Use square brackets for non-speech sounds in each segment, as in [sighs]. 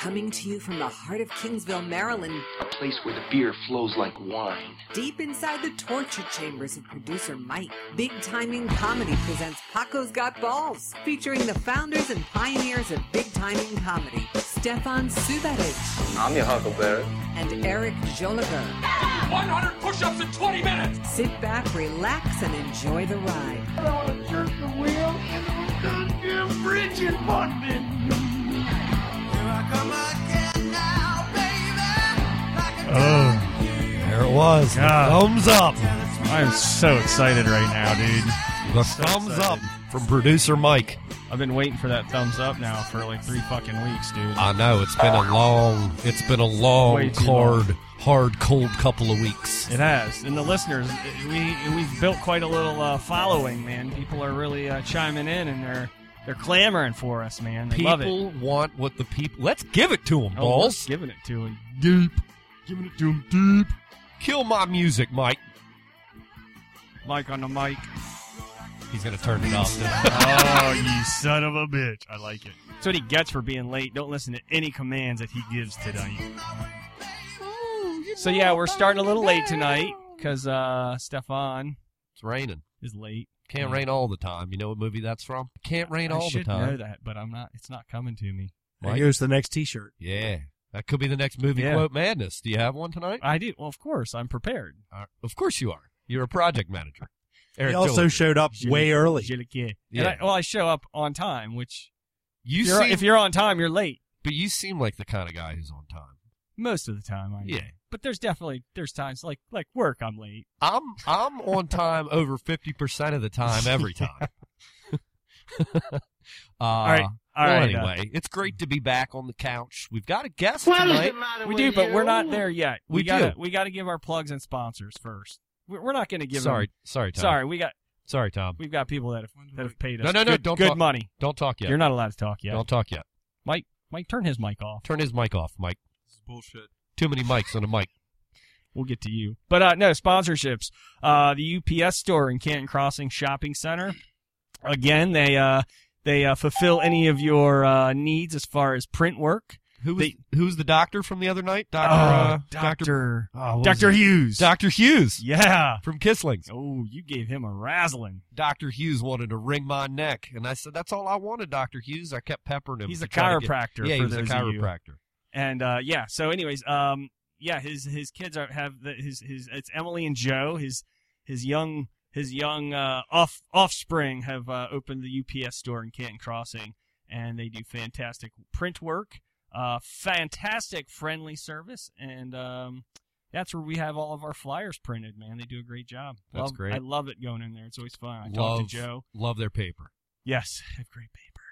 Coming to you from the heart of Kingsville, Maryland, a place where the beer flows like wine. deep inside the torture chambers of producer Mike, Big Timing Comedy presents Paco's Got Balls, featuring the founders and pioneers of big timing comedy, Stefan Subatic I'm your Huckleberry. and Eric Joliger. 100 push-ups in 20 minutes. Sit back, relax, and enjoy the ride. Oh, There it was. The God. Thumbs up. I'm so excited right now, dude. The So thumbs up excited. from producer Mike. I've been waiting for that thumbs up now for like three fucking weeks, dude. I know it's been a long, it's been a long, Way too hard, hard, cold couple of weeks. It has, and the listeners, we we've built quite a little uh, following, man. People are really uh, chiming in, and they're they're clamoring for us, man. They love it. People want what the people. Let's give it to them, Oh, balls. giving it to him. deep, giving it to them deep. Kill my music, Mike. Mike on the mic. He's gonna turn it [laughs] off. then. oh, you son of a bitch! I like it. That's what he gets for being late. Don't listen to any commands that he gives tonight. So yeah, we're starting a little late tonight because uh, Stefan it's raining. is late. Can't Yeah. rain all the time. You know what movie that's from? Can't rain I all the should know time. that, but I'm not. It's not coming to me. Mike? Here's the next T-shirt. Yeah, that could be the next movie Yeah. quote madness. Do you have one tonight? I do. Well, of course, I'm prepared. Uh, of course you are. You're a project manager. Eric He also Dillon. showed up Jimmy- way early. Yeah. And Yeah. I, well, I show up on time, which you if you're- seem, if you're on time, you're late but you seem like the kind of guy who's on time. most of the time. I am. Yeah. But there's definitely there's times like like work, I'm late. I'm I'm on time [laughs] over fifty percent of the time every [laughs] time. [laughs] uh, All right. All well, right. uh, anyway, it's great to be back on the couch. We've got a guest tonight. we do, but we're not there yet. We gotta do. we gotta give our plugs and sponsors first. We're, we're not gonna give sorry, them- sorry, Tom. sorry. We got sorry, Tom. we've got people that have that have paid us. No, no, no, Good, don't good talk- money. Don't talk yet. You're not allowed to talk yet. Don't talk yet. Mike, Mike, turn his mic off. Turn his mic off, Mike. bullshit. Too many mics on a mic. We'll get to you. But uh, no, sponsorships. Uh, the UPS store in Canton Crossing Shopping Center. Again, they uh, they uh, fulfill any of your uh, needs as far as print work. Who was They- who was the doctor from the other night? Doctor uh, Uh, Doctor Dr. oh, what was Dr. it? Hughes. Doctor Hughes yeah. from Kisslings. Oh, you gave him a razzling. Dr. Hughes wanted to wring my neck. And I said, That's all I wanted, Dr. Hughes. I kept peppering him. He's to a try to get- chiropractor. yeah, for he was a those of you. chiropractor. And uh, yeah, so anyways, um, yeah, his his kids are have the, his his it's Emily and Joe. His his young his young uh, off offspring have uh, opened the UPS store in Canton Crossing, and they do fantastic print work, uh, fantastic friendly service, and um, that's where we have all of our flyers printed. Man, they do a great job. That's Love- great. I love it going in there. It's always fun. I love, talk to Joe. love their paper. Yes, I have great paper.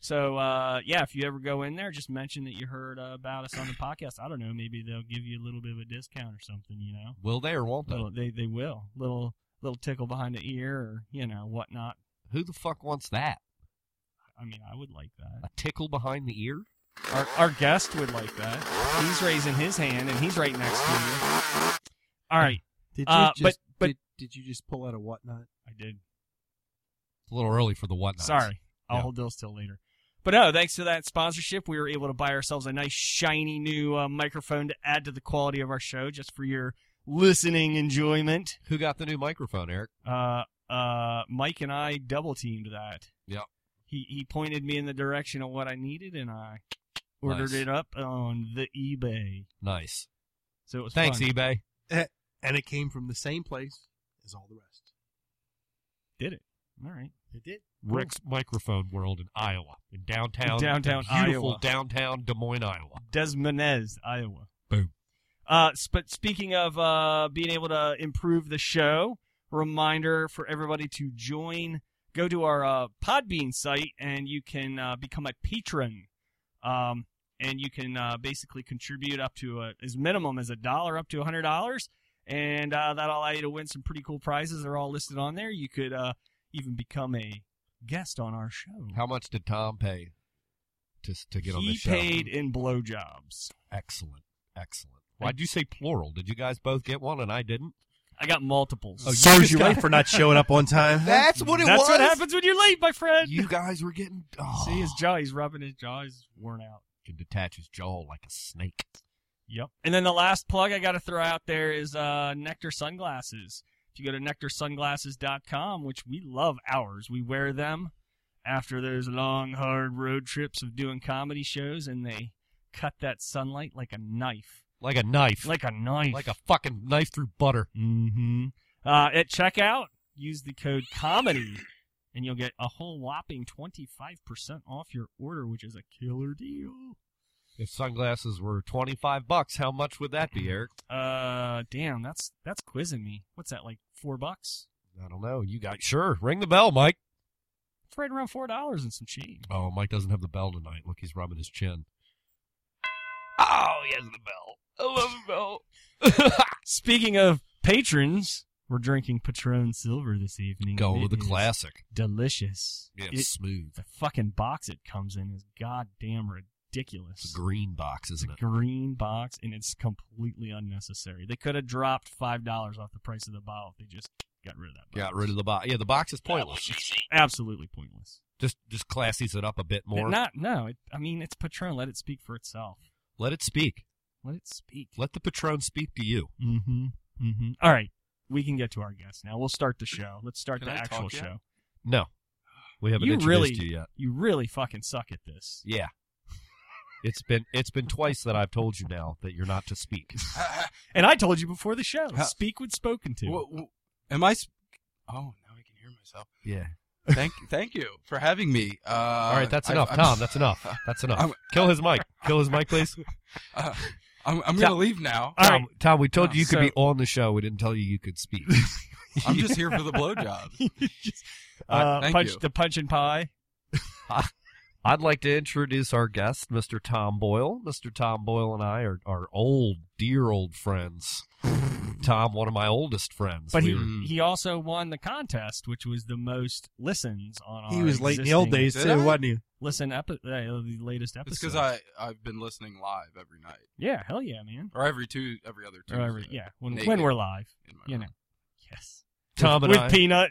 So uh, yeah, if you ever go in there, just mention that you heard uh, about us on the podcast. I don't know, maybe they'll give you a little bit of a discount or something. You know, Will they or won't they? little, they they will little little tickle behind the ear or you know whatnot. Who the fuck wants that? I mean, I would like that. A tickle behind the ear? Our our guest would like that. He's raising his hand and he's right next to you. All right, Did you Uh, just, but- but- did, did you just pull out a whatnot? I did. It's a little early for the whatnot. Sorry, I'll Yeah. hold those till later. But no, thanks to that sponsorship, we were able to buy ourselves a nice, shiny new uh, microphone to add to the quality of our show, just for your listening enjoyment. Who got the new microphone, Eric? Uh, uh, Mike and I double teamed that. Yep. He he pointed me in the direction of what I needed, and I ordered Nice. it up on the eBay. Nice. So it was Thanks, E. fun. eBay. And it came from the same place as all the rest. Did it? All right. It did. Rick's Microphone World in Iowa, in downtown, Downtown beautiful Iowa. downtown Des Moines, Iowa. Desmonez, Iowa. Boom. Uh, s- but speaking of uh, being able to improve the show, reminder for everybody to join. Go to our uh, Podbean site and you can uh, become a patron. Um, and you can uh, basically contribute up to a, as minimum as a dollar up to a hundred dollars, and uh, that'll allow you to win some pretty cool prizes. They're all listed on there. You could uh, even become a guest on our show. How much did Tom pay to, to get on he the show? paid in blowjobs. Excellent. Excellent. Why'd you say plural? Did you guys both get one and I didn't? I got multiples. Oh, you Serves just you got- right [laughs] for not showing up on time. That's what That's [laughs] what happens when you're late, my [laughs] friend. You guys were getting. Oh. See his jaw. He's rubbing his jaw. He's worn out. Can detach his jaw like a snake. Yep. And then the last plug I got to throw out there is uh, Nectar Sunglasses. If you go to nectarsunglasses.com, which we love ours, we wear them after those long, hard road trips of doing comedy shows, and they cut that sunlight like a knife. Like a knife. Like a knife. like a fucking knife through butter. Mm-hmm. Uh, at checkout, use the code COMEDY, and you'll get a whole whopping 25% off your order, which is a killer deal. If sunglasses were 25 bucks, how much would that be, Eric? Uh, damn, that's that's quizzing me. What's that like? Four bucks? I don't know. You got sure. Ring the bell, Mike. It's right around four dollars and some change. Oh, Mike doesn't have the bell tonight. Look, he's rubbing his chin. Oh, he has the bell. I love the bell. Speaking of patrons, we're drinking Patron Silver this evening. Go It with the is classic. Delicious. Yeah, It- it's smooth. the fucking box it comes in is goddamn ridiculous. It's a green box, isn't it? green box and it's completely unnecessary. They could have dropped five dollars off the price of the bottle if they just got rid of that box. Got rid of the box. Yeah, the box is pointless. It's absolutely pointless. Just just classies it up a bit more. Not no, it, I mean it's Patron, let it speak for itself. Let it speak. Let it speak. Let the patron speak to you. Mm-hmm. Mm-hmm. All right. We can get to our guests now. We'll start the show. Let's start Can the I actual talk yet? show. No, we haven't You introduced really- you yet. You really fucking suck at this. Yeah, it's been it's been twice that I've told you now that you're not to speak. And I told you before the show. Huh. Speak when spoken to. Wha- wha- am I? Sp- oh, now I can hear myself. Yeah. Thank, thank you for having me. Uh, All right, that's I- enough, I'm- Tom. That's enough. [laughs] That's enough. I'm- Kill his mic. Kill his mic, please. Uh, I'm, I'm gonna leave [laughs] now. All Uh, Tom, Tom, we told you you could So- be on the show. We didn't tell you you could speak. I'm just here for the blowjob. [laughs] Just, uh, All right, thank punch you. the punch and pie. I'd like to introduce our guest, Mr. Tom Boyle. Mr. Tom Boyle and I are, are old, dear old friends. Tom, one of my oldest friends. But We he were- Weird. he also won the contest, which was the most listens on our He was late in the old existing days Did too, I? wasn't he? Listen epi- uh, the latest episode. It's because I I've been listening live every night Yeah, hell yeah, man. or every two every other Or Tuesday. every- yeah, when, Naked. when we're live. in my You room. know. Yes. Tom and with I, peanut.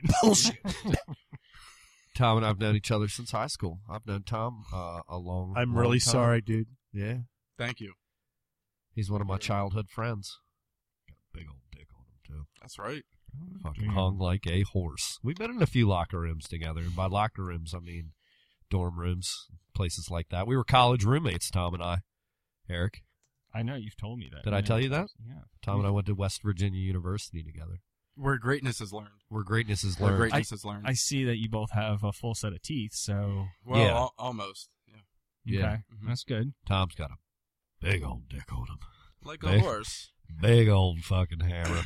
Tom and I've known each other since high school. I've known Tom uh, a long. I'm long really time. sorry, dude. Yeah, Thank you. he's one of my childhood friends. Got a big old dick on him too. That's right. Fucking Damn. hung like a horse. We've been in a few locker rooms together, and by locker rooms I mean dorm rooms, places like that. We were college roommates, Tom and I. Eric, I know you've told me that. Did I many tell you times. Yeah. Tom and I went to West Virginia University together. Where greatness is learned. Where greatness is Where learned. greatness is learned. I see that you both have a full set of teeth, so well, Yeah. al- almost. Yeah. Yeah. okay, Mhm. that's good. Tom's got a big old dick on him. Like a Big- horse. Big old fucking hammer.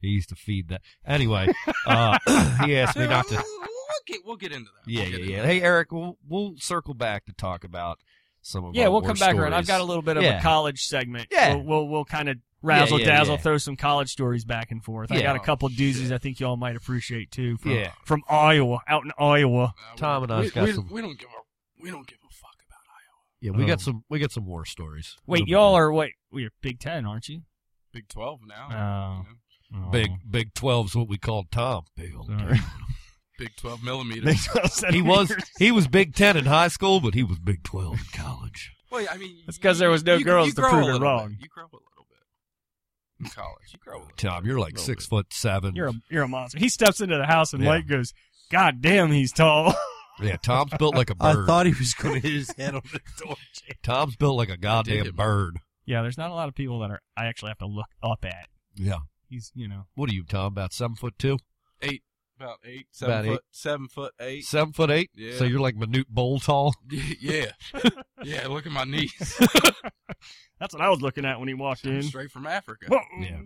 he used to feed that. Anyway, [laughs] uh, he asked me Yeah, not to. We'll, we'll get, we'll get into that. Yeah, We'll get yeah, yeah. into Hey, Eric, we'll we'll circle back to talk about some of Yeah, our we'll war come back stories. around. I've got a little bit of a Yeah. college segment. Yeah. we'll we'll, we'll kind of razzle yeah, dazzle, yeah. throw some college stories back and forth. I Yeah. got a couple Oh, doozies shit. I think y'all might appreciate too. From, Yeah. from Iowa, out in Iowa. that. Uh, we- Tom and I's we, got we, some- We don't give a we don't give a fuck about Iowa. Yeah, we Um, got some we got some war stories. Wait, y'all are wait, we're Big Ten, aren't you? Big Twelve now. Oh. You know, big [laughs] Big 12's what we called Tom. Big old Sorry. Tom. Big Twelve millimeters. Oh. [laughs] He was he was Big 10 in high school, but he was Big 12 in college. [laughs] Well, yeah, I mean, That's 'cause there was no you- you girls to grow prove a it little wrong. bit. You grow a little bit in college. You grow a little. Tom, you're like Little six bit. foot 7 You're a you're a monster. He steps into the house and Yeah. Mike goes, "God damn, he's tall." [laughs] yeah, Tom's built [laughs] like a I bird. thought he was going to hit his head on [laughs] the door. Tom's built like a goddamn him. bird. yeah, there's not a lot of people that are I actually have to look up at. Yeah. He's you know What are you, Tom? About seven foot two, About eight, seven About foot, seven foot [laughs] eight. [laughs] seven foot eight. Yeah. So you're like Manute Bowl tall. yeah, yeah. Look at my [laughs] knees. that's what I was looking at when he walked in. Straight from Africa. Whoa. Yeah.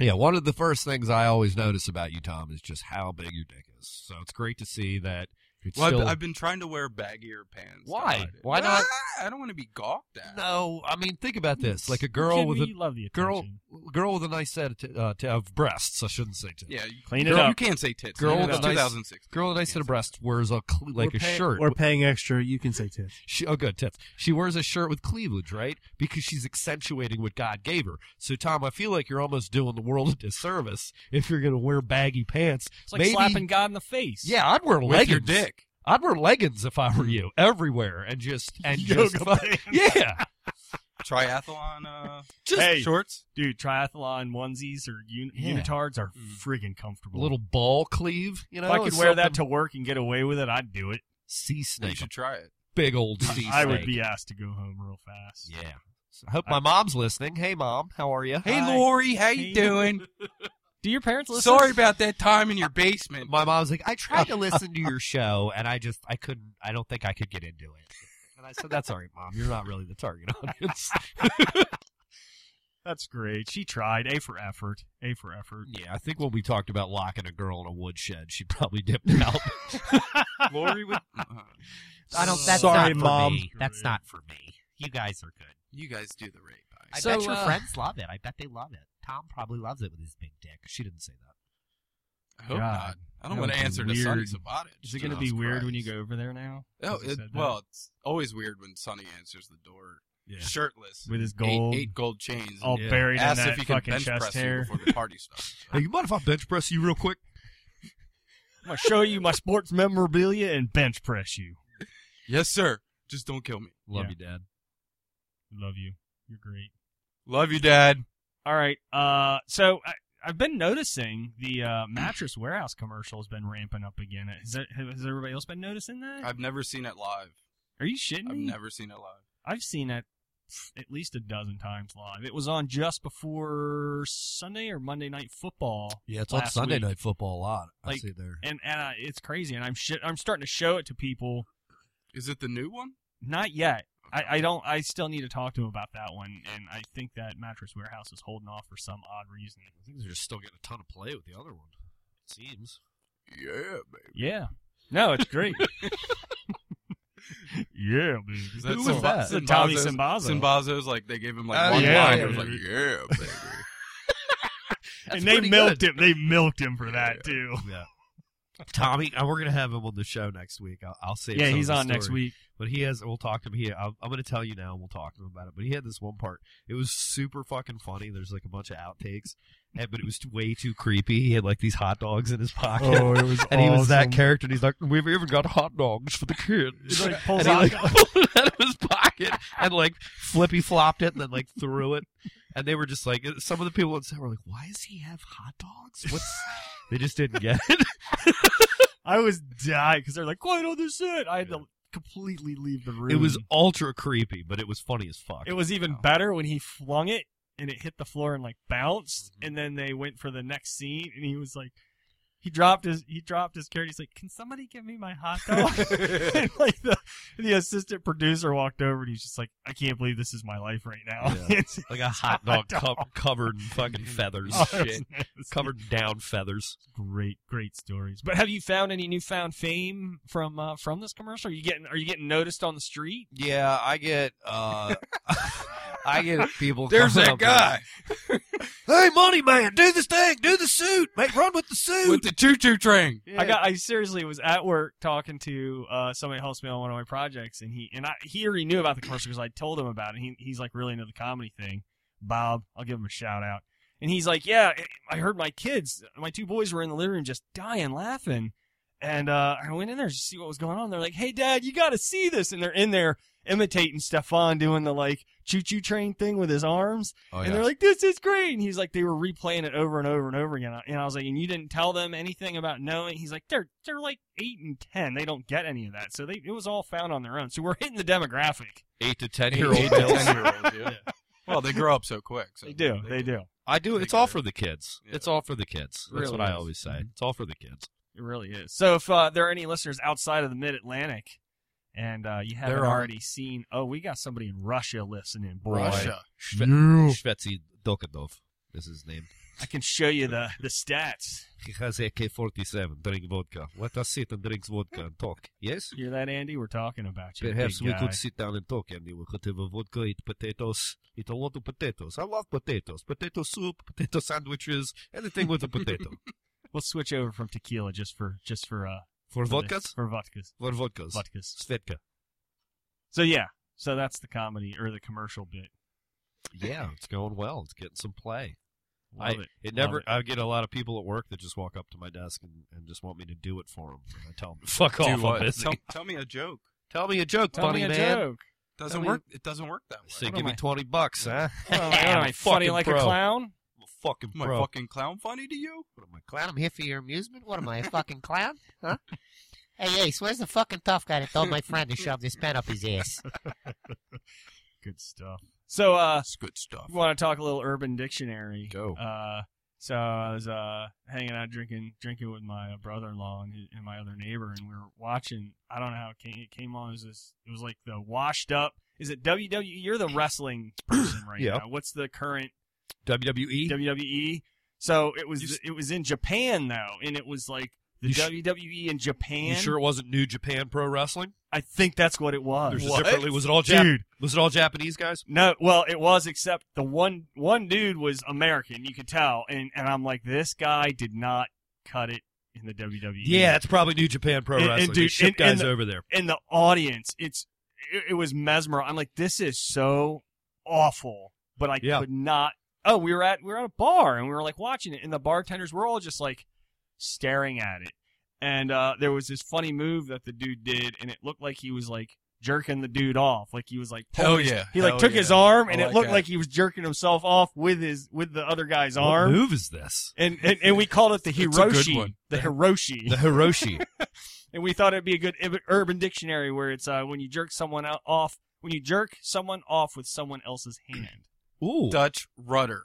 Yeah, one of the first things I always notice about you, Tom, is just how big your dick is. So it's great to see that. It's Well, I've- still, I've, been trying to wear baggier pants. to Why? hide it. Why not? I, I don't want to be gawked at. no, I mean, think about this: like a girl Kid, with a you love the girl, attention. girl with a nice set of, t- uh, t- of breasts. I shouldn't say tits. Yeah, you, Clean it girl, up. You can't say tits. Girl Girl, with a it's nice- 2006. Girl with a nice set of breasts wears a cle- like We're a paying- shirt. We're paying extra. You can say tits. She, oh, good tits. She wears a shirt with cleavage, right? Because she's accentuating what God gave her. So, Tom, I feel like you're almost doing the world a disservice if you're going to wear baggy pants. It's like Maybe- slapping God in the [laughs] face. Yeah, I'd wear With leggings. your dick. I'd wear leggings if I were you everywhere and just and just Yoga fuck- [laughs] yeah. Triathlon uh, Just Hey. shorts. Dude, triathlon onesies or uni- Yeah. unitards are Mm. friggin' comfortable. little ball cleave, you know. if I could is wear that something- to work and get away with it, I'd do it. sea You snake, a should try it. big old sea snake. [laughs] I would be asked to go home real fast. Yeah. So I hope my mom's listening. Hey, mom, how are you? Hey, Hi. Lori, how you Hey. doing? Do your parents listen? Sorry about that time in your basement. My mom's like, I tried to listen [laughs] to your show, and I just, I couldn't, I don't think I could get into it. And I said, that's all right, mom. You're not really the target [laughs] audience. That's great. She tried. A for effort. A for effort. yeah, I think when we talked about locking a girl in a woodshed, she probably [laughs] dipped out. Lori would. [laughs] I don't. That's Sorry, not for Mom. Me. That's not for me. You guys are good. You guys do the rape. I, I So, bet your uh, friends love it. I bet they love it. Tom probably loves it with his big dick. She didn't say that. I hope Oh, God. not. I That don't want would to be answer to Sonny weird. Sabatage. Is it going to Jesus be weird when you Christ. go over there now? Oh, No, Because you it- said that? well, it's always weird when Sonny answers the door Yeah. shirtless, with his eight- gold, eight, gold chains, and all Yeah. buried in asks if that he can fucking bench chest press you hair. before the [laughs] party starts. Hey, you mind if I bench press you real quick? I'm gonna show you my sports memorabilia and bench press you. yes, sir. Just don't kill me. Love Yeah. you, Dad. Love you. You're great. Love you, Dad. All right. Uh, so I, I've been noticing the uh, mattress warehouse commercial has been ramping up again. Is that, has everybody else been noticing that? I've never seen it live. Are you shitting I've me? never seen it live. I've seen it pff, at least a dozen times live. It was on just before Sunday or Monday Night Football, Yeah, it's on Sunday Night Football a lot. I Like- see there. and and uh, it's crazy. And I'm shit. I'm starting to show it to people. Is it the new one? Not yet. I, I don't. I still need to talk to him about that one, and I think that mattress warehouse is holding off for some odd reason. I think they're still getting a ton of play with the other one. Seems. Yeah, baby. Yeah. No, it's [laughs] great. yeah, man. Is Who was that? That's a Tommy Simbazo's- Simbazo. Simbazo's like they gave him like Oh, one yeah. line. It was like, yeah, baby. and they milked him. They milked him for that too. Yeah. Tommy, uh, we're gonna have him on the show next week. I'll, I'll save. Yeah, some of he's the on next story. [laughs] week. But he has. We'll talk to him. He. I'm, I'm gonna tell you now, and we'll talk to him about it. But he had this one part. It was super fucking funny. There's like a bunch of outtakes, and, but it was way too creepy. He had like these hot dogs in his pocket. Oh, it was. And he was that character, and he's like, "We've even got hot dogs for the kids." He's like, [laughs] pulls and he out- like pulled it out of his pocket and like flippy flopped it, and then like threw it. And they were just like, some of the people inside were like, "Why does he have hot dogs?" What's [laughs] they just didn't get it. I was dying because they're like, "Quite on this set." I had to completely leave the room. It was ultra creepy, but it was funny as fuck. It was even better when he flung it and it hit the floor and like bounced, and then they went for the next scene, and he was like, he dropped his he dropped his carrot. He's like, "Can somebody give me my hot dog?" [laughs] and like the the assistant producer walked over and he's just like, "I can't believe this is my life right now." Yeah. [laughs] It's- [laughs] like a hot dog Hot dog. co- covered in fucking feathers, oh, it was- shit, it was covered in down feathers. great, great stories. But have you found any newfound fame from uh, from this commercial? Are you getting are you getting noticed on the street? Yeah, I get, [laughs] uh, I get people. There's that [laughs] guy Hey, money man, do this thing, do the suit, mate, run with the suit. with the choo-choo train. I got. I seriously was at work talking to uh, somebody who helps me on one of my projects, and he and I he already knew about the commercial because I told him about it. He, he's like really into the comedy thing. Bob, I'll give him a shout out. And he's like, "Yeah, I heard my kids, my two boys were in the living room just dying laughing." And uh, I went in there to see what was going on. They're like, "Hey, Dad, you got to see this!" And they're in there imitating Stefan doing the like choo-choo train thing with his arms Oh and they're like, "This is great." And he's like, "They were replaying it over and over and over again." And I was like, "And you didn't tell them anything about knowing?" He's like, "They're they're like eight and ten. They don't get any of that. So they it was all found on their own. So we're hitting the demographic. Eight to ten year eight old to males. ten year olds. Yeah. Well, they grow up so quick. So They do. They do. I do. It's all for the kids. Yeah. Mm-hmm. It's all for the kids. That's Really what I is. always say. It's all for the kids. It really is. So if uh, there are any listeners outside of the Mid Atlantic, and uh, you haven't There are. already seen, oh, we got somebody in Russia listening, boy. Russia. Shve- No. Shvetsy Dokadov is his name. I can show you the the stats. He has AK 47, drink vodka. Let us sit and drink vodka and talk. Yes? Hear that, Andy? We're talking about you. big Perhaps we guy. could sit down and talk, Andy. We could have a vodka, eat potatoes, eat a lot of potatoes. I love potatoes. Potato soup, potato sandwiches, anything with a [laughs] potato. We'll switch over from tequila just for just for uh For for this- vodkas? for vodkas For vodkas. vodkas. Svetka. So yeah, so that's the comedy or the commercial bit. Yeah, it's going well. It's getting some play. Love I, it. never. Love I get a lot of people at work that just walk up to my desk and, and just want me to do it for them. I tell [laughs] them, "Fuck Do off, what? I'm busy." Tell, Tell, tell me a joke. me a joke, Tell funny me a man. joke. Doesn't Tell me- work. It doesn't work that way. Say, What give am me I- twenty bucks, huh? [laughs] What am I, what am I, funny fucking like a pro. clown? I'm a fucking Am I pro. fucking clown funny to you? What am I, Clown, I'm here for your amusement. What am I, a fucking clown? Huh? Hey, Ace, where's the fucking tough guy that told my friend to shove this pen up his ass? Good stuff. So, uh, That's good stuff. you want to talk a little Urban Dictionary? Go. Uh, so I was uh, hanging out drinking drinking with my brother-in-law and, his, and my other neighbor, and we were watching. I don't know how it came, it came on. It was this, it was like the washed up. Is it WWE? You're the [clears throat] wrestling person right Yeah. now. What's the current WWE. WWE? So it was You s- it was in Japan though, and it was like the You sh- WWE in Japan. you sure it wasn't New Japan Pro Wrestling? I think that's Uh, what it was. There's a different. Was it all Jap- Was it all Japanese guys? No, well, it was except the one one dude was American, you could tell, and and I'm like, this guy did not cut it in the E. WWE. Yeah, it's probably New Japan Pro And- and Wrestling. dude, they ship and- guys and the- over there. in the audience, it's it, it was mesmer. I'm like, this is so awful, but I Yeah. could not. Oh, we were at we were at a bar and we were like watching it, and the bartenders were all just like staring at it. And uh, there was this funny move that the dude did, and it looked like he was like jerking the dude off, like he was like Hell pulling his- yeah. He like Hell took yeah. his arm, and I it like looked that. like he was jerking himself off with his with the other guy's What arm. move is this? And, and and we called it the It's a good Hiroshi, one. the Hiroshi [laughs] The Hiroshi. and we thought it'd be a good ib- urban dictionary where it's uh, when you jerk someone out off when you jerk someone off with someone else's hand. Ooh. Dutch rudder.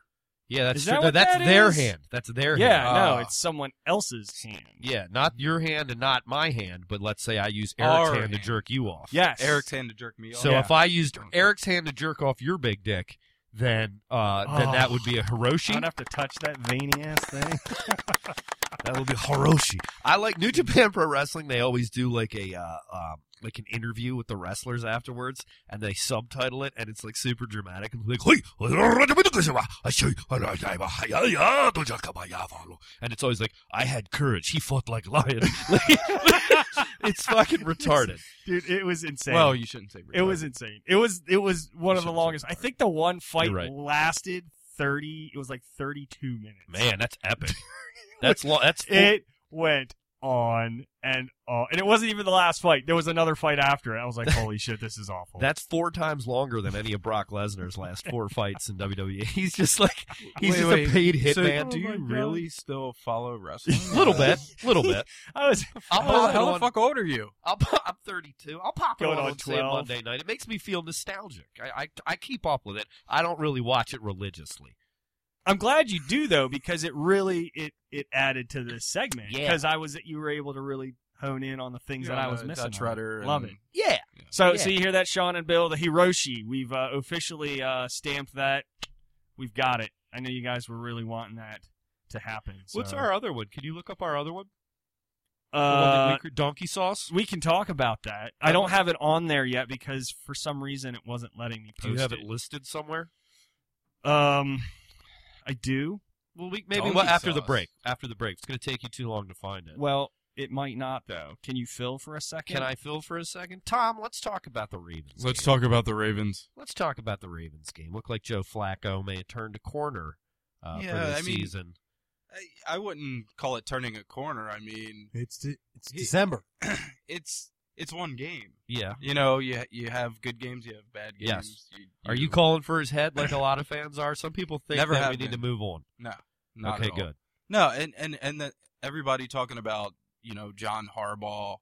Yeah, that's Is true. that No, what that's that their is? hand. That's their hand. Uh, yeah, no, Ah. it's someone else's hand. Yeah, not your hand and not my hand, but let's say I use Eric's Our hand to hand. jerk you off. Yes. Eric's hand to jerk me off. So Yeah. if I used Eric's hand to jerk off your big dick, then uh, then Oh. that would be a Hiroshi. I'd have to touch that veiny ass [laughs] thing. [laughs] That would be Hiroshi. I like New Japan Pro Wrestling. They always do like a uh, um, like an interview with the wrestlers afterwards, and they subtitle it, and it's like super dramatic and like, "Hey, [laughs] I say, and it's always like, I had courage. He fought like lion. [laughs] it's fucking retarded. Dude, it was insane. well, you shouldn't say it was insane. It was it was one of the Should've longest. said I that. think the one fight You're right. lasted 30 it was like 32 minutes. Man, that's [laughs] epic. That's lo- that's full- It went on and on. And it wasn't even the last fight. There was another fight after it. I was like, "Holy shit, this is awful." that's four times longer than any of Brock Lesnar's last four fights in WWE. [laughs] He's just like he's Wait, just wait. a paid So, hitman. do Oh my you God. really still [laughs] follow wrestling? A [laughs] little bit, little bit. I was I'll How pop the it hell on. the fuck old are you? I'll pop, I'm 32. I'll pop it Going on, on on say 12. Monday night. It makes me feel nostalgic. I, I I keep up with it. I don't really watch it religiously. I'm glad you do though because it really it it added to this segment Yeah. because I was you were able to really hone in on the things that I was missing. Dutch on it. rudder. Love and- it. Yeah, So Yeah. so you hear that Sean and Bill the Hiroshi we've uh, officially uh, stamped that we've got it. I know you guys were really wanting that to happen. So. What's our other one? Can you look up our other one? The one that Uh, we cre- donkey sauce. we can talk about that. I don't have it on there yet because for some reason it wasn't letting me post Do you have it listed somewhere? Um, I do. Well, we maybe Donkey well, after the sauce. break. After the break, it's going to take you too long to find it. Well, it might not though. Can you fill for a second? Can I fill for a second, Tom? Let's talk about the Ravens. Let's game. talk about the Ravens. Let's talk about the Ravens game. Look like Joe Flacco may have turned a corner uh, Yeah, for the I mean- season. I, I wouldn't call it turning a corner. I mean, It's de- it's He- December. [clears throat] it's it's one game. Yeah. You know, you you have good games, you have bad games. Yes. Are you calling for his head like a lot of fans are? Some people think Never that have we need been. to move on. No. Not okay, at all. good. No, and and and the, everybody talking about you know John Harbaugh.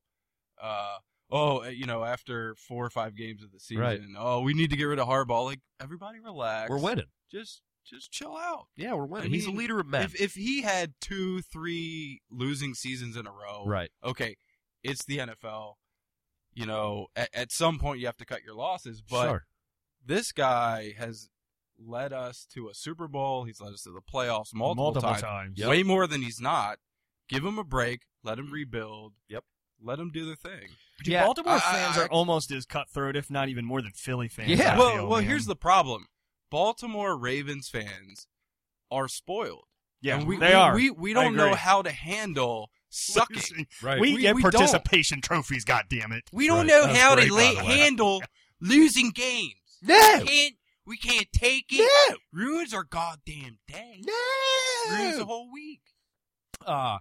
Uh, oh, you know after four or five games of the season, Right. oh we need to get rid of Harbaugh. Like everybody relax. We're winning. Just just chill out. Yeah, we're winning. I He's a mean, leader of men. If if he had two three losing seasons in a row, right. okay, it's the NFL. You know, at, at some point you have to cut your losses, but sure. this guy has led us to a Super Bowl. He's led us to the playoffs multiple, times, Yep. way more than he's not. Give him a break. Let him rebuild. Yep. Let him do their thing. Dude, Yeah, Baltimore I- fans I- are almost as cutthroat, if not even more than Philly fans. Yeah. I well, feel, well, man. here's the problem: Baltimore Ravens fans are spoiled. yeah, And we, they we, are. We we I don't know agree. how to handle sucking. Right. we, We- get we don't. participation trophies. God damn it! We don't Right. know That's how great, to by la- the way. handle losing games. no. Can't, We can't take it. No. Ruins our goddamn day. Ruins the No. whole week. Uh,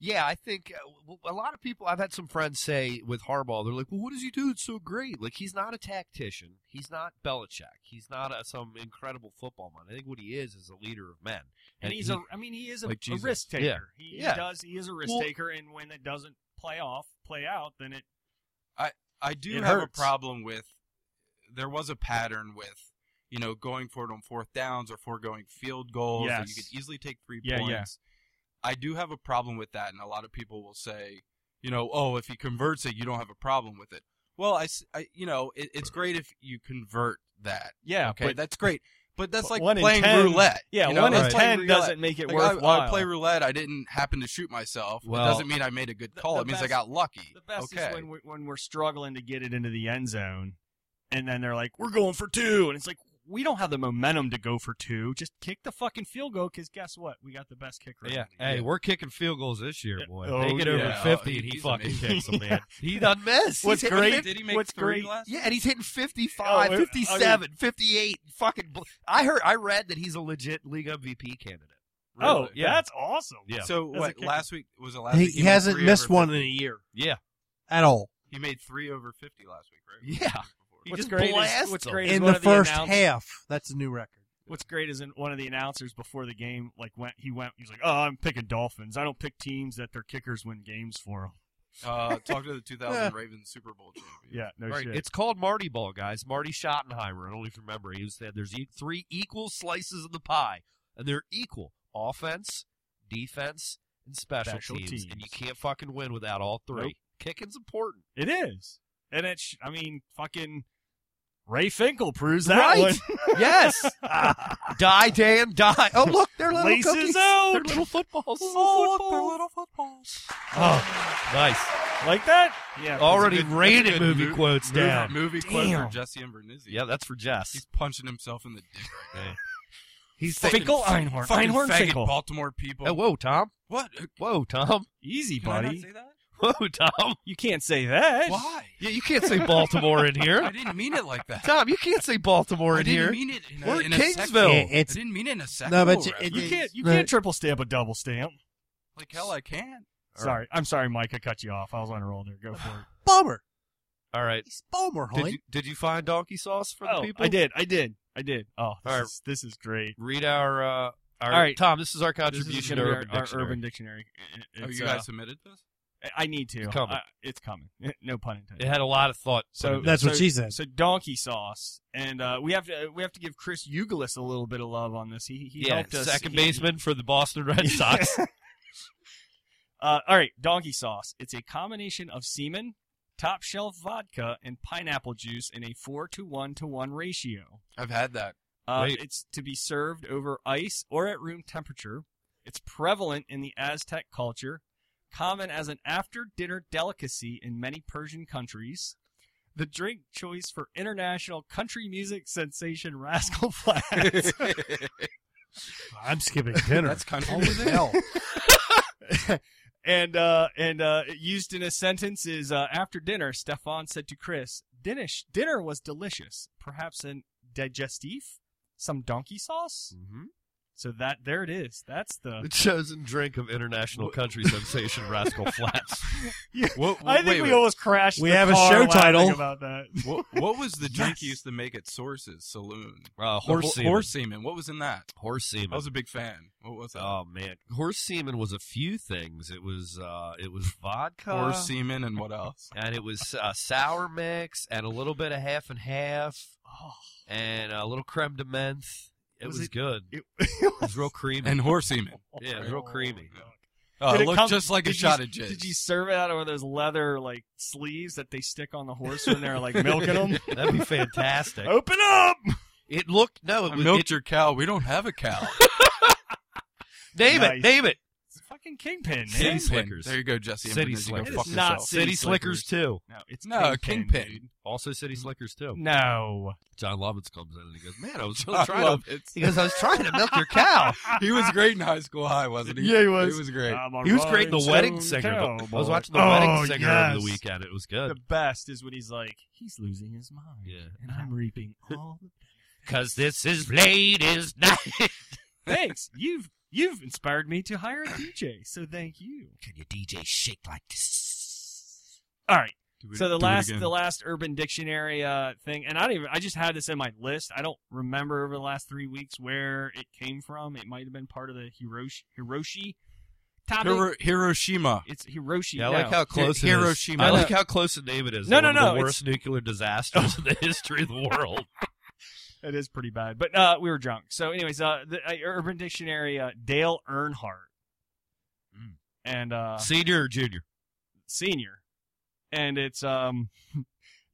yeah, I think uh, w- a lot of people. I've had some friends say with Harbaugh, they're like, "Well, what does he do? It's so great. Like he's not a tactician. He's not Belichick. He's not a, some incredible football man. I think what he is is a leader of men. And he's he- a, I mean, he is a, like a Jesus. risk taker. Yeah. He, Yeah. he does. He is a risk Well- taker, and when it doesn't play off, play out, then it. I do It have hurts. a problem with. There was a pattern with, you know, going for it on fourth downs or foregoing field goals. or Yes. You could easily take three Yeah, yeah. points. I do have a problem with that, and a lot of people will say, you know, oh, if he converts it, you don't have a problem with it. Well, I, s- I- you know, it, it's great if you convert that. Yeah. Okay, But, that's great. But that's but like one in playing 10 roulette. yeah. you know, one in that's playing ten roulette. doesn't make it Like, I- worthwhile. I, play roulette. I didn't happen to shoot myself. Well- it doesn't mean I made a good The- call. the it means I best- got lucky. the best okay. is when we're, when we're struggling to get it into the end zone, and then they're like, "We're going for two. and it's like. We don't have the momentum to go for two. Just kick the fucking field goal, because guess what? We got the best kicker. in Yeah. the league. Hey, we're kicking field goals this year, Yeah. boy. Oh, they get over yeah. 50 and he He's fucking amazing. kicks them, [laughs] man. He doesn't miss. What's He's hitting great- 50 Did he make what's three great- last? Yeah, and he's hitting 55, Oh, it- 57, 58. Fucking bl- I heard I read that he's a legit league MVP candidate. Oh, Really? that's awesome. Yeah. So As a what? kicker. Last week was it last He, week? he made hasn't three missed over one 50. in a year Yeah. at all He made three over fifty last week, right? Yeah. He What's just great is, blasts what's them. great is in one the of first announce- half. That's a new record. What's great is in one of the announcers before the game, like went he went he was like, "Oh, I'm picking Dolphins. I don't pick teams that their kickers win games for Uh, talk to the [laughs] 2000 Ravens Super Bowl champion. 'em." Yeah, no Right. shit. It's called Marty Ball, guys. Marty Schottenheimer. I don't know if you remember. He was that there's e- three equal slices of the pie, and they're equal offense, defense, and special, Special teams. teams. And you can't fucking win without all three. Nope. Kicking's important. it is, and it's I mean, fucking Ray Finkel proves that Right. one. Yes. [laughs] [laughs] die, Dan, die. Oh, look, they're little Laces cookies. out. They're little footballs. Oh, look, they're little footballs. Oh, nice. like that? Yeah. Already That's a good- rated that's a good movie move- quotes Movie, down. movie quote for Damn. Jesse and Bernizzi. Yeah, that's for He's Jess. punching himself in the [laughs] dick right now. He's Finkel Einhorn. Fucking Einhorn faggot Finkel. Baltimore people. Oh, whoa, Tom. what? Can Whoa, Tom. Easy, I not buddy. say that? Whoa, Tom. You can't say that. Why? Yeah, you can't say Baltimore in I here. didn't mean it like that. Tom, you can't say Baltimore I in didn't here. mean it. In a, We're in in a sexual- Kingsville. Yeah, I it's didn't mean it in a second. No, but you- You it- can't. You Right. can't triple stamp a double stamp. like hell, I can. Sorry, I'm sorry, Mike. I cut you off. I was on a roll there. Go for it. Bummer. All right. He's Bummer, Did Hoyt. you, did you find donkey sauce [laughs] for the oh, people? I did. I did. I did. Oh, this, right. is, this is great. Read our. Uh, our All right. Tom. This is our This is contribution gonna to be Urban our, our Dictionary. Urban Dictionary. It- Oh, it's, you uh, guys submitted this? I need to. It's coming. I- it's coming. [laughs] No pun intended. It had a lot of thought. So- put in it. That's what she said. So donkey sauce, and uh, we have to we have to give Chris Ugalis a little bit of love on this. He he yeah, helped us. second he- baseman for the Boston [laughs] [laughs] Red Sox. Uh, all right, donkey sauce. It's a combination of semen, top shelf vodka, and pineapple juice in a four to one to one ratio. I've had [laughs] that. Uh, Wait. it's to be served over ice or at room temperature. It's prevalent in the Aztec culture, common as an after dinner delicacy in many Persian countries. The drink choice for international country music sensation Rascal [laughs] Flatts. I'm skipping [laughs] dinner. That's kind of hell. and uh, and uh, used in a sentence is uh, after dinner, Stefan said to Chris, Dinish, dinner was delicious. Perhaps an digestif? Some donkey sauce? Mm-hmm. So that there it is. That's [laughs] the The chosen drink of international country [laughs] sensation Rascal Flats. What, I think wait, we wait. almost crashed. We the have a car show laughing title. [laughs] about that. [laughs] what, what was the drink Yes. you used to make at Sources Saloon? Uh, The horse ho- semen. horse semen. What was in that? Horse semen. I was a big fan. What was that? Uh, oh man, horse semen was a few things. It was uh, it was vodka, horse semen and what else? and it was uh, sour mix, and a little bit of half and half, and a little creme de menthe. It was, Was it- good. It, It was real creamy. And horse semen. yeah, it was real creamy. Uh, Did it looked come- just like a Oh did you- shot of jizz. Did you serve it out of one of those leather like sleeves that they stick on the horse when they're like [laughs] milking them? [laughs] That'd be fantastic. Open up! It looked no. It I was, milked it- your cow. We don't have a [laughs] cow. name it. Nice. Name it. It's fucking kingpin. City Man. Slickers. There you go, Jesse. and City Bernizzi, go Slickers. fuck It's not yourself. City City Slickers too. No, it's No, kingpin. Kingpin. Also, City Slickers too. [laughs] dude. No, John Lovitz comes in and he goes, "Man, I was really [laughs] I trying love to." it. [laughs] He goes, "I was trying to milk your cow." He was great in high school high, wasn't he? Yeah, he was. He was great. I'm a He was Oh, great in the Rolling wedding Stone singer. I was Cowboy. watching the Oh, wedding singer over the yes. weekend. It was The good. best is when he's like, he's losing his mind, Yeah. and I'm reaping all [laughs] the Cause this is late as [laughs] night. Thanks. You've you've inspired me to hire a DJ, so thank you. Can your DJ shake like this? All right. Do it- So the do it last again. the last Urban Dictionary uh, thing, and I don't even I just had this in my list. I don't remember over the last three weeks where it came from. It might have been part of the Hiroshi Hiroshi topic. Hiro- Hiroshima. it's Hiroshi. Yeah, I like no. how close it is. Hiroshima. I like how close the name it is. No, One no, of no, The it's- worst nuclear disasters [laughs] in the history of the world. It is pretty bad, but uh, we were drunk. So, anyways, uh, the uh, Urban Dictionary, uh, Dale Earnhardt, Mm. and uh, Senior or junior? senior, and it's um, [laughs]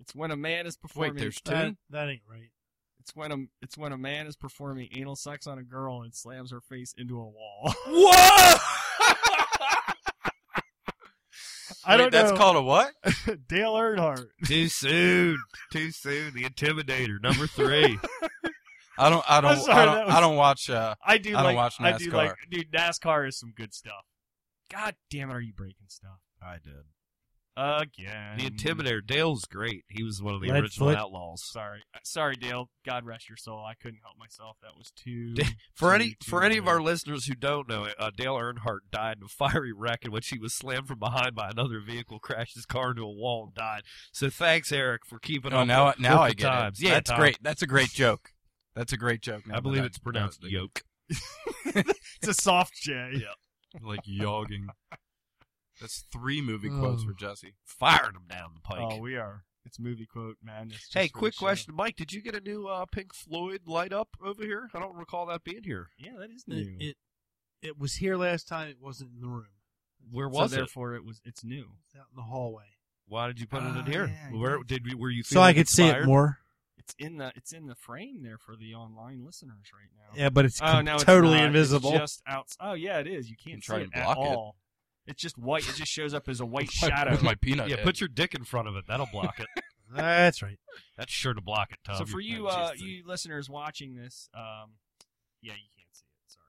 it's when a man is performing. there's two? That, that ain't right. It's when a it's when a man is performing anal sex on a girl and slams her face into a wall. [laughs] Whoa! I Wait, don't That's know. called a what? [laughs] Dale Earnhardt. Too soon. Too soon. The Intimidator, number three. I don't. I don't. sorry, I, don't that was- I don't watch. Uh, I do I don't like watch I do NASCAR. like dude NASCAR is some good stuff. God damn it, are you breaking stuff [laughs] I did. again? The Intimidator. Dale's great. He was one of the Lead original foot. outlaws. Sorry, sorry, Dale. God rest your soul. I couldn't help myself. That was [laughs] too. For too, any too for any of good. our listeners who don't know, uh, Dale Earnhardt died in a fiery wreck in which he was slammed from behind by another vehicle, crashed his car into a wall, and died. So thanks, Eric, for keeping oh, on. now. with, Now with I the get times. it. Yeah, that's Tom. great. That's a great joke. That's a great joke. Now I that believe it's pronounced that was- yoke. [laughs] It's a soft J. Yeah. like yogging. That's three movie Oh. quotes for Jesse. [laughs] Firing him down the pike. Oh, we are. It's movie quote madness. just hey, for the quick show. question, Mike. Did you get a new uh, Pink Floyd light up over here? I don't recall that being here. Yeah, that is new. It, it it was here last time. It wasn't in the room. Where so was it? therefore, it was. It's new. It's out in the hallway, Why did you put it in Ah, here? yeah, I Where did you, were you? so I feeling could see it inspired? more. It's in the. It's in the frame there for the online listeners right now. Yeah, but it's Oh com- no, it's totally not. It's invisible. just out. Oh yeah, it is. You can't try see and it at block it. all. It's just white. It just shows up as a white My- shadow. With my peanut. Yeah, head. put your dick in front of it. That'll block it. [laughs] That's right. That's sure to block it, Tom. so for You're- you, Oh, uh, geez, you listeners watching this, um, yeah, you can't see it. Sorry.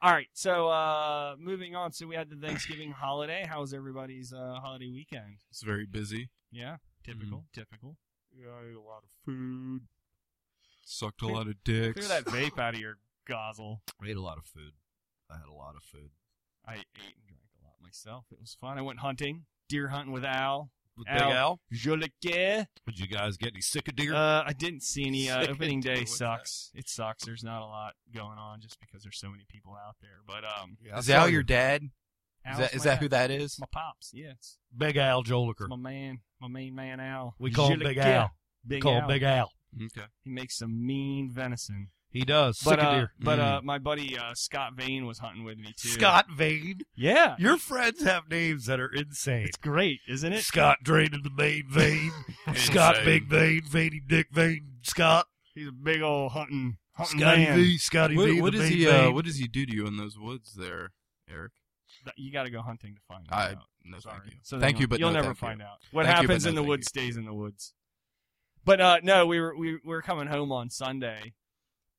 All right. So uh, moving on. So we had the Thanksgiving holiday. How was everybody's uh, holiday weekend? It's very busy. Yeah, typical. Mm-hmm. Typical. Yeah, I ate a lot of food. Sucked a Clear- lot of dicks. Clear that vape out of your gozzle. I ate a lot of food. I had a lot of food. I ate and drank a lot myself. It was fun. I went hunting, deer hunting with Al. With Ow. Big Al, Joliquet. did you guys get any sick of deer? Uh, I didn't see any. Uh, [laughs] Sick opening and day what's that? sucks. It sucks. There's not a lot going on just because there's so many people out there. But um, yeah, Is I saw Al you. your dad? Is Al's that is my that who dad. that is? It's my pops. Yeah, it's, Big Al it's Joliker? my man, my main man Al. We call him Big Joliquet. Al. Big Call Al. him Big Al. Okay. He makes some mean venison. He does. But sick of uh, deer. Mm. but uh, my buddy uh, Scott Vane was hunting with me too. Scott Vane. Yeah, Your friends have names that are insane. it's great, isn't it? Scott draining the main [laughs] vein. Scott Big Vein, Veiny Dick Vein, Scott. He's a big old hunting hunting Scotty man. V, Scotty What, V, what the does main he? Uh, vein. what does he do to you in those woods there, Eric? Th- You got to go hunting to find I- out. No, Sorry. thank you. So thank you'll, you, but you'll no, never thank you. find out. What Thank you, but happens no, in the thank woods you. stays in the woods. But uh, no, we were we, we were coming home on Sunday,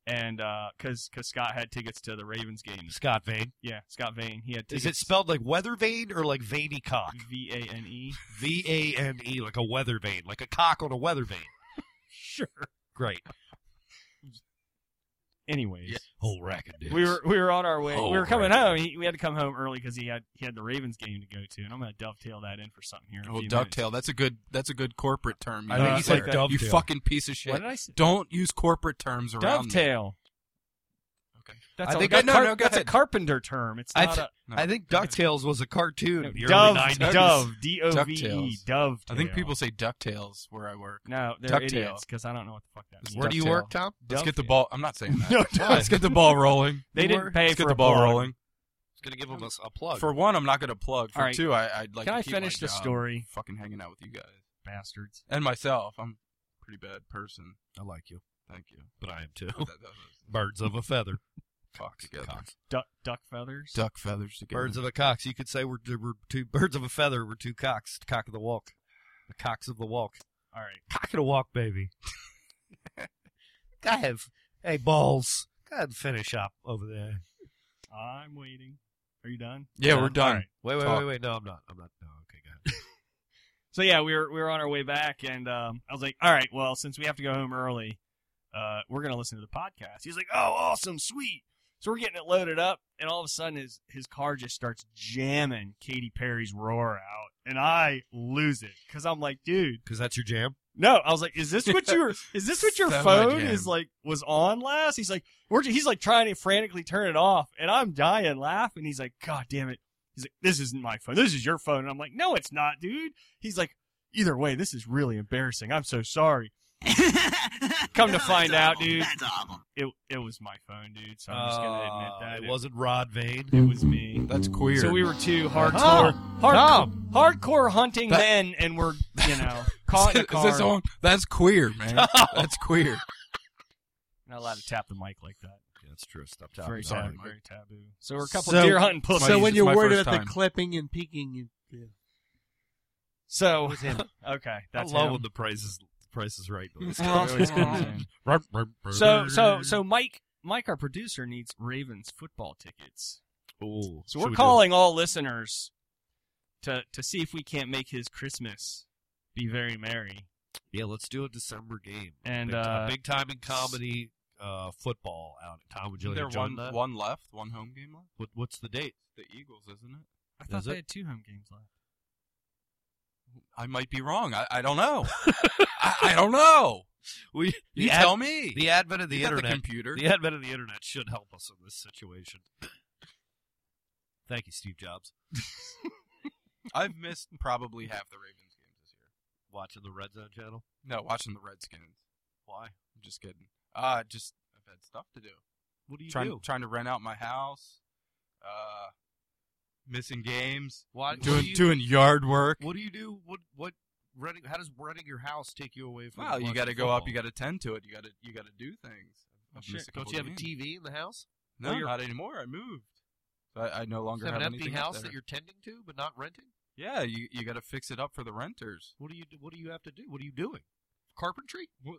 and because cause Scott had tickets to the Ravens game. Scott Vane. Yeah, Scott Vane. He had Is tickets. it spelled like weather vein or like veiny cock? V A N E? V A N E, like a weather vane, like a cock on a weather vane. [laughs] Sure. Great. Anyways, Yeah. Whole rack of dicks. we were we were on our way. Oh, we were coming right. home. He, we had to come home early because he had he had the Ravens game to go to, and I'm going to dovetail that in for something here. in a Oh, few ducktail. That's a good. That's a good corporate term. You I think use you there. said dovetail. You fucking piece of minutes. shit. What did I say? Don't use corporate terms around. me. Dovetail. Okay. That's, I a, think- that's no, car- no, go that's a ahead. carpenter term. It's I not thi- a No. I think DuckTales was a cartoon. in the dove. uh, early 90s. Dove. D O V E. Ducktales. Dove. I think people say ducktails where I work. No, they're Ducktail. idiots because I don't know what the fuck that means. Where do you Ducktail. work, Tom? Let's get the Dovetail. ball. I'm not [laughs] saying that. No, Let's get the ball rolling. [laughs] They didn't pay Let's for get the a ball plug. rolling. It's going to give him a, a plug. [laughs] For one, I'm not going to plug. For All right. two, I, I'd like. Can to I keep my finish the job story? Fucking hanging out with you guys Bastards. and myself. I'm a pretty bad person. I like you, Thank you. but I am too. That- that was- Birds of a feather. [laughs] Fuck together. Cox. Duck, duck feathers. Duck feathers together. Birds of a cox. You could say we're, we're two birds of a feather. We're two cocks. Cock of the walk. The cocks of the walk. All right. Cock of the walk, baby. [laughs] Go ahead. Hey, balls. Go ahead and finish up over there. I'm waiting. Are you done? yeah, No, we're done. alright. Wait, wait, Talk. wait, wait. No, I'm not. I'm not. No, okay, go ahead. So yeah, we were we were on our way back, and um, I was like, all right, well, since we have to go home early, uh, we're going to listen to the podcast. He's like, oh, awesome, sweet. So we're getting it loaded up, and all of a sudden his, his car just starts jamming Katy Perry's roar out, and I lose it because I'm like, dude, because that's your jam. no. I was like, is this [laughs] what your is this what your Semi phone jam. is like was on last? He's like, we're, he's like trying to frantically turn it off, and I'm dying laughing. He's like, God damn it. He's like, this isn't my phone. This is your phone. And I'm like, no, it's not, dude. He's like, either way, this is really embarrassing. I'm so sorry. Come to find out, dude. That's awesome. It it was my phone, dude. So I'm just gonna Oh, admit Uh, that it wasn't Rod Vane. It was me. That's queer. [laughs] So we were two hardcore, hardcore, hardcore hunting Uh-huh. That- men, and we're you [laughs] know caught in a Is car. this on? That's queer, man. [laughs] That's queer. Not allowed to tap the mic like that. Yeah, that's true. Stop It's very tapping. taboo. Sorry. Very taboo. So we're a couple So- deer hunting pussies. so Might- when it's you're my worried first about the time. clipping and peeking, you, yeah. so [laughs] okay, that's I love him. when the price is price is right. [laughs] noise It always comes in. comes in. So so so Mike Mike our producer needs Ravens football tickets. Ooh. So Should we're we do- calling all listeners to to see if we can't make his Christmas be very merry. Yeah, let's do a December game. And big, time, uh, big time in comedy uh, football out. Tom, would you Isn't like there to join one that? one left, one home game left. What, what's the date? The Eagles, isn't it? I thought Is they it? had two home games left. I might be wrong. I, I don't [laughs] know. I, I don't know. We You the ad- tell me. The advent of the You got internet. computer. The advent of the internet should help us in this situation. Thank you, Steve Jobs. I've missed probably half the Ravens games this year. Watching the Red Zone channel. No, watching the Redskins. Why? I'm just kidding. Uh just I've had stuff to do. What do you trying do? trying to rent out my house. Uh missing games. Why, what doing Uh, do you, doing yard work. What do you do? What what renting? How does renting your house take you away from? Well, you watching got to go up. football? Oh, You got to tend to it. You got to you got to do things. I've shit. missed a Don't couple you have a games. TV in the house? No, Oh, you're- not anymore. I moved. So I, I no You longer have an empty anything up house there. that you're tending to, but not renting. Yeah, you you got to fix it up for the renters. [laughs] What do you do? What do you have to do? What are you doing? Carpentry? No.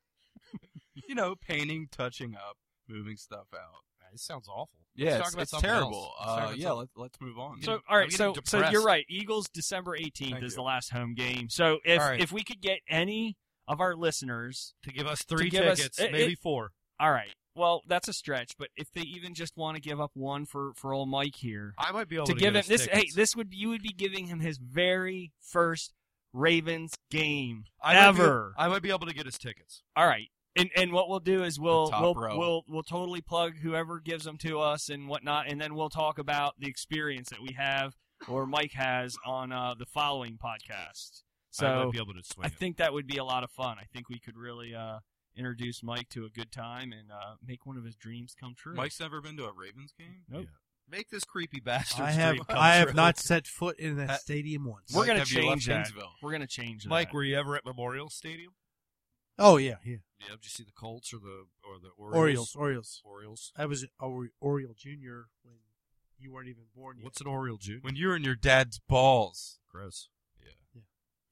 [laughs] you know, painting, touching up, moving stuff out. This sounds awful. Yeah, Let's it's, talk about it's something terrible. else. Let's talk Uh, about yeah, something- let, let's move on. So all right, I'm so getting so you're depressed. right. Eagles December 18th Thank is you. the last home game. So if All right. if we could get any of our listeners, to give us three give us- tickets, it- maybe it- four. all right. Well, that's a stretch, but if they even just want to give up one for for old Mike here I might be able to to, give him us this hey, tickets. this would be you would be giving him his very first Ravens game I might be- ever. I might be able to get his tickets. all right. And and what we'll do is we'll top we'll, row. we'll we'll totally plug whoever gives them to us and whatnot, and then we'll talk about the experience that we have or Mike has on uh, the following I podcast. So might be able to swing. I it. think that would be a lot of fun. I think we could really uh, introduce Mike to a good time and uh, make one of his dreams come true. Mike's never been to a Ravens game. nope. Make this creepy bastard. I have dream come I have true. Uh, not set foot in that That- stadium once. We're Mike, gonna have you left change that. Kingsville? We're gonna change that. Mike, were you ever at Memorial Stadium? Oh yeah, yeah. Yeah, did you see the Colts or the or the Orioles, Orioles? Orioles. Orioles. I was a Ori- Oriole Junior when you weren't even born yet. What's an Oriole, Jude? When you're in your dad's balls, Gross. Good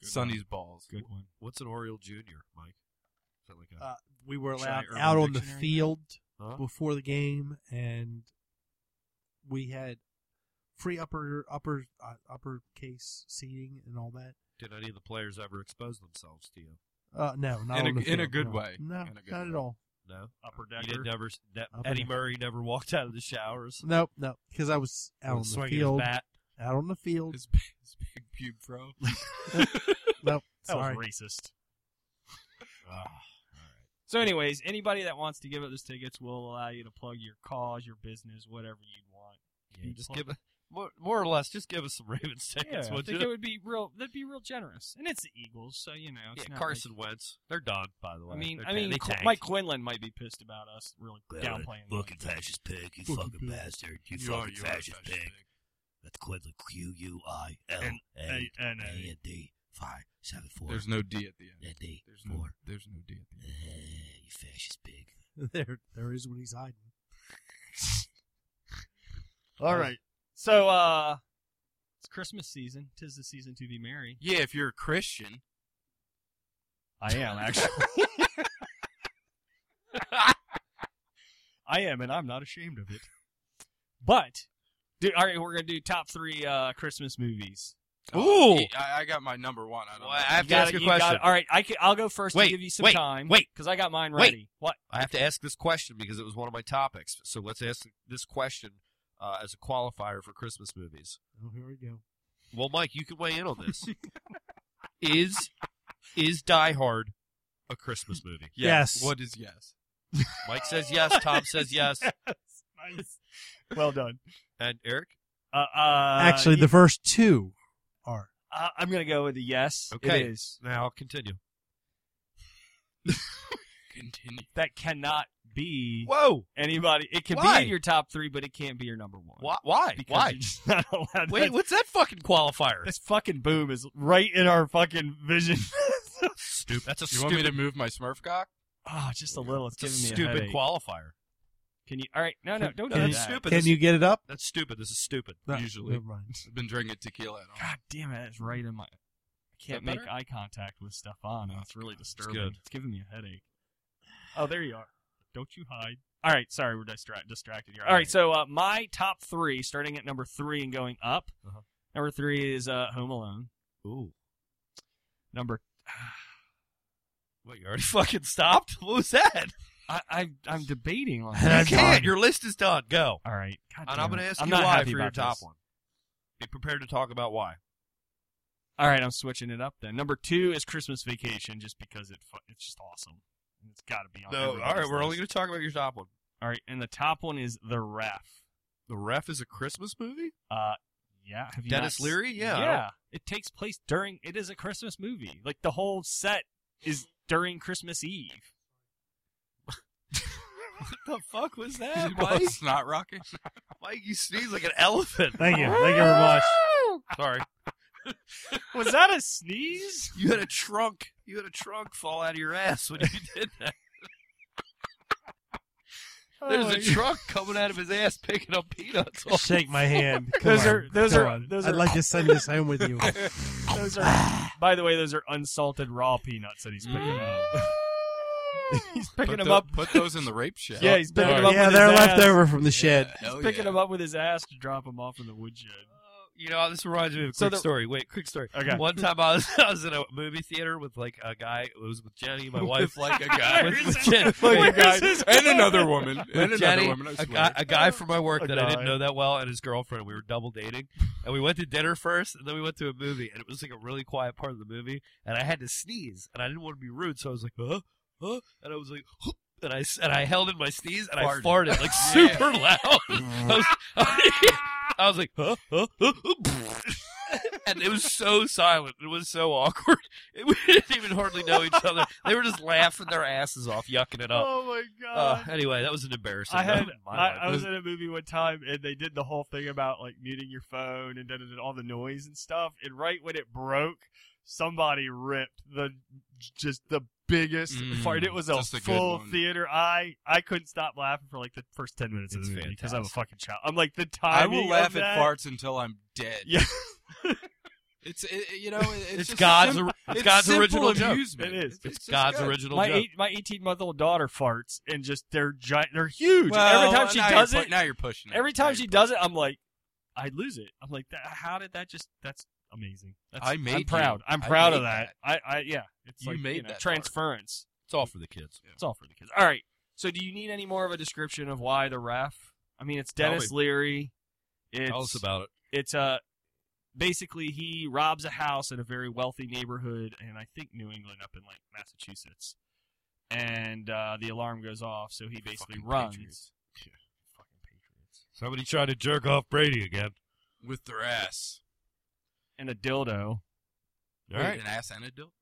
Sonny's balls. good one. What's an Oriole Junior, Mike? Is that like a uh, we were Try allowed Urban out on the Dictionary. field Huh? before the game, and we had free upper upper uh, uppercase seating and all that. Did any of the players ever expose themselves to you? Uh, no, not In a- on the in a field, good no. way. No, In a good not at way. all. No. Upper You decker. did never. s- Ne- Up Eddie and- Murray never walked out of the showers. Nope, no, because I was out on with the swinging his field. bat. Out on [laughs] the field. His, big- his big pube fro. nope, That sorry. was racist. Ah, So, anyways, anybody that wants to give up those tickets, we'll allow you to plug your cause, your business, whatever you want. yeah, just give us more, more or less. Just give us some Ravens tickets. I would think you? it would be real. That'd be real generous, and it's the Eagles, so you know. It's yeah, not Carson Wentz. They're done, by the way. Like, I mean, They're I tan- mean, they Qu- tanked. Mike Quinlan might be pissed about us really downplaying. them. Fucking fascist pig, you Fucking fucking, pig. bastard. You, You are- fucking you are a fascist, fascist pig. pig. That's Quinlan, Q U I L And- A Hey, and, uh, A N D 574. There's no D at the end. N D There's no. 4. There's no D at the Eh, end. You fascist pig. there, there is when he's hiding. All right. So, uh, it's Christmas season. Tis the season to be merry. Yeah, if you're a Christian, I am [laughs] actually. [laughs] I am, and I'm not ashamed of it. But, dude, all right, we're gonna do top three uh, Christmas movies. Ooh. he- Oh, I, I got my number one. I don't Well, I know. have to gotta- ask you a gotta- question. all right, I can, I'll go first Wait, to give you some wait, time. wait. because I got mine Wait. ready. [laughs] What? I have to ask this question because it was one of my topics. So let's ask this question uh, as a qualifier for Christmas movies. Oh, here we go. Well, Mike, you can weigh in on [laughs] this. is is Die Hard a Christmas movie? Yes. What is yes? Mike says yes. Tom says [laughs] yes. Nice. Well done. And Eric, Uh, uh, Actually, the first two are. uh, I'm gonna go with a yes. Okay. It is. now continue. Continue. That cannot be Whoa! anybody. It can Why? be in your top three, but it can't be your number one. Why? Why? Because Why? you're just not allowed. Wait, Wait, what's that fucking qualifier? this fucking boom is right in our fucking vision. [laughs] stupid. That's a You stupid. want me to move my Smurf cock? oh, just a little. It's that's a giving me a stupid headache. qualifier. Can you? All right. No, no, don't No, do that's that. stupid. Can This- you get it up? That's stupid. This is stupid. No, [laughs] Usually. Never mind. I've been drinking tequila. and all. God damn it! It's right in my. I that can't make better? eye contact with Stefan, and Oh, it's really disturbing. good. It's giving me a headache. Oh, there you are. Don't you hide. All right, sorry, we're distra- distracted here. All right, so uh, my top three, starting at number three and going up. Uh-huh. Number three is uh, Home Alone. Ooh. Number, What? You already fucking stopped? [laughs] What was [laughs] that? I, I I'm debating [laughs] on. You this. can't. Your list is done. Go. All right, God And damn I'm going it. to ask I'm you not why for happy your about top this. one. Be prepared to talk about why. All right, I'm switching it up then. Number two is Christmas Vacation, just because it fu- it's just awesome. It's got to be on. No, all right, we're only going to talk about your top one. All right, and the top one is The Ref. The Ref is a Christmas movie? Uh, yeah. Have you Dennis not s- Leary? Yeah. I Yeah. It takes place during. It is a Christmas movie. Like the whole set is during Christmas Eve. don't- [laughs] What the fuck was Is [laughs] that, [laughs] it Mike? called snot rocket? Mike, you sneeze like an elephant. Thank you. Thank you [laughs] very much. [laughs] Sorry. Was that a sneeze? You had a trunk. You had a trunk fall out of your ass when you did [laughs] that. There's Oh, a trunk coming out of his ass picking up [laughs] peanuts. Shake my hand. Come Those on. are- those Come are- on. those I'd are- like to send this home with you. Those are. by the way, those are unsalted raw peanuts that he's picking up. [laughs] he's picking Put them tho- up. Put those in the rape shit. Yeah, [laughs] he's picking them up. yeah, with they're his left ass. over from the shed. oh, Hell Picking yeah. them up with his ass to drop them off in the woodshed. You know, this reminds me of a quick So the- story. Wait, quick story. Okay. One time I was, [laughs] I was in a movie theater with like a guy. It was [laughs] with Jenny, my With wife. like a guy. with, with it? Jen- Where's with a guy- his- [laughs] and another woman. And with Jenny, another woman. I swear. a guy, a guy from my work A that I guy. didn't know that well, and his girlfriend. We were double dating, and we went to dinner first, and then we went to a movie, and it was like a really quiet part of the movie, and I had to sneeze, and I didn't want to be rude, so I was like, huh, huh, and I was like, "Huh," and I s- and I held in my sneeze, and Farted. I farted like Yeah. super loud. [laughs] I was, I was like, huh, huh, huh, huh," [laughs] and it was so silent. It was so awkward. [laughs] we didn't even hardly know each other. They were just laughing their asses off, yucking it up. Oh my god. Uh, anyway, that was an embarrassment. I had My I, life. I was in a movie one time and they did the whole thing about like muting your phone and da, da, da, all the noise and stuff. And right when it broke, somebody ripped the just the biggest Mm, fart. It was a just a good full one. theater. I I couldn't stop laughing for like the first ten minutes of It's the movie because I'm a fantastic. fucking child. I'm like the I timing. will of laugh that- at farts until I'm dead. [laughs] Yeah, It's it, it- you know it- it's, it's, just God's sim- [laughs] ori- it's, it's God's simple original joke. amusement. It is. It's, It's, just God's good. original my joke. eight, my 18 month old daughter farts and just they're giant. They're huge. Well, every time she now does you're it, pu- now you're pushing. It. every Now time you're she pushing does it, I'm like, I lose it. I'm like, that, how did that just? That's amazing. That's, I made I'm you. proud. I'm I proud of made that. I, I, yeah. It's You like, made know, that transference. it's all for the kids. It's all for the kids. All right. So, do you need any more of a description of why the ref? I mean, it's Tell Dennis Leary. It's Tell us about it. it's uh basically he robs a house in a very wealthy neighborhood in I think New England up in like Massachusetts. And uh, the alarm goes off, so he basically Fucking runs. Patriots. Somebody tried to jerk off Brady again. it. with their ass. And a dildo. All right. an ass and a dill.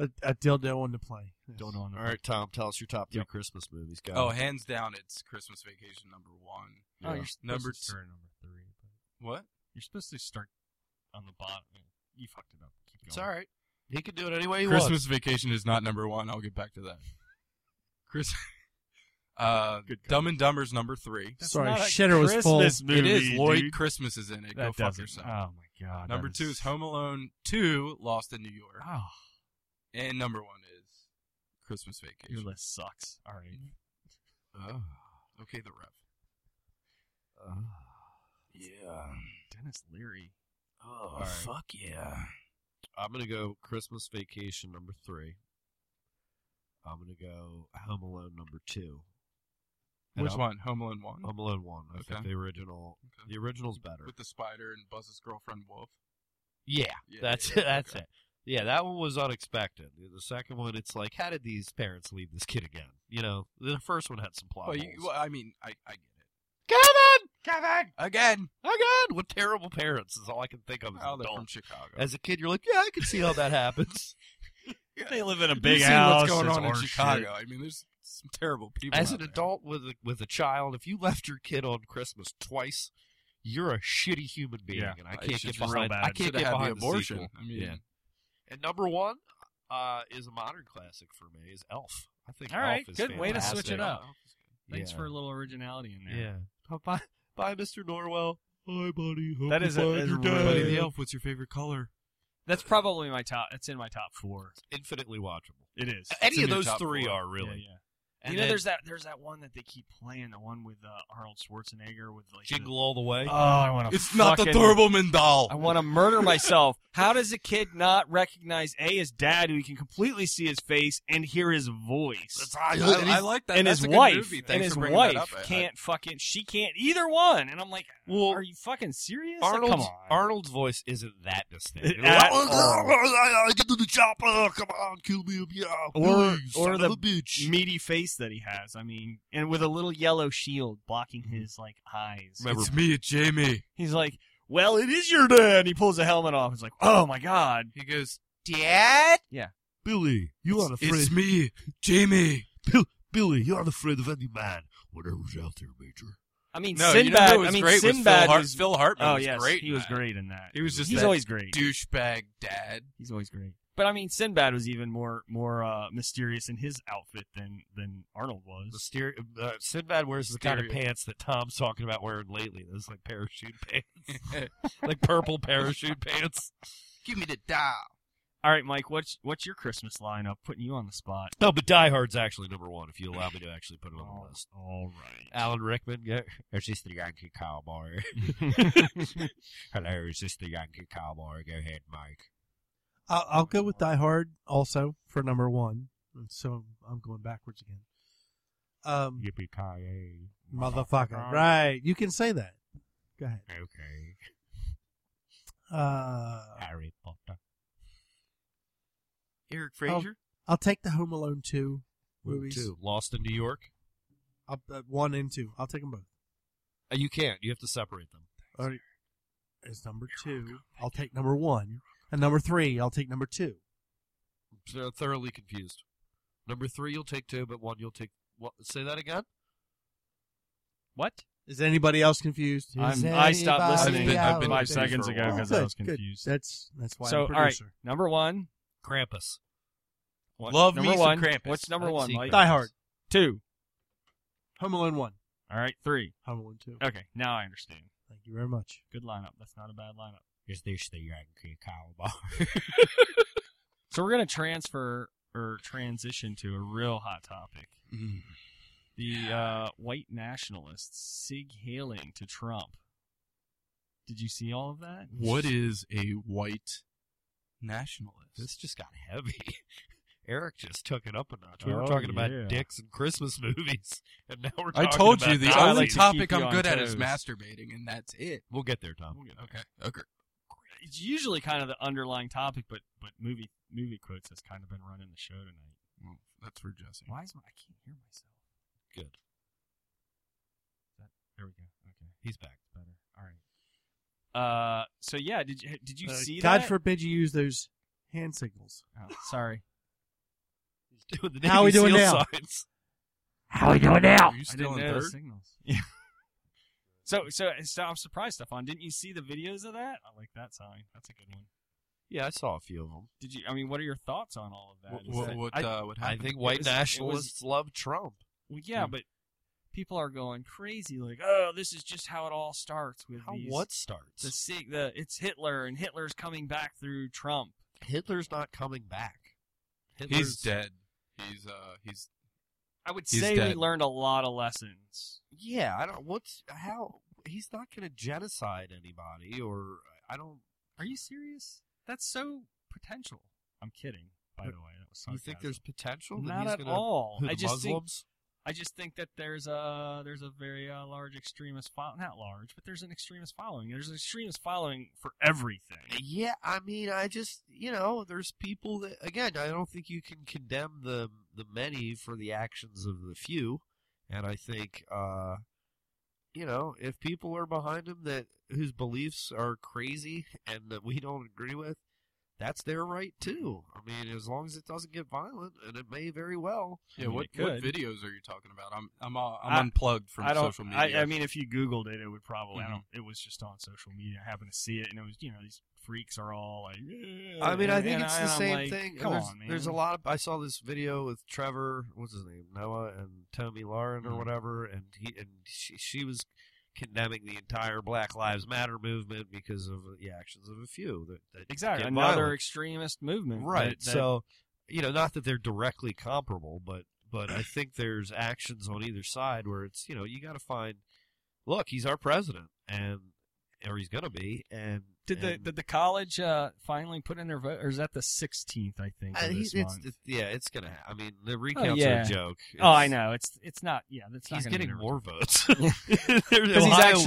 Okay. A, a dildo on the play. Dildo on the All right, Tom, tell us your top three Yep. Christmas movies. Go. Oh, hands down, it's Christmas Vacation number one. Oh, Yeah. you're supposed Number to two- start at number three. But What? you're supposed to start on the bottom. You fucked it up. Keep going. it's all right. He can do it any way he wants. Christmas Vacation is not number one. I'll get back to that. Chris, [laughs] uh, Good Dumb and Dumber's number three. That's Sorry, not a shitter was full. Christmas Movie, it is. Lloyd dude. Christmas is in it. That Go fuck doesn't- yourself. Oh my god. number that two is Home Alone Two: Lost in New York, Oh, and number one is Christmas Vacation. your list sucks. All right. Oh, okay, the ref. Yeah. Dennis Leary. Oh, right. fuck yeah. I'm gonna go Christmas Vacation number three. I'm gonna go Home Alone number two. And Which I'm- one? Home Alone one Home Alone one. I think Okay. the original. Okay. The original's better. with the spider and Buzz's girlfriend Wolf. Yeah, Yeah, that's yeah, that's okay. it. Yeah, that one was unexpected. The- The second one, it's like, how did these parents leave this kid again? You know, the first one had some plot Well, holes. you, well, I mean, I, I get it. Kevin, Kevin again. oh God, what terrible parents is all I can think of. As, an Oh, they're adult. from Chicago. as a kid, you're like, yeah, I can see how that happens. [laughs] They live in a You big see house. What's going it's on in horseshit. Chicago? I mean, there's some terrible people. as out an there. adult with a, with a child, if you left your kid on Christmas twice, you're a shitty human being, Yeah, and I it can't should get be real behind. bad. I can't Should've get had the behind abortion. sequel. I mean- yeah. And number one uh, is a modern classic for me is Elf. I think All Elf right, is good way to switch it fantastic. up. Thanks Yeah. for a little originality in there. Yeah. Oh, bye, bye, Mr. Norwell. Bye, buddy. Hope That you is a- find is your really- dad. Buddy the Elf, what's your favorite color? That's probably my top. It's in my top four. Infinitely watchable. It is. in Any of your those top three four. are really. Yeah, yeah. you know, there's that there's that one that they keep playing, the one with uh, Arnold Schwarzenegger with like the- Jingle All the Way. oh, I want to. It's not the Doberman doll. I want to murder myself. How does a kid not recognize a his dad, who he can completely see his face and hear his voice, I, I- I like that. and That's his a good wife, movie. Thanks and for his bringing that wife up. I- I- [laughs] can't fucking. She can't either one. And I'm like, Well, are you fucking serious? Like, Arnold's, come on. Arnold's voice isn't that distinct. At Oh, Get to the chopper! Come on, kill me! Yeah, Or- please, or son the- of a bitch. meaty face that he has. I mean, and with a little yellow shield blocking his like eyes. Remember- It's me, Jamie. He's like, "Well, it is your dad." And he pulls the helmet off. He's like, "Oh my god!" He goes, Dad? Yeah. Billy, you aren't afraid. "It's me, Jamie." Billy, you aren't afraid of any man. Whatever's out there, Major. I mean, No, you know Sinbad. who was I mean, great was Sinbad Phil, Hart- was- Phil Hartman. oh was yes, great. he was in that. great in that. He was just he's that always great. douchebag dad. He's always great. But I mean, Sinbad was even more more uh, mysterious in his outfit than than Arnold was. Mysterio, uh, Sinbad wears the kind of Mysterio. pants that Tom's talking about wearing lately. Those like [laughs] parachute pants, like purple parachute pants. Give me the doll. All right, Mike, what's what's your Christmas lineup? Putting you on the spot. No, but Die Hard's actually number one. If you allow me to actually put it on the list. all right. Alan Rickman, yeah, it's just the Yankee Cowboy. [laughs] Hello, is this the Yankee Cowboy? Go ahead, Mike. I'll, I'll go with Die Hard also for number one. And So I'm going backwards again. Um, Yippee ki motherfucker. Right. You can say that. Go ahead. Okay, Uh, Harry Potter. Eric Frazier? I'll take the Home Alone 2 movies. Two. Lost in New York. I'll, uh, one and two. I'll take them both. Uh, you can't. You have to separate them. All right. Is number two. I'll take number one. And number three, I'll take number two. They're thoroughly confused. Number three, you'll take two, but one, you'll take. What, say that again. What? Is anybody else confused? I'm, Is I stopped anybody listening I've out been five there? confused seconds for a ago while. because I Good, was good. confused. That's that's why So, I'm all right, producer. number one, Krampus. What? Love number me one. some Krampus. What's number Let's one, see, Mike? Die Hard, Two. Home Alone one, All right, three. Home Alone two. Okay, now I understand. Thank you very much. Good lineup. That's not a bad lineup. Is this the Yankee Cowboy? [laughs] So we're gonna transfer or transition to a real hot topic: the uh, white nationalists sig hailing to Trump. Did you see all of that? What is a white this nationalist? just got heavy. [laughs] Eric just took it up a notch. We were Oh, talking about yeah. dicks and Christmas [laughs] movies, and now we're. I talking told about you the Nazis. I only like to keep topic you I'm on good at is toes. masturbating, and that's it. We'll get there, Tom. Okay. Okay. It's usually kind of the underlying topic, but but movie movie quotes has kind of been running the show tonight. Well, that's for Jesse. Why is my I can't hear myself? Good. That, there we go. Okay. He's back. better. All right. Uh, so yeah, did you did you Uh, see God that? forbid you use those hand signals. Oh, sorry, He's [laughs] doing the How we Navy doing Seal now? Signs. How we doing now? Are you I still didn't in know the third? signals. Yeah. [laughs] so, so so I'm surprised, Stefan. Didn't you see the videos of that? I like that sign. That's a good one. Yeah, I saw a few of them. Did you? I mean, what are your thoughts on all of that? What, Is what, that- what, I- uh, what I happened? think white was- it was- nationalists love Trump. well, yeah, but people are going crazy. Like, oh, this is just how it all starts with How these- what starts? The sig- the it's Hitler and Hitler's coming back through Trump. Hitler's not coming back. he's Hitler's- dead. He's uh he's I would He's say we dead. learned a lot of lessons. Yeah, I don't. What's how? He's not going to genocide anybody, or I don't. Are you serious? That's so potential. I'm kidding, by the way. That was You sarcasm. think there's potential? that Not he's at gonna- all. Who, the I just think Muslims? I just think that there's a there's a very uh, large extremist fo- not large, but there's an extremist following. There's an extremist following for everything. Yeah, I mean, I just you know, there's people that again, I don't think you can condemn the the many for the actions of the few, and I think uh, you know, if people are behind them that whose beliefs are crazy and that we don't agree with, that's their right too. I mean, as long as it doesn't get violent, and it may very well. Yeah, mean, what, it what could. videos are you talking about? I'm I'm uh, I'm I- unplugged from I don't. social media. I, I mean, if you Googled it, it would probably. I Mhm. don't. Mm-hmm. It was just on social media. I happened to see it, and it was you know these freaks are all like. "Yeah," I mean, I and- think and it's I- the and I'm same like, thing. Come there's, on, man. there's a lot of. I saw this video with Trevor, what's his name, Noah and Tommy Lauren or Mm-hmm. Mhm. whatever, and he and she, she was condemning the entire Black Lives Matter movement because of the actions of a few that, that Exactly, get another violent. extremist movement. right. that- that- so, you know, not that they're directly comparable, but but I think there's actions on either side where it's you know you got to find. Look, he's our president, and or he's gonna be, and did the and- did the college uh, finally put in their vote, or is that the sixteenth? I think. Uh, of he- this it's, month? it's- yeah, it's gonna. Ha- I mean, the recounts are yeah. a joke. oh, I It's- know. It's it's not. Yeah, that's He's not gonna getting be- more [laughs] votes. [laughs] he's Because actually-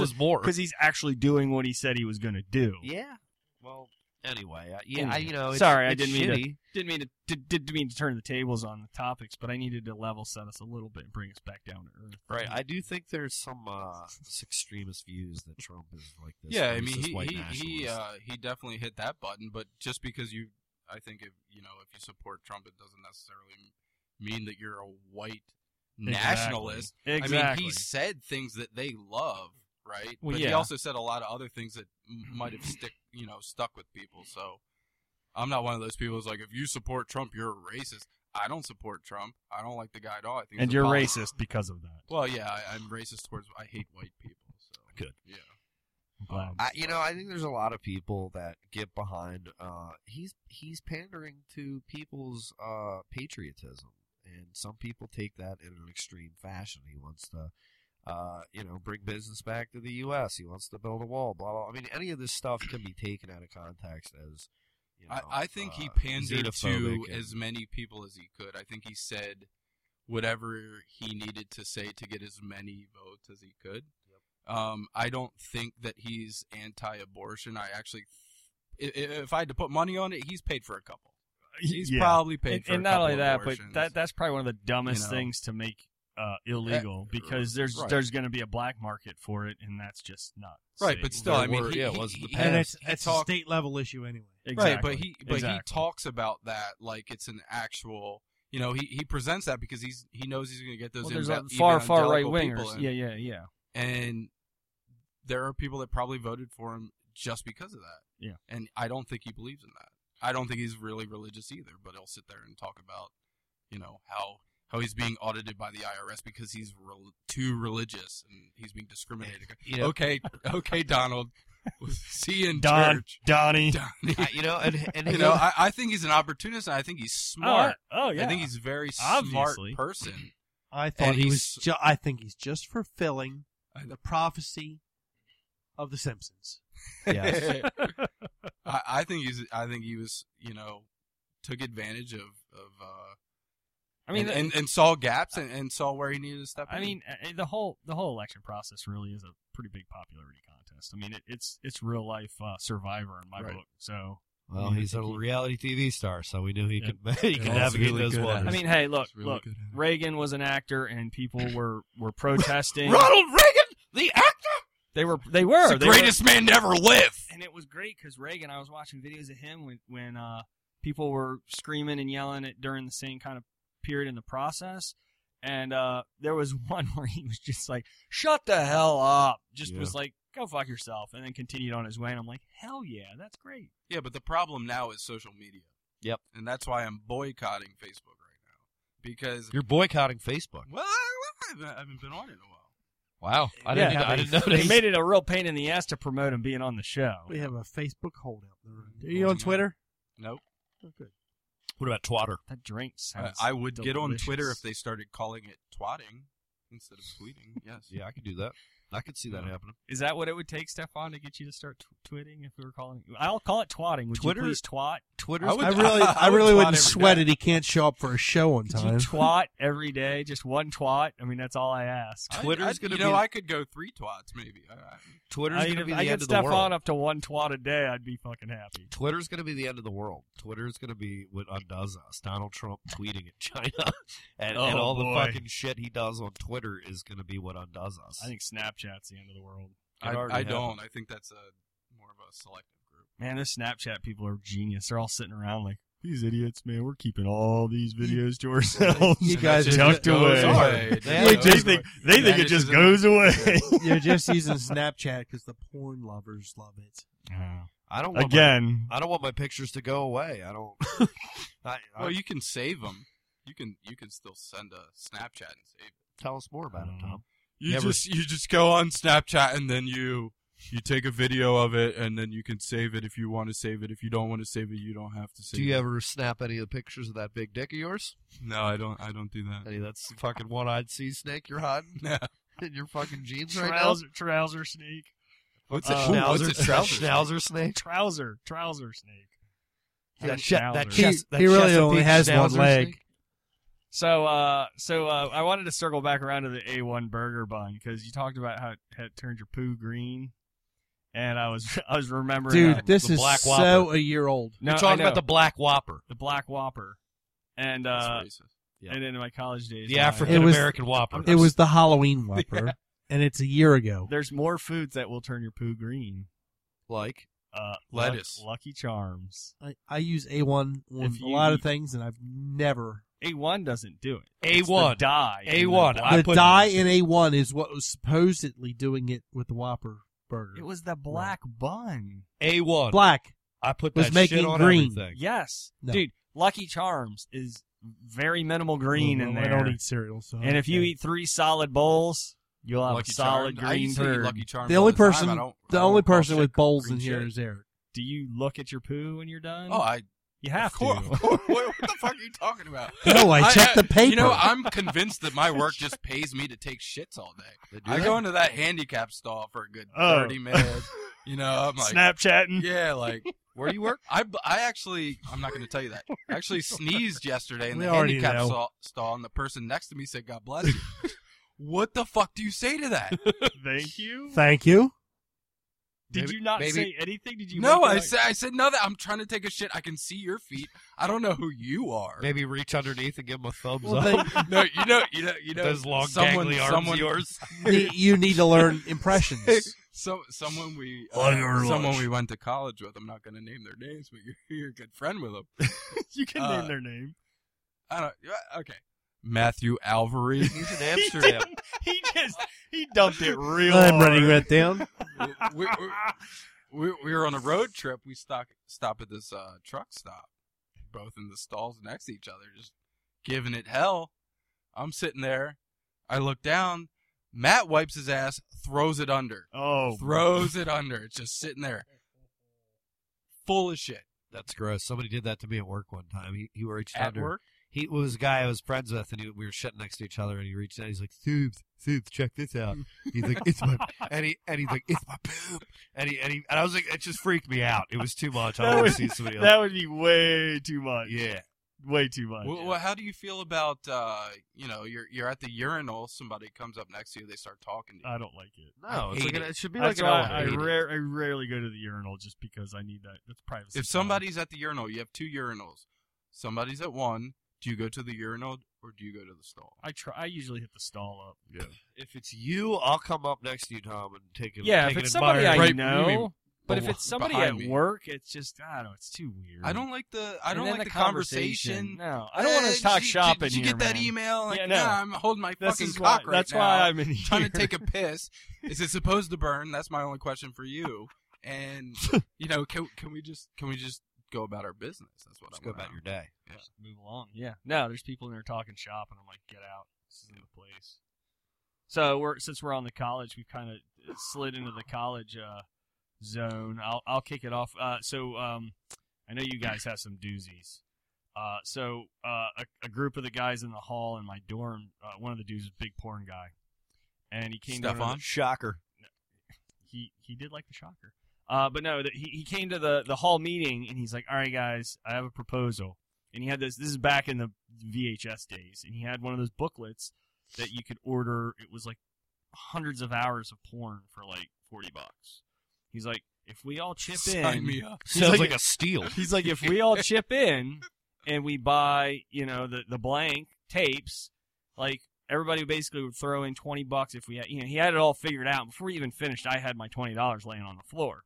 [laughs] was more. because he's actually doing what he said he was going to do. Yeah. Well, anyway, I, yeah, I, Anyway. you know, it's, Sorry, I it's didn't mean to- shitty. Didn't mean to did, didn't mean to turn the tables on the topics, but I needed to level set us a little bit and bring us back down to earth. [laughs] Right, I do think there's some uh, extremist views that Trump is like this. yeah, I mean, racist he white he he, nationalist. uh, he definitely hit that button, but just because you, I think if you know if you support Trump, it doesn't necessarily mean that you're a white nationalist. Exactly. I mean, he said things that they love, right? Well, but he yeah. also said a lot of other things that m- [clears throat] might have stick, you know, stuck with people. So I'm not one of those people who's like, if you support Trump, you're a racist. I don't support Trump. I don't like the guy at all. I think he's and a you're poli- racist because [laughs] of that. Well, yeah, I, I'm racist towards. I hate white people. So Good. Yeah. I'm Uh, glad. I, you know, I think there's a lot of people that get behind. Uh, he's he's pandering to people's uh, patriotism, and some people take that in an extreme fashion. He wants to, uh, you know, bring business back to the U.S. He wants to build a wall. Blah blah. I mean, any of this stuff can be taken out of context as. You know, I, I think he uh, pandered to xenophobic and- as many people as he could. I think he said whatever he needed to say to get as many votes as he could. Um, I don't think that he's anti-abortion. I actually, i- i- if I had to put money on it, he's paid for a couple. He's Yeah. probably paid and, for. and a not couple only that, abortions. but that that's probably one of the dumbest know. Eh, things to make uh, illegal because there's right. there's going to be a black market for it, and that's just not right. safe. But still, I mean, he, yeah, it he- was in the he- past. and it's he it's a talked- state level issue anyway. exactly. Right, but he but Exactly. he talks about that like it's an actual. You know, he, he presents that because he's he knows he's going to get those Well, there's eva- a far far right evangelical people wingers. in. Yeah, yeah, yeah. and there are people that probably voted for him just because of that. Yeah. And I don't think he believes in that. I don't think he's really religious either, but he'll sit there and talk about, you know, how how he's being audited by the IRS because he's rel- too religious and he's being discriminated against. You know, [laughs] Okay, okay, Donald. [laughs] We'll See you in Don, [laughs] church. Donnie. Donnie. I- you know, and, [laughs] and You he- know, I, I think he's an opportunist. And I think he's smart. Oh, I- oh, yeah. I think he's a very Obviously. smart person. I thought he was. he's- Ju- I think he's just fulfilling the prophecy of the Simpsons. [laughs] Yes. I, I think he's. I think he was. You know, took advantage of of. Uh, I mean, and, and, and saw gaps and, and saw where he needed to step I in. mean, uh, the whole the whole election process really is a pretty big popularity contest. I mean, it, it's it's real life uh, Survivor in my Right. book. So well, he's a reality TV star, so we knew he Yeah. could [laughs] he could also navigate really those good at waters. it. I mean, hey, look, It's really look, good. Reagan was an actor, and people were were protesting. Ronald Reagan, the actor, They were they were the they were- greatest man to ever live. and it was great because Reagan. I was watching videos of him when when uh, people were screaming and yelling at during the same kind of period in the process. And uh, there was [laughs] one where he was just like, "Shut the hell up!" Just Yeah. was like, "Go fuck yourself," and then continued on his way. And I'm like, "Hell yeah, that's great." Yeah, but the problem now is social media. Yep. And that's why I'm boycotting Facebook right now because You're boycotting Facebook. well, I, I haven't been on it in a while. Wow, I Yeah, didn't. I they- didn't notice. They made it a real pain in the ass to promote him being on the show. We have a Facebook holdout. Are you on Mhm. Twitter? Nope. What about Twitter? That drink I, sounds. I would get on delicious. Twitter if they started calling it twatting instead of tweeting. Yes. Yeah, I could do that. I could see that happening. Is that what it would take, Stefan, to get you to start tw- twitting? If we were calling, I'll call it twatting. Would Twitter- you please twat? Twitter. I [laughs] really, I, would really twat wouldn't every sweat day. it. He can't show up for a show on Could time. you twat every day? Just one twat. I mean, that's all I [laughs] ask. I- Twitter's I- gonna You be know, the- I could go three twats maybe. I, I, Twitter's I, going to be the if I end get of the world. Stefan up to one twat a day, I'd be fucking happy. Twitter's going to be the end of the world. Twitter's going to be what undoes us. Donald Trump tweeting at China [laughs] and, and Oh, all the boy. fucking shit he does on Twitter is going to be what undoes us. I think Snapchat's the end of the world. It I, already I happened. don't. I think that's a more of a selective group. Man, those Snapchat people are genius. They're all sitting around like these idiots. Man, we're keeping all these videos to ourselves. You And guys that shit are tucked just goes away. away. They It [laughs] They just have- goes away. think they That think it just isn't- goes away. You're just using Snapchat because the porn lovers love it. I don't want [laughs] Again, My, I don't want my pictures to go away. I [laughs] don't. I, I, Well, you can save them. You can you can still send a Snapchat and save. Them. tell us more about it, Tom. You Never- just you just go on Snapchat and then you you take a video of it and then you can save it if you want to save it. If you don't want to save it, you don't have to save. Do you it. ever snap any of the pictures of that big dick of yours? No, I don't. I don't do that. Any of that fucking one-eyed sea snake you're [laughs] hiding No. in your fucking [laughs] jeans right now? oh, trouser, trouser snake, What's Uh, Ooh, what's Schnauzer- [laughs] Schnauzer snake. trouser, trouser snake. That, That's che- that, Schnauzer. He- chest, that he really Chesapeake only has one Schnauzer leg. snake? So, uh, so uh, I wanted to circle back around to the A1 burger bun because you talked about how it, how it turned your poo green, and I was [laughs] I was remembering, Dude, uh, this the is Black so Whopper. a year old. no, You're I talking know, about the Black Whopper, the black Whopper, and uh, That's racist. yeah. and in my college days, the when I- African American Whopper. It was the Halloween Whopper, and it's a year ago. There's more foods that will turn your poo green. like Uh, Lettuce. Luck- Lucky Charms. I, I use A1 on If a you lot of eat- things, and I've never. A1 doesn't do it. It's the A1. dye. in the A1. black- I The put- dye in A1 is what was supposedly doing it with the Whopper burger. It was the black bun. A1. black. I put was that making shit on green. everything. Yes, No. dude. Lucky Charms is very minimal green Mm-hmm. Well, in I there. don't eat cereal, so. and if you okay. eat three solid bowls, you'll have a solid Charms. I green used to eat turd. Lucky Charms The all only time. I person- don't- I the don't only call person shit with bowls green in here shit. is Eric. Do you look at your poo when you're done? Oh, I you have of [laughs] course. to. what, what the fuck are you talking about? uh, No, I checked the paper. You know, I'm convinced that my work just pays me to take shits all day. I go into that handicap stall for a good Oh. thirty minutes. You know, I'm like, Snapchatting. yeah, like Where do you work? I, I actually, I'm not going to tell you that. I actually sneezed yesterday in We the already handicap know. stall, stall, and the person next to me said, "God bless you." what the fuck do you say to that? Thank you. Thank you. Did Maybe- you not maybe- say anything? Did [laughs] you? no, make it I like- said, I said no. That I'm trying to take a shit. I can see your feet. I don't know who you are. Maybe reach underneath and give him a thumbs Well, up. [laughs] they- No, you know, you know, you know. Those long someone, gangly arms someone, of yours. Ne- you need [laughs] to learn impressions. So someone we Oh, I never uh, someone watched. we went to college with. I'm not going to name their names, but you're, you're a good friend with them. [laughs] you can uh, name their name. I don't. yeah, Okay, Matthew Alvery. He's [laughs] in Amsterdam. He just he dumped [laughs] it real. I'm hard. writing that down. [laughs] we, we, we, we were on a road trip. We stock, stop at this uh, truck stop, both in the stalls next to each other, just giving it hell. I'm sitting there. I look down. Matt wipes his ass, throws it under, [laughs] Oh, throws it under. It's just sitting there, full of shit. That's gross. Somebody did that to me at work one time. He, he reached At under. work, He was a guy I was friends with, and he, we were sitting next to each other, and he reached out. He's like, "Soobs, Soobs, check this out." He's like, "It's [laughs] my," and he and he's like, "It's my poop," and he and he and I was like, "It just freaked me out. It was too much. I That don't want was- to see somebody else." that would be way too much. yeah, way too much. Well, well, how do you feel about uh, you know you're you're at the urinal, somebody comes up next to you, they start talking to you. I don't like it. no, I it's like hate an, it. it should be like That's an why hour. I, Hate it. rare, I rarely go to the urinal just because I need that. That's privacy. if somebody's at the urinal, you have two urinals. Somebody's at one. Do you go to the urinal or do you go to the stall? I try. I usually hit the stall up. Yeah. If it's you, I'll come up next to you, Tom, and take it. Yeah, take if an it's somebody I admiring- know. you mean but if belo- it's somebody behind at me. work, it's just I don't know. It's too weird. I don't like the I And don't then like the, conversation. No, I don't want Eh, to talk did you- shop Did, in you here, get that man. email? Like, Yeah, no. nah, I'm holding my This fucking is why. cock right that's now. why I'm in here. trying to take a piss. Is it supposed to burn? That's my only question for you. [laughs] And you know, can can we just can we just go about our business? That's what Let's I'm go about your day. Just move along. Yeah. No, there's people in there talking shop, and I'm like, get out. This isn't the place. So we're since we're on the college, we've kind of slid into the college uh, zone. I'll I'll kick it off. Uh, so um, I know you guys have some doozies. Uh, so uh, a, a group of the guys in the hall in my dorm, uh, one of the dudes is a big porn guy, and he came down Stefan? on shocker. He he did like the shocker, uh, but no, the, he he came to the the hall meeting and he's like, "All right, guys, I have a proposal." And he had this. This is back in the VHS days, and he had one of those booklets that you could order. It was like hundreds of hours of porn for like forty bucks. He's like, "If we all chip Sign in, me up. He's Sounds like- like a steal. He's like, if [laughs] we all chip in and we buy, you know, the the blank tapes, like everybody basically would throw in twenty bucks if we had, you know, he had it all figured out before he even finished. I had my twenty dollars laying on the floor,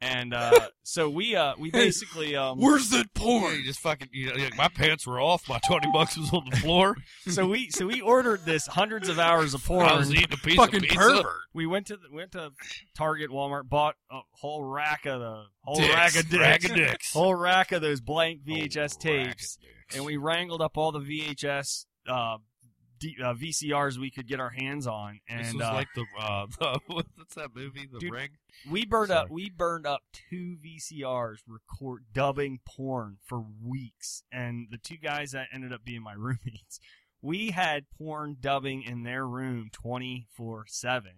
and [laughs] uh, so we uh we basically um Where's that Porn. You porn? just fucking. You know, like, my pants were off. My twenty bucks was on the floor. so we so we ordered this hundreds of hours of [laughs] porn. I was eating a piece Fucking of pizza. pervert. we went to the, went to Target, Walmart, bought a whole rack of the whole Dicks. rack of dicks, Rack [laughs] of dicks. whole rack of those blank VHS Oh, rack of tapes. dicks. and we wrangled up all the VHS uh, D, uh, VCRs we could get our hands on, This and was uh, like the, uh, [laughs] the what's that movie? The Dude, Ring. we burned sorry. up we burned up two VCRs record dubbing porn for weeks, and the two guys that ended up being my [laughs] roommates, we had porn dubbing in their room twenty four seven.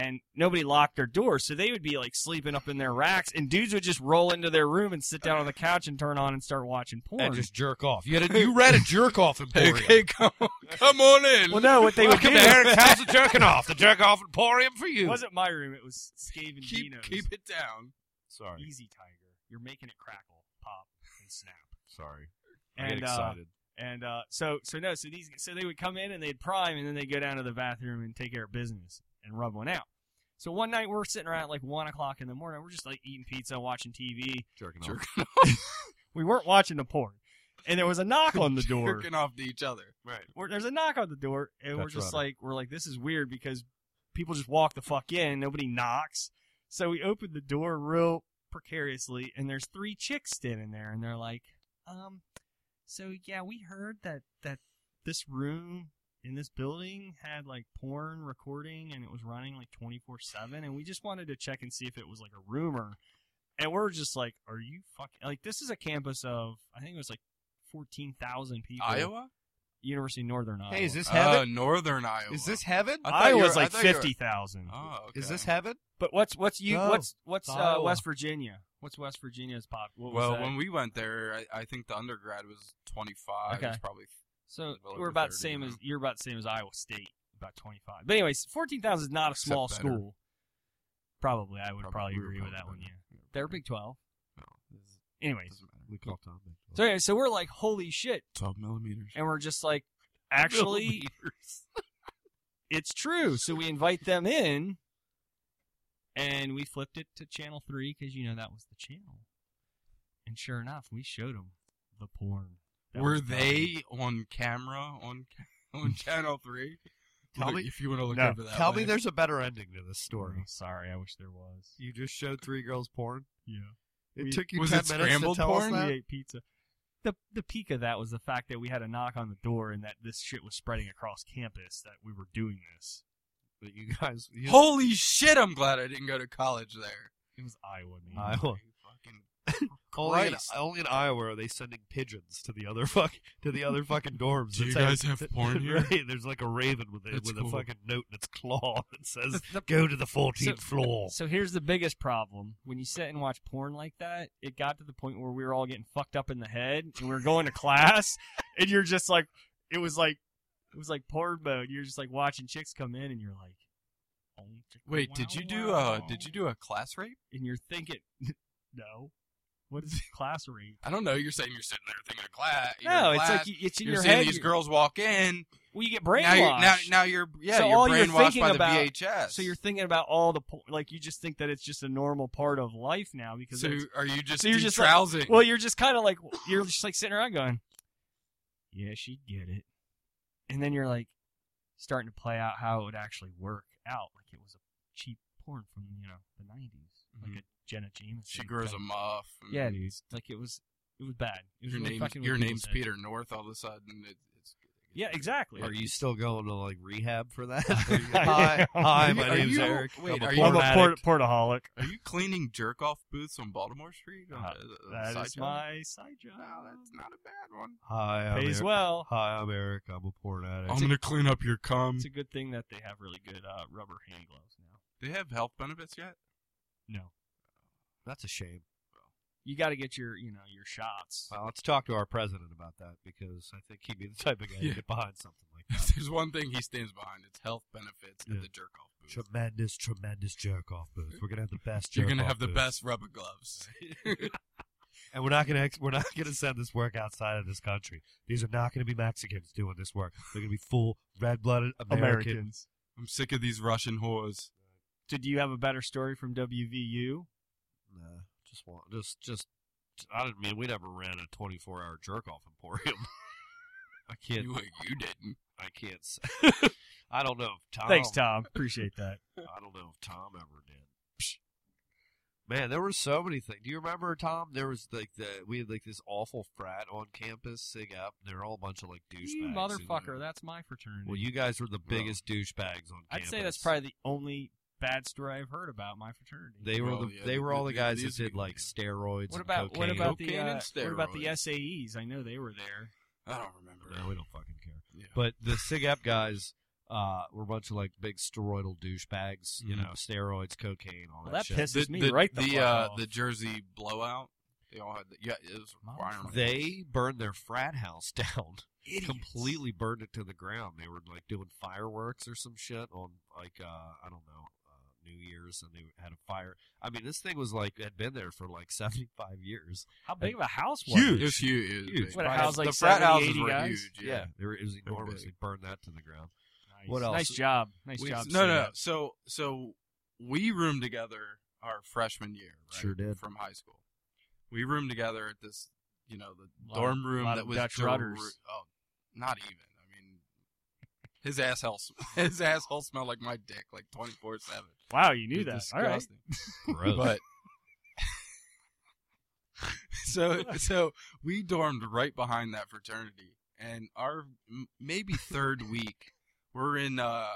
And nobody locked their doors, so they would be like sleeping up in their racks, and dudes would just roll into their room and sit down on the couch and turn on and start watching porn. And just jerk off. You [laughs] had a, you read a jerk off emporium. Okay, come on, come on in. well, no, what [laughs] they would do Welcome to Eric's house of jerking off. The jerk off emporium for you. It wasn't my room. It was Scave and keep Dino's. keep it [laughs] down. Sorry, Easy, Tiger. You're making it crackle, pop, and snap. sorry. I get And uh, excited. and uh, so so no. So these so they would come in and they'd prime, and then they'd go down to the bathroom and take care of business and rub one out. So one night we're sitting around at like one o'clock in the morning. We're just like eating pizza, watching TV. jerking Jerk- We weren't watching the porn, and there was a knock [laughs] on the door. Jerking off to each other. Right. We're, there's a knock on the door, and we're That's just right. like, we're like, this is weird because people just walk the fuck in, nobody knocks. So we open the door real precariously, and there's three chicks standing there, and they're like, um, so yeah, we heard that that this room in this building had like porn recording, and it was running like 24 seven, and we just wanted to check and see if it was like a rumor. And we're just like, are you fucking like this is a campus of I think it was like 14,000 people. Iowa? University of Northern Iowa. Hey, is this Uh, heaven? Northern Iowa. is this heaven? I thought you Iowa's were- I like thought you were- fifty thousand. Oh, okay. Is this heaven? But what's what's you No, what's what's it's uh, Iowa. West Virginia? What's West Virginia's pop? What was Well, that? when we went there, I, I think the undergrad was 25. Okay. It's probably so well we're over 30 about the same now. as you're about the same as Iowa State, about twenty five. But anyways, fourteen thousand is not a small Except better. school. Probably, I would probably, we were agree with that one. probably Yeah, better. they're Big Twelve. No, this Anyways, doesn't matter. We call Tom. so anyway, so we're like, holy shit, 12 millimeters. and we're [laughs] just like, actually, it's true. So we invite them in, and we flipped it to channel three because you know that was the channel. And sure enough, we showed them the porn. that Were was they on camera on ca- [laughs] on Channel 3? Tell Look, me- if you want to look No, over that. tell me way. there's a better ending to this probably- story. I'm sorry, I wish there was. You just showed three girls porn. Yeah, It We- took you Was ten it minutes to scrambled tell porn? us we that. ate pizza. The the peak of that was the fact that we had a knock on the door and that this shit was spreading across campus that we were doing this. But you guys, you, Holy shit, I'm glad I didn't go to college there. It was Iowa, man. Iowa. Fucking Only in, Christ. only in Iowa are they sending pigeons to the other fuck to the other fucking dorms. Do you That's how- guys [laughs] have porn here? Right, there's like a raven with a, That's with cool. a fucking note in its claw that says, "Go to the 14th [laughs] So- Oh. floor." So here's the biggest problem. When you sit and watch porn like that, it got to the point where we were all getting fucked up in the head and we were going [laughs] to class and you're just like it was like it was like porn mode. You're just like watching chicks come in and you're like oh, chick- Wait, did you do uh did you do a class rape? and you're thinking [laughs] no. What is [laughs] class rate? I don't know. You're saying you're sitting there thinking of class. you're No, in it's class, like you, it's in you're your seeing head. these you're- girls walk in. well, you get Now you're, brainwashed. now, now you're yeah So you're all you're brainwashed thinking by the about- VHS. so you're thinking about all the por- like you just think that it's just a normal part of life now because so it's- are you just so you're just like- trousing? Well, you're just kind of like you're just like sitting around going, "Yeah, she'd get it," and then you're like starting to play out how it would actually work out, like it was a cheap porn from you know the '90s, like a Jenna Jameson. Mm-hmm. she grows a type. muff. and Yeah, dude. Like it was, it was bad. It was Your really name's fucking with your people's name's heads. Peter North. All of a sudden, it, it's Yeah, exactly. [laughs] Are you still going to like rehab for [laughs] that? I hi, am. hi, Are you- my name's are you- Eric. wait, I'm are a you- I'm porn a addict. port- portaholic. Are you cleaning jerk off booths on Baltimore Street? On Uh, the- the That side is job? my side job. No, that's not a bad one. Hi, I'm Pays Eric. well. Hi, I'm Eric. I'm a porn addict. I'm gonna clean up your cum. It's a good thing that they have really good uh, rubber hand gloves now. They have health benefits yet? No, That's a shame. you got to get your you know your shots. Well, let's talk to our president about that because I think he'd be the type of guy Yeah. to get behind something like [laughs] that. If there's one thing he stands behind, it's health benefits Yeah. at the jerk off booth. Tremendous, tremendous jerk off booth. We're gonna have the best. You're gonna jerk-off have the booth. best rubber gloves. and we're not gonna ex- we're not [laughs] gonna send this work outside of this country. These are not gonna be Mexicans doing this work. They're gonna be full red blooded American. Americans. I'm sick of these Russian whores. Did you have a better story from WVU? Nah, just want just just. I didn't mean we never ran a 24 hour jerk off emporium. [laughs] I can't. You, you didn't. I [laughs] can't. s- I don't know if Tom. Thanks, Tom. [laughs] Appreciate that. I don't know if Tom ever did. Psh. Man, there were so many things. Do you remember Tom? There was like the we had like this awful frat on campus sing up. They were all a bunch of like douchebags. You who- motherfucker, that's my fraternity. Well, you guys were the biggest douchebags on I'd campus. say that's probably the only bad story I've heard about my fraternity. they were Well, the, yeah, they were all the th- guys that these- did like steroids. and what about what cocaine. about the Cocaine uh, and what about the steroids. SAEs? I know they were there. I don't remember. No, we don't fucking care. Yeah. But the Sig Ep guys uh, were a bunch of like big steroidal douchebags. You Mhm. know, steroids, cocaine, all Well, that that shit. pisses the, me the, right the, the fuck uh, off. the Jersey blowout. They all had. The, yeah, it was requirement. They burned their frat house [laughs] down. Completely burned it to the ground. They were like doing fireworks or some shit on like uh, I don't know uh, New Year's, and they had a fire. I mean, this thing was like had been there for like [laughs] seventy five years. How big of a house was Huge. it? It was huge. It was Huge. big. What, a house the like frat 70, houses 80 were guys? huge. Yeah. they were, it was enormous. big. They burned that to the [laughs] ground. Nice. What else? Nice job. Nice We- job. no, no. Sid. So, so we roomed together our freshman year. Right? Sure did. From high school, we roomed together at this, you know, the Lot of- dorm room lot that of was Dutch dir- rudders. Oh, not even. I mean, his asshole, [laughs] his asshole smelled like my dick, like twenty four seven. Wow, you knew that. All right. Disgusting. Gross. [laughs] But [laughs] so so we dormed right behind that fraternity, and our m- maybe [laughs] third week, we're in. uh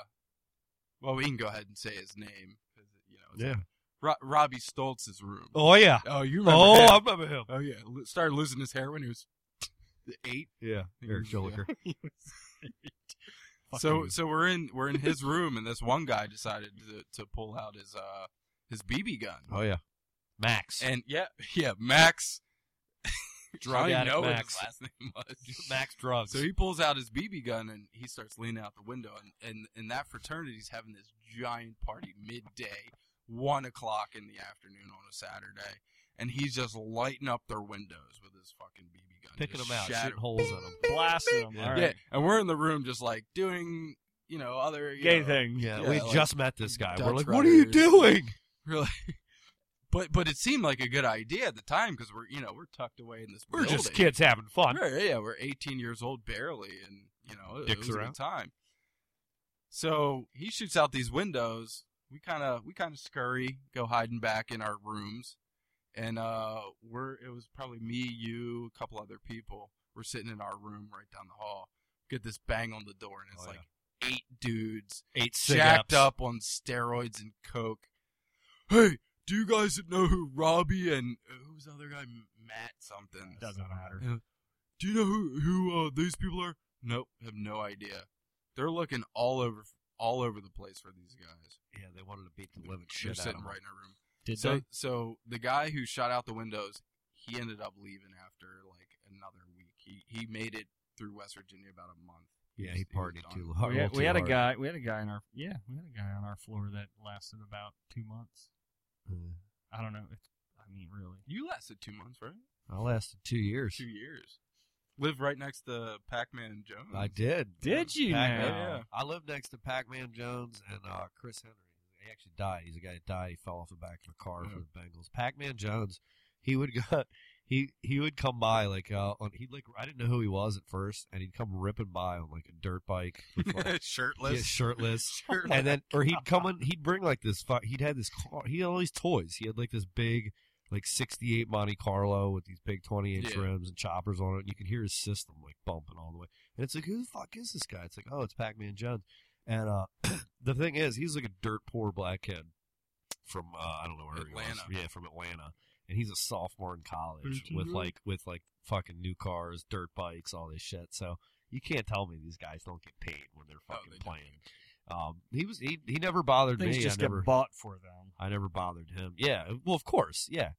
Well, we can go ahead and say his name 'cause, you know. it's- Ro- Robbie Stoltz's room. Oh yeah. Oh, you remember? Oh, him. I remember him. oh yeah. Lo- Started losing his hair when he was eight. Yeah, Eric Joliker. Fuck so you. so we're in we're in his room, and this one guy decided to, to pull out his uh his BB gun. [laughs] Oh yeah, Max. And yeah, yeah, Max. [laughs] Drug I don't even addict know what Max. his last name was. Max drugs. So he pulls out his BB gun and he starts leaning out the window, and and, and that fraternity's having this giant party midday, one o'clock in the afternoon on a Saturday, and he's just lighting up their windows with his fucking BB gun, picking just them out, shatter- shooting holes in them. Blasting them. All right. Yeah, and we're in the room just like doing, you know, other you Gay know, thing. Yeah, Yeah, we like just met this guy. We're Dutch like, what are you rudders. doing? really. But but it seemed like a good idea at the time because we're you know we're tucked away in this. We're just building. kids having fun. Right, yeah, we're 18 years old barely, and you know, it, it Dicks was a around. good time. So he shoots out these windows. We kind of we kind of scurry, go hiding back in our rooms, and uh, we're it was probably me, you, a couple other people. We're sitting in our room right down the hall. Get this bang on the door, and it's Oh, like eight dudes Eight jacked up on steroids and coke. Hey, do you guys know who Robbie and uh, who's the other guy? Matt something. Doesn't matter. Do you know who who uh, these people are? Nope, have no idea. They're looking all over all over the place for these guys. Yeah, they wanted to beat the living They're shit out of sitting him. right in our room. Did so they? so the guy who shot out the windows, he ended up leaving after like another week. He he made it through West Virginia about a month. Yeah, was- he was partied done. too hard. we had, too we had a hard. guy. We had a guy in our yeah. We had a guy on our floor that lasted about two months. Mm. I don't know. It's, I mean, really. You lasted two months, right? I lasted two years. Two years. Live right next to Pac-Man Jones. I did. Did you Pac-Man. now? Yeah. I lived next to Pac-Man Jones and uh, Chris Henry. He actually died. He's a guy that died. He fell off the back of a car for Yeah. the Bengals. Pac-Man Jones, he would go. [laughs] He he would come by like uh on he'd like I didn't know who he was at first and he'd come ripping by on like a dirt bike with [laughs] like Shirtless. Yeah, [laughs] shirtless. [laughs] Shirtless. and then or he'd come in he'd bring like this fu- he'd had this car he had all these toys he had like this big like 68 Monte Carlo with these big 20 inch Yeah. rims and choppers on it. And you can hear his system like bumping all the way. And it's like, who the fuck is this guy? It's like, oh, it's Pac Man Jones. And uh, [clears throat] the thing is, he's like a dirt poor black kid from uh, I don't know where Atlanta. he was. Yeah, from Atlanta. And he's a sophomore in college Virgin with Road. like with like fucking new cars, dirt bikes, all this shit. So you can't tell me these guys don't get paid when they're Oh, fucking they don't playing. Um, he was he, he never bothered Things me. just I never get bought for them. I never bothered him. Yeah, well, of course, yeah.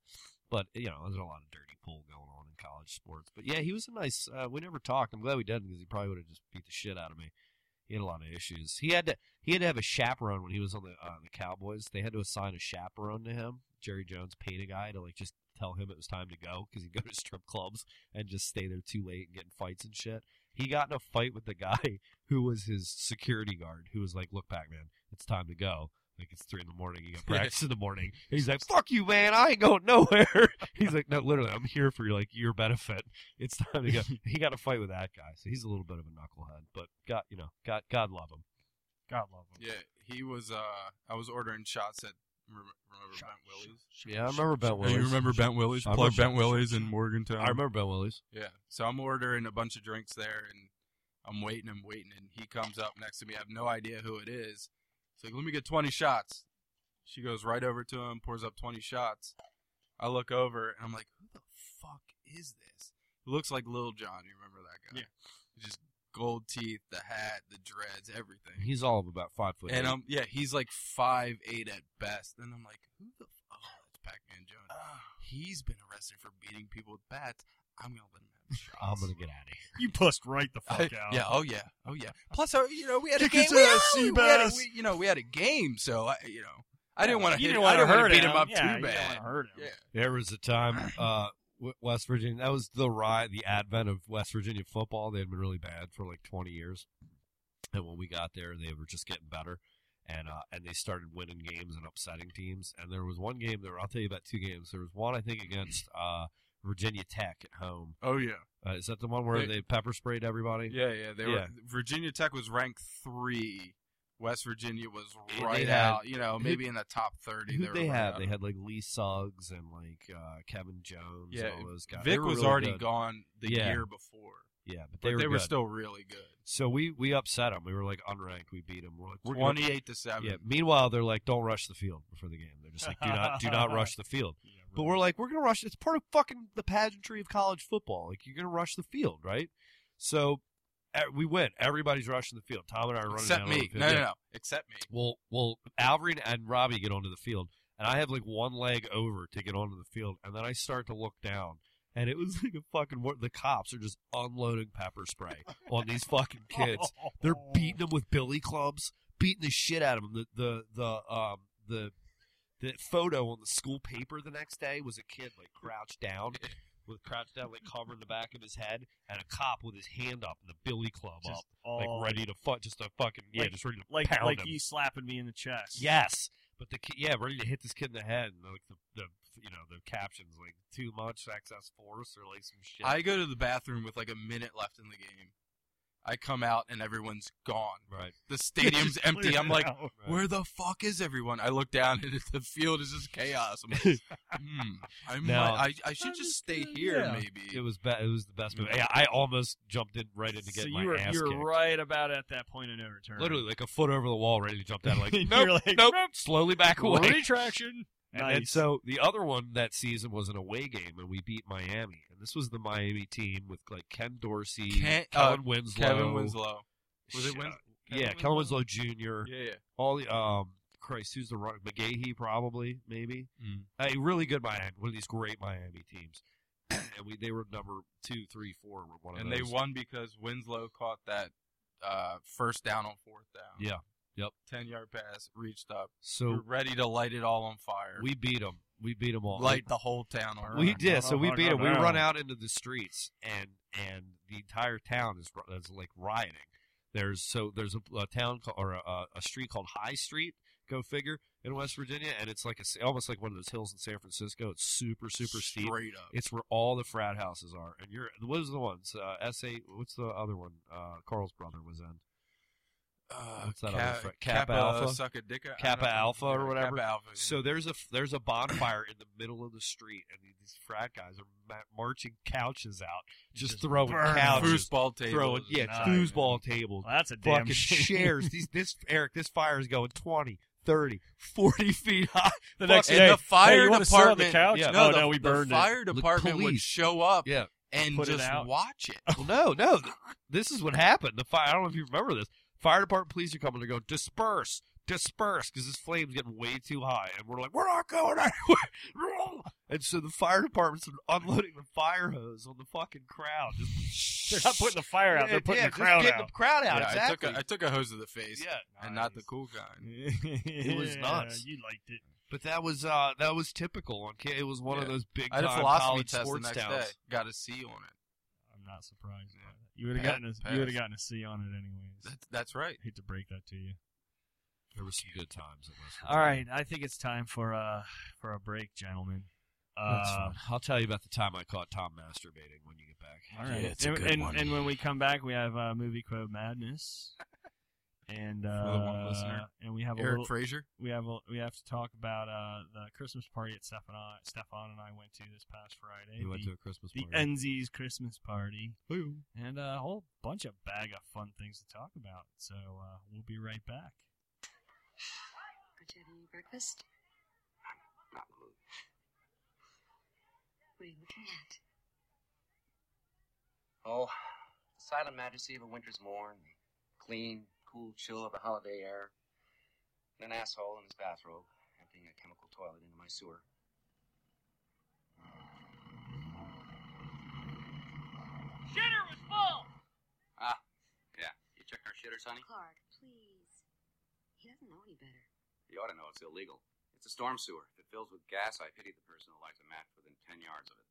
But you know, there's a lot of dirty pool going on in college sports. But yeah, he was a nice. Uh, we never talked. I'm glad we didn't because he probably would have just beat the shit out of me. He had a lot of issues. He had to he had to have a chaperone when he was on the uh, the Cowboys. They had to assign a chaperone to him. Jerry Jones paid a guy to like just tell him it was time to go because he'd go [laughs] to strip clubs and just stay there too late and get in fights and shit. He got in a fight with the guy [laughs] who was his security guard, who was like, "Look, Pac Man, it's time to go." Like it's three in the morning. You got practice in the morning. And he's like, "Fuck you, man! I ain't going nowhere." [laughs] he's like, "No, literally, I'm here for like your benefit. It's time to go." he got in a fight with that guy, so he's a little bit of a knucklehead. But God, you know, God, God love him. God love them. Yeah, he was. Uh, I was ordering shots at. Remember Bent Willie's? Yeah, I remember Ben Oh, Willis. you remember Bent Willie's? I Plug remember- Bent Willie's in Morgantown. I remember Ben Willis. Yeah. So I'm ordering a bunch of drinks there, and I'm waiting, I'm waiting, and he comes up next to me. I have no idea who it is. It's like, let me get 20 shots. She goes right over to him, pours up 20 shots. I look over, and I'm like, who the fuck is this? It looks like Lil John. You remember that guy? Yeah. Just gold teeth, the hat, the dreads, everything. He's all of about five foot. And eight. um, yeah, he's like five eight at best. And I'm like, who the? f- Oh, it's Pac-Man Jones. He's been arrested for beating people with bats. I'm gonna let him have shots. [laughs] I'm gonna get out of here. You pussed right [laughs] the I- fuck out. Yeah. Oh yeah. Oh yeah. Plus, uh, you know, we had a Kick game. his We, had- ass, we had a- Seabass. we- you know, we had a game, so I, you know, I didn't want to. You didn't want to hurt beat him, him, up yeah, too You didn't bad. want to hurt him. [laughs] Yeah. There was a time, uh, w- West Virginia. That was the ri the advent of West Virginia football. They had been really bad for like twenty years, and when we got there, they were just getting better, and uh, and they started winning games and upsetting teams. And there was one game there. I'll tell you about two games. There was one I think against uh, Virginia Tech at home. Oh yeah. Uh, is that the one where They- they, pepper sprayed everybody? Yeah. Yeah. They were. Yeah. Virginia Tech was ranked three. West Virginia was Yeah, they right had- out. You know, who- maybe in the top thirty. Who they were right had? out. They had like Lee Suggs and like uh, Kevin Jones Yeah, and all those guys. They Vic were was really already good. gone the Yeah. year before, Yeah, but but they were, good. still really good. So we we upset them. We were like unranked. We beat them. We're like we're gonna- Twenty-eight to seven. Yeah. Meanwhile, they're like, don't rush the field before the game. They're just like, do not do [laughs] not rush the field. But we're like, we're gonna rush. It's part of fucking the pageantry of college football. Like you're gonna rush the field, right? So eh, we went. Everybody's rushing the field. Tom and I are running Except down on the me. field. No, Yeah. no, no. Except me. Well, well, Alvin and Robbie get onto the field, and I have like one leg over to get onto the field, and then I start to look down, and it was [laughs] like a fucking. war- The cops are just unloading pepper spray on [laughs] these fucking kids. They're Oh. beating them with billy clubs, beating the shit out of them. The the the um the the photo on the school paper the next day was a kid like crouched down. With crouched down, like covering the back of his head, and a cop with his hand up and the billy club Just up, like ready to fuck, just a fucking yeah, Like- just ready to like pound like him. you slapping me in the chest. Yes, but the ki- yeah, ready to hit this kid in the head. And, like the, the you know the captions like too much excess force or like some shit. I go to the bathroom with like a minute left in the game. I come out and everyone's gone. right. [laughs] The stadium's empty. I'm like, right. [laughs] where the fuck is everyone? I look down and [laughs] the field is just chaos. I'm [laughs] like, hmm, I, might, Now- I, I should just stay here it Yeah. maybe. was be- it was the best move. Yeah, I almost jumped in right in to get so my you were ass you were kicked. right about at that point of no return. [laughs] Literally like a foot over the wall, ready to [laughs] jump down. Like You're nope, [laughs] like, nope, slowly back away. retraction. And then so the other one that season was an away game, and we beat Miami. And this was the Miami team with like Ken Dorsey, Ken- Kellen uh, Winslow, Kevin Winslow. Was it shit, Winslow? yeah, Kellen Winslow Jr. Yeah, yeah. all the um Christ, who's the running McGahee probably maybe Mm. a really good Miami, one of these great Miami teams, and we they were number two, three, four, were one of And those. they won because Winslow caught that uh, first down on fourth down. Yeah. Yep. Ten yard pass, reached up. We're So ready to light it all on fire. we beat them. We beat them all. light the whole town on we fire. did. So we beat them. We run out into the streets, and and the entire town is ru- is like rioting. There's so there's a, a town called, or a- a, a street called High Street. Go figure in West Virginia, and it's like a s- almost like one of those hills in San Francisco. It's super super steep. Straight up. It's where all the frat houses are, and you're what is the ones? Uh, S eight. What's the other one? Uh, Carl's brother was in. uh, What's that Ca- other fr- Kappa Kappa, Alpha? Suck a dick- I don't Kappa know. Alpha or Yeah, whatever. Kappa Alpha. So there's a f- there's a bonfire in the middle of the street, and these frat guys are ma- marching couches out, just, throwing Burn. couches, foosball tables, throwing yeah, Nice. foosball tables, Well, that's a damn fucking [laughs] shame. chairs. These this Eric, this fire is going 20, 30, 40 feet high. [laughs] The next and day, the fire hey, you wanna sit on department. the couch? Yeah. No, the, no, we the burned it. fire department would police. show up Yeah. and Put it just out. watch it. Well, no, no. th- This is what happened. The fire. I don't know if you remember this. Fire department, police are coming. They're going disperse, disperse, because this flame's getting way too high, and we're like, we're not going anywhere. [laughs] And so the fire department's unloading the fire hose on the fucking crowd. Just [laughs] They're not putting the fire out; Yeah, they're putting yeah, the just crowd getting out. The crowd out. yeah, exactly. I took a, I took a hose to the face. [laughs] yeah, and not the cool kind. it was nuts. You liked it. But that was uh that was typical on K. It was one of Yeah. those big I had a time philosophy test college the sports next towns. day. Got a C on it. I'm not surprised. by Yeah. that. You would have Pat- gotten a pass. you would have gotten a C on it anyways. That's, that's right. hate to break that to you. There were some good times. in West All Virginia. right, I think it's time for uh for a break, gentlemen. That's Uh, fun. I'll tell you about the time I caught Tom masturbating when you get back. all right. Yeah, it's a and, good and, one. and when we come back, we have uh, movie quote [laughs] madness, and uh, the one listener. and we have a Eric little, Fraser. we have a, we have to talk about uh, the Christmas party that Stefan Stefan and I went to this past Friday. We went the, to a Christmas the party. Enzi's Christmas party, and a whole bunch of bag of fun things to talk about. So uh, we'll be right back. Did you have any breakfast? What are you looking at? Oh, the silent majesty of a winter's morn, the clean, cool chill of the holiday air, and an asshole in his bathrobe emptying a chemical toilet into my sewer. Shitter was full! Ah, yeah. You check our shitter, Sonny? Clark, please. He doesn't know any better. You ought to know it's illegal. It's a storm sewer. If it fills with gas, I pity the person who lights a match within 10 yards of it.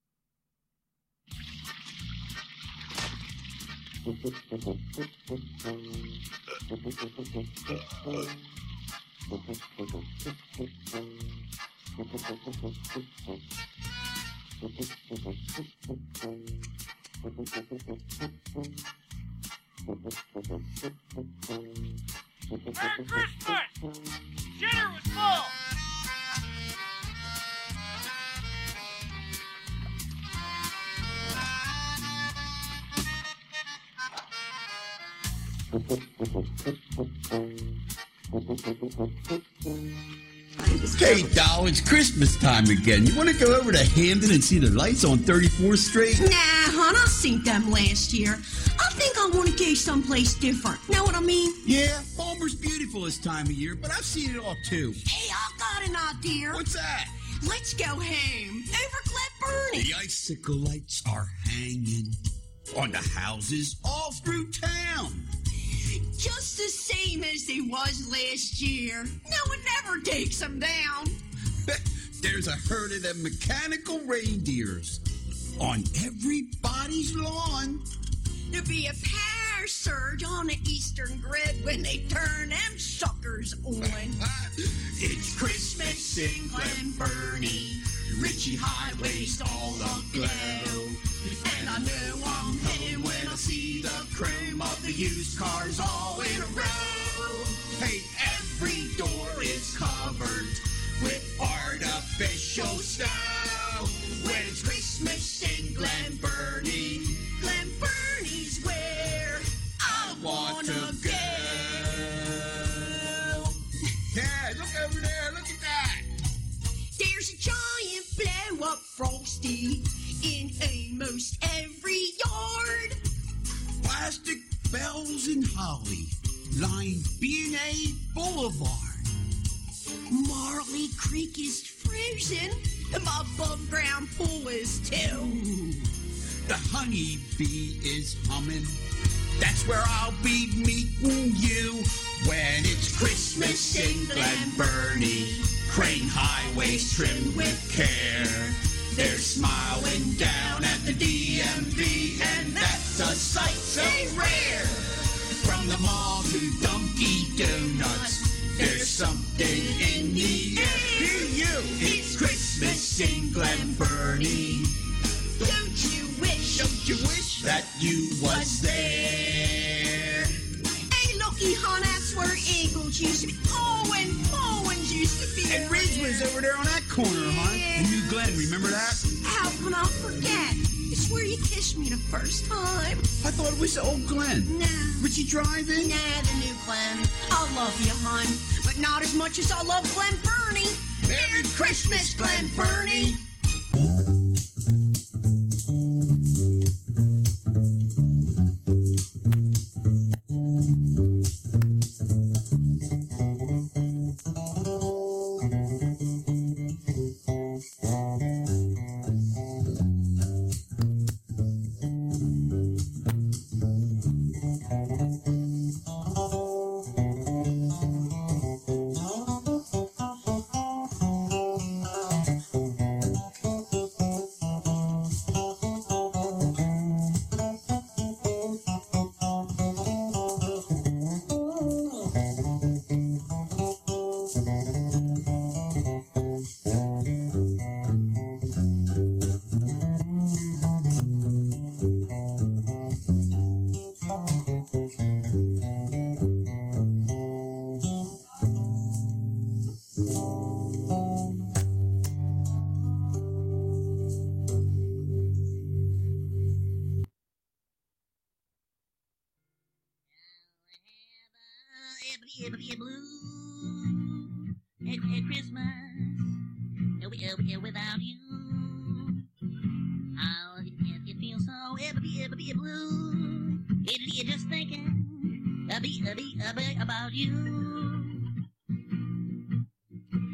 Merry Christmas! Shitter was full! Hey, doll, it's Christmas time again. You want to go over to Hamden and see the lights on 34th Street? Nah, hon, I seen them last year. I think I want to go someplace different. Know what I mean? Yeah, Palmer's beautiful this time of year, but I've seen it all too. Hey, I've got an idea. What's that? Let's go home. Over Cliff The icicle lights are hanging on the houses all through town. Bernie. Just the same as they was last year. No one ever takes them down. [laughs] There's a herd of them mechanical reindeers on everybody's lawn. There'll be a power surge on the eastern grid when they turn them suckers on. It's Christmas in Glenburnie. Richie Highway's all aglow. And I know I'm home when I see the cream of the used cars all in a row. Hey, every door is covered with artificial snow. When it's Christmas in Glenburnie, Glenburnie's where I want to go. Yeah, look over there. Look at that. There's a giant blow up frosty in almost every yard. Plastic bells and holly line B&A Boulevard. Marley Creek is frozen, and my above ground pool is too. The honey bee is humming. That's where I'll be meeting you when it's Christmas in Glenburnie. Crane highways trimmed with care. They're smiling down at the DMV, and that's a sight so rare. From the mall to Dunkin' Donuts, there's something in the air. Hear you! It's Christmas in Glenburnie. Don't you wish? Don't you wish that you was there? Hey, looky, hon, that's one I'll forget. It's where you kissed me the first time. I thought it was the old Glen. Nah. Richie driving? Nah, the new Glen. I love you, hon, but not as much as I love Glen Burnie. Merry Christmas, Glen Burnie. Ibbity, ibbity, blue. At, at Christmas, over, over, without you. Oh, it, it- it feels so ibbity, ibbity, blue. Ibbity, you're just thinking, ubby, ubby, ubby about you.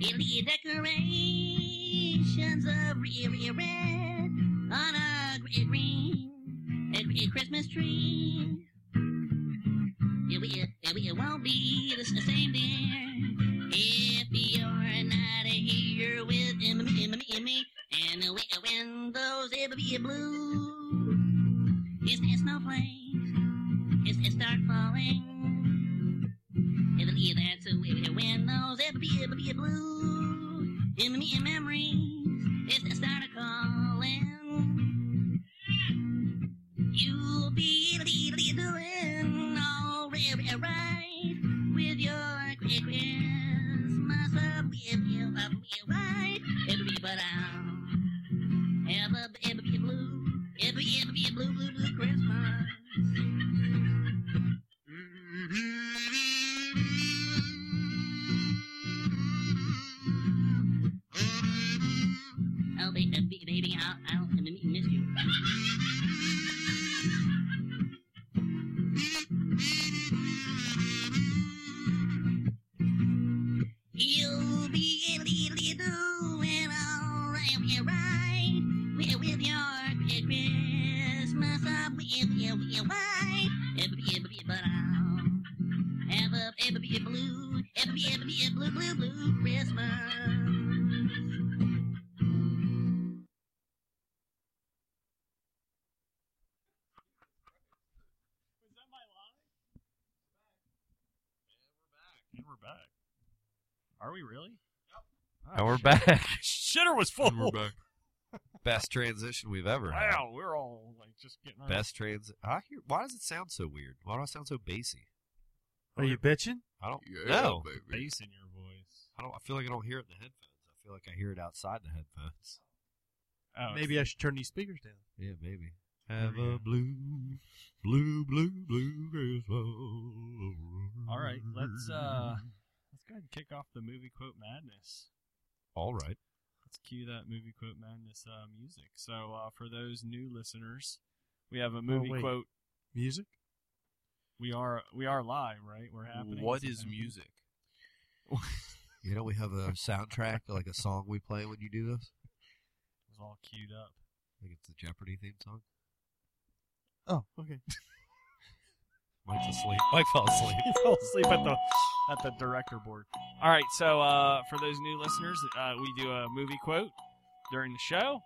Ibbity, decorations of re- re- red on a gr- green at, at Christmas tree. It, it, it, it won't be the same, dear, if you're not here with em- em- em- em- me. And the wi- windows, it'll be blue. It's, it's snowflakes, it's, it start falling. It'll be that's a wi- windows, it'll be, it'll be blue. In, in memories, it's, it start a calling. You'll be really doing all re- right with your Christmas up if you up right. It'll be but I'll ever ever be blue. Ever ever be blue blue blue Christmas. Oh baby, baby, I'll, I'll miss you. You'll be really doing all right, yeah, right. With, with your Christmas up, if you be white, ever be ever be but I'll ever ever be blue, ever be ever be a blue blue blue Christmas. And we're back. Are we really? Yep. And we're back. [laughs] Shitter was full. And we're back. [laughs] Best transition we've ever had. Wow, we're all like just getting our Best trans. I hear. Why does it sound so weird? Why do I sound so bassy? Are you bitching? I don't Yeah, know. baby. bass in your voice. I don't. I feel like I don't hear it in the headphones. I feel like I hear it outside the headphones. Oh, it's- Maybe I should turn these speakers down. Yeah, maybe. Have a blue, blue, blue, blue Christmas. All right, let's uh let's go ahead and kick off the movie quote madness. All right. Let's cue that movie quote madness uh, music. So uh, for those new listeners, we have a movie wait. quote. Music? We are we are live, right? We're happening. What It's is happening. [laughs] music? You know we have a soundtrack, like a song we play when you do this. It's all queued up. I think it's the Jeopardy theme song. Oh, okay. [laughs] Mike's asleep. Mike fell asleep. He fell asleep at the at the director board. All right, so uh, for those new listeners, uh, we do a movie quote during the show,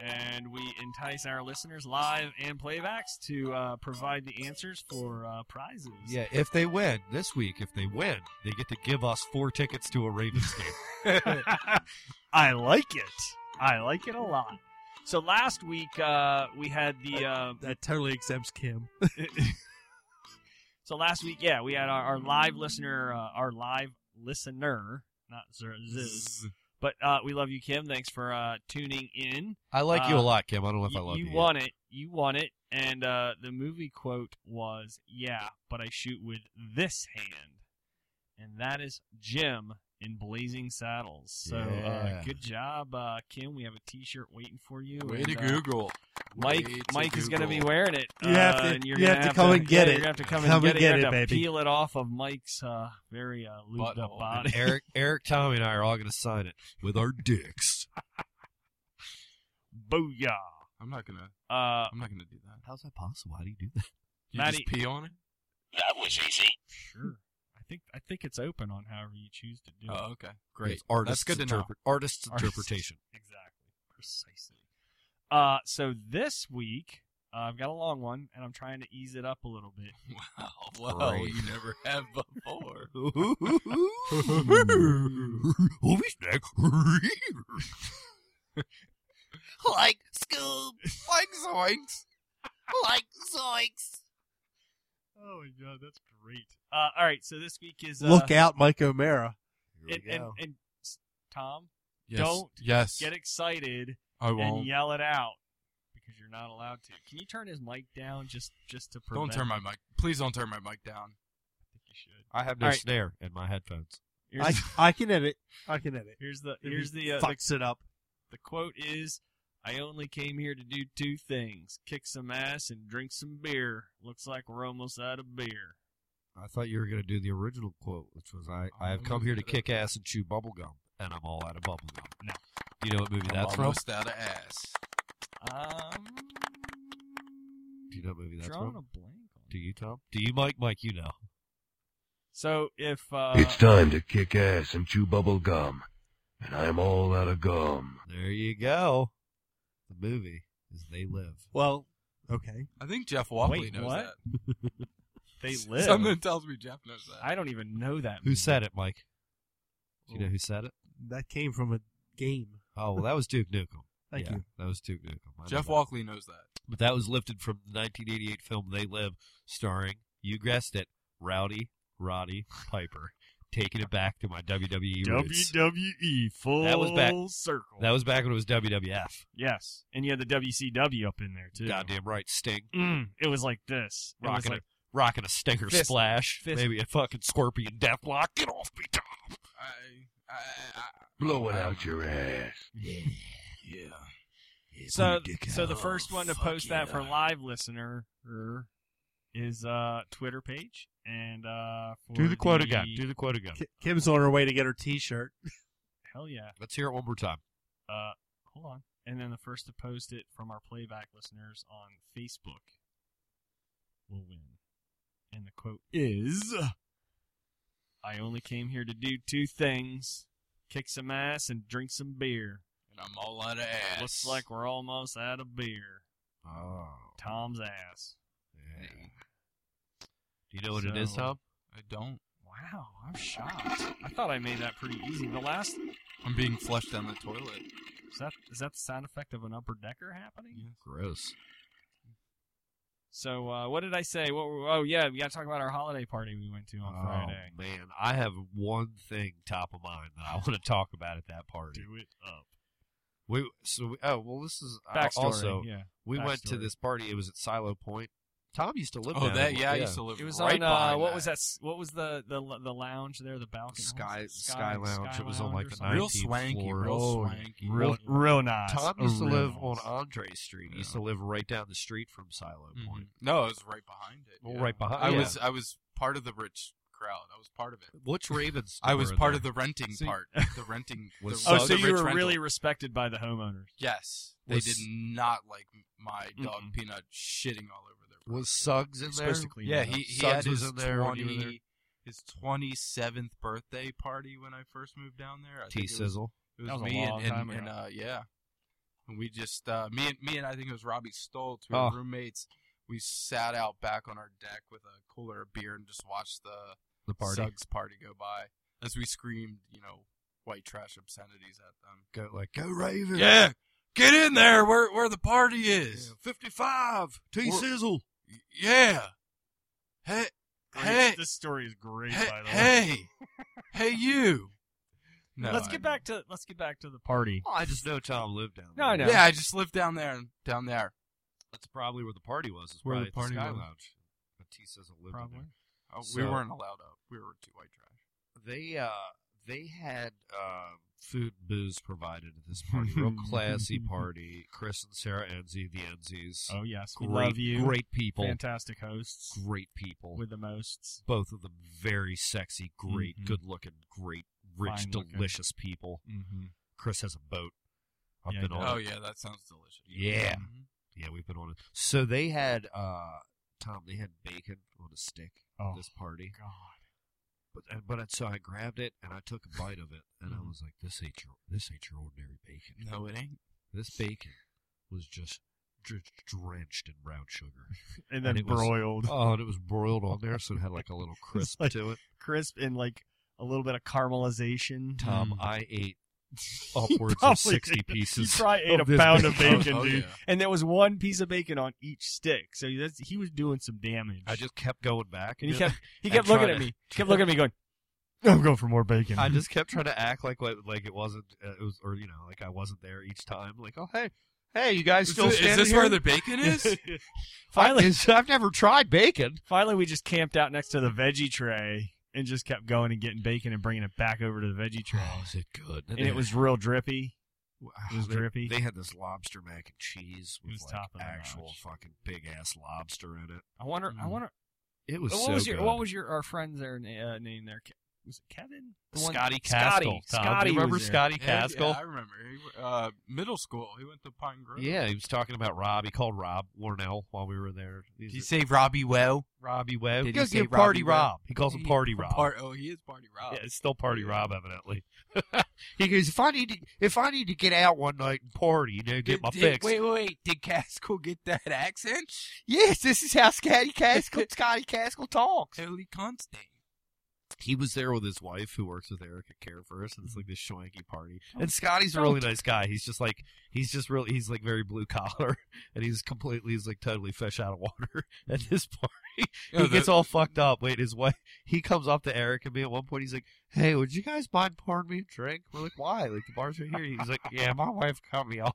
and we entice our listeners live and playbacks to uh, provide the answers for uh, prizes. Yeah, if they win this week, if they win, they get to give us four tickets to a Ravens [laughs] game. [laughs] I like it. I like it a lot. So last week uh, we had the uh, That totally exempts Kim. so last week yeah we had our, our live listener uh, our live listener not zer- ziz, But uh, we love you, Kim. Thanks for uh, tuning in. I like you a Uh, lot, Kim. I don't know if I love you You yet. won it. You won it. And uh, the movie quote was, "Yeah, but I shoot with this hand," and that is Jim in Blazing Saddles. So Yeah. uh, good job, uh, Kim. We have a T-shirt waiting for you. Way and, to uh, Google. Mike. Way to Mike is going to be Google. wearing it. You have uh, to- and you're you gonna have to come and get yeah, You're it. going to have to [laughs] come, Come and get, and it. You're get gonna it, have to baby. Peel it off of Mike's uh, very uh, looped up body. [laughs] And Eric, Eric, Tommy, and I are all going to sign it with our dicks. Booyah! I'm not gonna. Uh, I'm not gonna do that. How's that possible? How do you do that? You Matty- just pee on it. That was easy. Sure. I think I think it's open on however you choose to do it. Oh, okay, great. It's artist's That's good to know. interpre- artist's [laughs] Artist- interpretation. Exactly. Precisely. Uh, so this week, uh, I've got a long one, and I'm trying to ease it up a little bit. Wow, wow, Great. Oh, you never have [laughs] before. Movie [laughs] [laughs] snack. Like Scoob. like Zoinks. Like Zoinks. Oh my god, that's great. Uh, all right, so this week is uh, [laughs] Look out, Mike O'Mara. and, and, and s- Tom, Yes. don't Yes. get excited I and won't. yell it out because you're not allowed to. Can you turn his mic down just just to prevent? Don't turn my mic. Please don't turn my mic down. I think you should. I have no All right. snare in my headphones. I, Here's, [laughs] I can edit. I can edit. here's the If he [laughs] here's the, uh, the fucks it up. The quote is, "I only came here to do two things: kick some ass and drink some beer. Looks like we're almost out of beer." I thought you were going to do the original quote, which was I, I have I'm come gonna here to get it. kick ass and chew bubble gum, and I'm all out of bubble gum. No. Do You know what movie that's from? Almost out of ass. Um, Do you know what movie that's drawing from? a blank. On Do you, Tom? Do you, Mike? Mike, you know. So if uh, It's time to kick ass and chew bubble gum, and I'm all out of gum. There you go. The movie is They Live. Well, okay. I think Jeff Walkley Wait, knows what? that. they live, Something tells me Jeff knows that. I don't even know that. Who said it, Mike? Do you know who said it? That came from a game. Oh, well, that was Duke [laughs] Nukem. Thank Yeah, you. That was Duke Nukem. I know Jeff that. Walkley knows that. But that was lifted from the 1988 film They Live, starring, you guessed it, Rowdy Roddy Piper. Taking it back to my WWE roots. WWE E, full That was back- circle. That was back when it was WWF. yes, and you had the WCW up in there too. Goddamn right, Sting. Mm, it was like this. It was Rocking like, a, rocking a Stinger Fist- splash. fist- Maybe a fucking Scorpion Deathlock. Get off me, Tom. I, I, I, Blow it out your ass. yeah. so Dick so the out. first one to fuck post that for yeah. live listener er, is uh Twitter page and uh for Do the quote again. Do the quote again. Ki- Kim's on her way to get her T-shirt. hell yeah Let's hear it one more time. uh hold on and then the first to post it from our playback listeners on Facebook will win and the quote is I only came here to do two things kick some ass and drink some beer And I'm all out of ass. looks like we're almost out of beer Oh. Tom's ass Yeah. Do you know what it is, So- Tom? I don't. Wow, I'm shocked. I thought I made that pretty easy. The last I'm being flushed down the toilet. is that is that the sound effect of an upper decker happening? Gross. So uh, what did I say? What, were- oh yeah, we got to talk about our holiday party we went to on Friday. Oh, man, I have one thing top of mind that I want to talk about at that party. it up. We so we, oh well, this is uh, Backstory. also yeah, we went to backstory. this party. It was at Silo Point. Tom used to live. Oh, down that there. yeah, I used to live it was right on uh, behind what that. was that? s- What was the the the lounge there? The balcony Sky- what was it? Sky Lounge. It was on, Lounge like, or the something? Real 19th swanky, floor. real Oh, swanky. real real nice. Tom used to Real live on nice. Andre Street. He used to live right down the street from Silo Mhm. Point. No, it was right behind it. Well, yeah. right behind- I yeah. was I was part of the rich crowd. I was part of it. Which Ravens? I was were part there? of the renting So you- part. The renting. Was the, Oh, Sug- so the you rich were rental. really respected by the homeowners. Yes, they Was- did not like my dog Mm-mm. Peanut shitting all over their. Was Suggs in You're there? supposed to clean Yeah, it up. he, he Suggs had was his in there when you were twenty there? his twenty seventh birthday party when I first moved down there. I T think it was, Sizzle. it was That was a me long and, and, time and ago. uh, yeah, and we just uh, me and me and I think it was Robbie Stoltz, we Oh. were roommates. We sat out back on our deck with a cooler of beer and just watched the The party. Suggs party go by as we screamed, you know, white trash obscenities at them. Go like go Ravens. Yeah, get in there where where the party is. Yeah, fifty-five. T Sizzle. Yeah. Hey, Great. hey, this story is [laughs] great. hey, by the way, hey, hey, you. No, let's I- get back to let's get back to the party. Oh, I just know Tom lived down No, I know. Yeah, I just lived down there. and Down there. That's probably where the party was. It's Where probably the at party Sky was. Lounge. Matisse doesn't live in there. Oh, we So- weren't allowed up. We were too white trash. They uh they had uh food and booze provided at this party. [laughs] Real classy party. Chris and Sarah Enzi, the Enzis. Oh yes, we great, love you. Great people. fantastic hosts, Great people. with the mosts. Both of them very sexy, great, Mhm. good looking, great, rich, Fine-looking. delicious people. Mhm. Chris has a boat. I've Yeah, he been on does. Oh Mm-hmm. it. yeah, that sounds delicious. Yeah. Yeah, we've been on it. So they had uh Tom, they had bacon on a stick Oh, at this party. God. Mm-hmm. But and- but I, so I grabbed it and I took a bite of it and I was like, This ain't your this ain't your ordinary bacon. No, it ain't. This bacon was just dr- drenched in brown [laughs] sugar. And then it was- broiled. oh, and it was broiled on there so it had like a little crisp like- to it. Crisp and like a little bit of caramelization. Tom, I [laughs] ate upwards Mm. Probably of sixty did. pieces. He probably ate of a this pound of bacon, Oh, dude. yeah. And there was one piece of bacon on each stick, so that's, he was doing some damage. I just kept going back, [laughs] and he again kept he and kept looking trying at to- me, kept looking at me, going, "I'm going for more [laughs] bacon." I just kept trying to act like what, like it wasn't uh, it was or you know like I wasn't there each time. Like oh hey hey you guys Is still thi- is standing this here? where the bacon [laughs] is? Finally- I, it's- I've never tried bacon. Finally, we just camped out next to the veggie tray and just kept going and getting bacon and bringing it back over to the veggie tray. is it good? and it was real drippy. It was they, drippy. They had this lobster mac and cheese It with was like top of the actual fucking big ass lobster in it. I wonder. I Mm. wonder. It was what so was your good. What was your our friend there na- uh, name there? Ke- Was it Kevin? The one- Scotty Caskell, Scotty. Tom. Scotty Do you remember was there. Scotty Yeah, Caskell? Yeah, I remember. He, w- uh, middle school. He went to Pine Grove. Yeah, he was talking about Rob. He called Rob Warnell while we were there. He's a- say Robbie Well? Robbie Webb. Did He he goes, say "Yeah, Party Robbie Webb?" Rob. He calls him Party Rob. Par- oh, he is Party Rob. Yeah, it's still Party Rob, evidently. [laughs] he goes, if I need to, if I need to get out one night and party, you know, get Did- my did- fix. Wait, wait, wait. Did Caskell get that accent? Yes, this is how Scotty [laughs] Caskell, Scotty Caskell talks. Holy Constantine. He was there with his wife, who works with Eric at Careverse, and it's like this swanky party. Oh. And Scotty's a really nice guy. He's just like he's just really he's like very blue collar, [laughs] and he's completely he's like totally fish out of water [laughs] at this party. Yeah, he gets Oh, the- all fucked up. Wait, his wife. [laughs] He comes up to Eric and me at one point. He's like, "Hey, would you guys mind pouring me a drink?" We're like, "Why?" Like the bar's right here. He's like, "Yeah, my wife cut me off."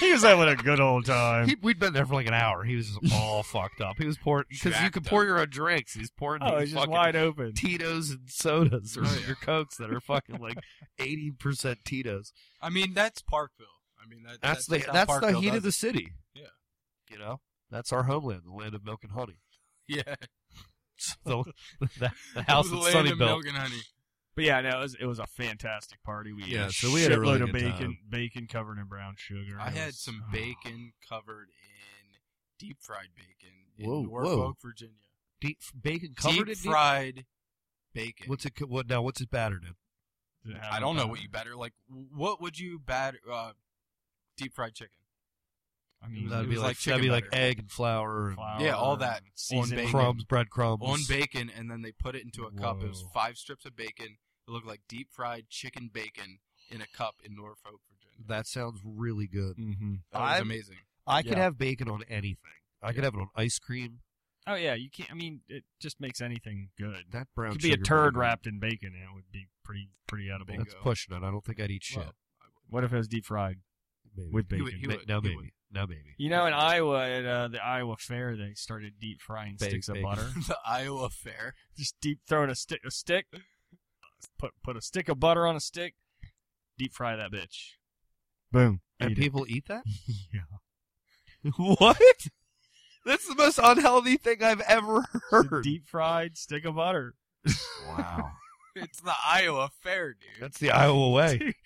He was having a good old uh, time. He, we'd been there for like an hour. He [laughs] was just all fucked up. He was pouring because you Jacked can up. pour your own drinks. He's pouring oh, these he's just fucking wide open. Tito's and sodas or Oh, yeah. your cokes that are fucking [laughs] like eighty percent Tito's. I mean, that's Parkville. I mean, that, That's, that's the how that's Parkville the heat does of the city. Yeah. you know that's our homeland, the land of milk and honey. [laughs] it. [laughs] Yeah. [laughs] So the, the house the in land of Sunnyvale. milk and honey. But yeah, no, it was, it was a fantastic party. We Yeah, ate a so we had a really shitload of good bacon, time. bacon covered in brown sugar. I It had was- some bacon covered in deep fried bacon in Whoa, whoa. Norfolk, Virginia. Deep bacon covered deep in fried bacon. What's it? co- What now? What's it battered in? Did it have I don't know about- what you batter. Like, what would you batter? Uh, deep fried chicken. I mean, That- That'd it be was like, like that'd be chicken like batter. egg and flour and flour, yeah, all that seasoning. bacon. Oh, crumbs, breadcrumbs on bacon, and then they put it into a cup. It was Whoa. five strips of bacon. It looked like deep fried chicken bacon in a cup in Norfolk, Virginia. That sounds really good. Mm-hmm. That was I'm- amazing. [laughs] I could Yeah. have bacon on anything. I could have it on ice cream. Oh yeah, you can't. I mean, it just makes anything good. That It brown could be a sugar turd bacon. wrapped in bacon, and it would be pretty pretty edible. Bingo. That's pushing it. I don't think I'd eat shit. Well, What if it was deep fried Maybe. with He bacon? would- he Ma- would- now he maybe. would. Now maybe. you know, in Iowa, at uh, the Iowa Fair, they started deep frying Baked sticks of bacon. [laughs] butter. the Iowa Fair. [laughs] just deep throwing a stick, a stick, put put a stick of butter on a stick, deep fry [clears throat] that bitch. Boom. And Eat it. people eat [laughs] that? yeah. [laughs] what? That's the most unhealthy thing I've ever It's a deep fried stick of butter. Wow. It's the Iowa Fair, dude. That's the Iowa way. It-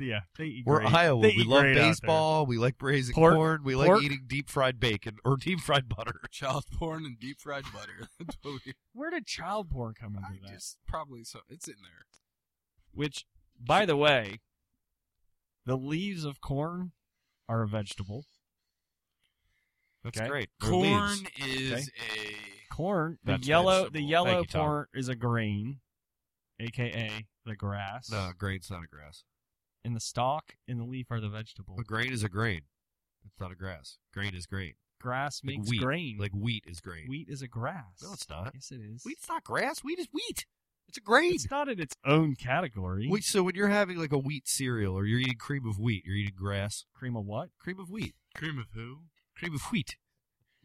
yeah, they eat We're great. Iowa. They we eat love great out there. baseball. We like braising Pork- corn. We pork. like eating deep fried bacon or deep fried butter. Child porn and deep fried butter. [laughs] That's what we- Where did child porn come into I that? just probably so it's in there. Which, by the way, the leaves of corn are a vegetable. That's Okay. great. They're leaves. Corn is Corn, the That's yellow, the vegetable. yellow Thank you, Tom. corn is a grain, aka the grass. No, grain's not a grass. And the stalk and the leaf are the vegetable. A grain is a grain. It's not a grass. Grain is grain. Grass Like makes wheat. grain. Like wheat is grain. wheat is a grass. No, it's not. Yes, it is. Wheat's not grass. Wheat is wheat. It's a grain. It's not in its own category. Wait, so when you're having like a wheat cereal or you're eating cream of wheat, you're eating grass. Cream of what? Cream of wheat. Cream of who? Cream of wheat.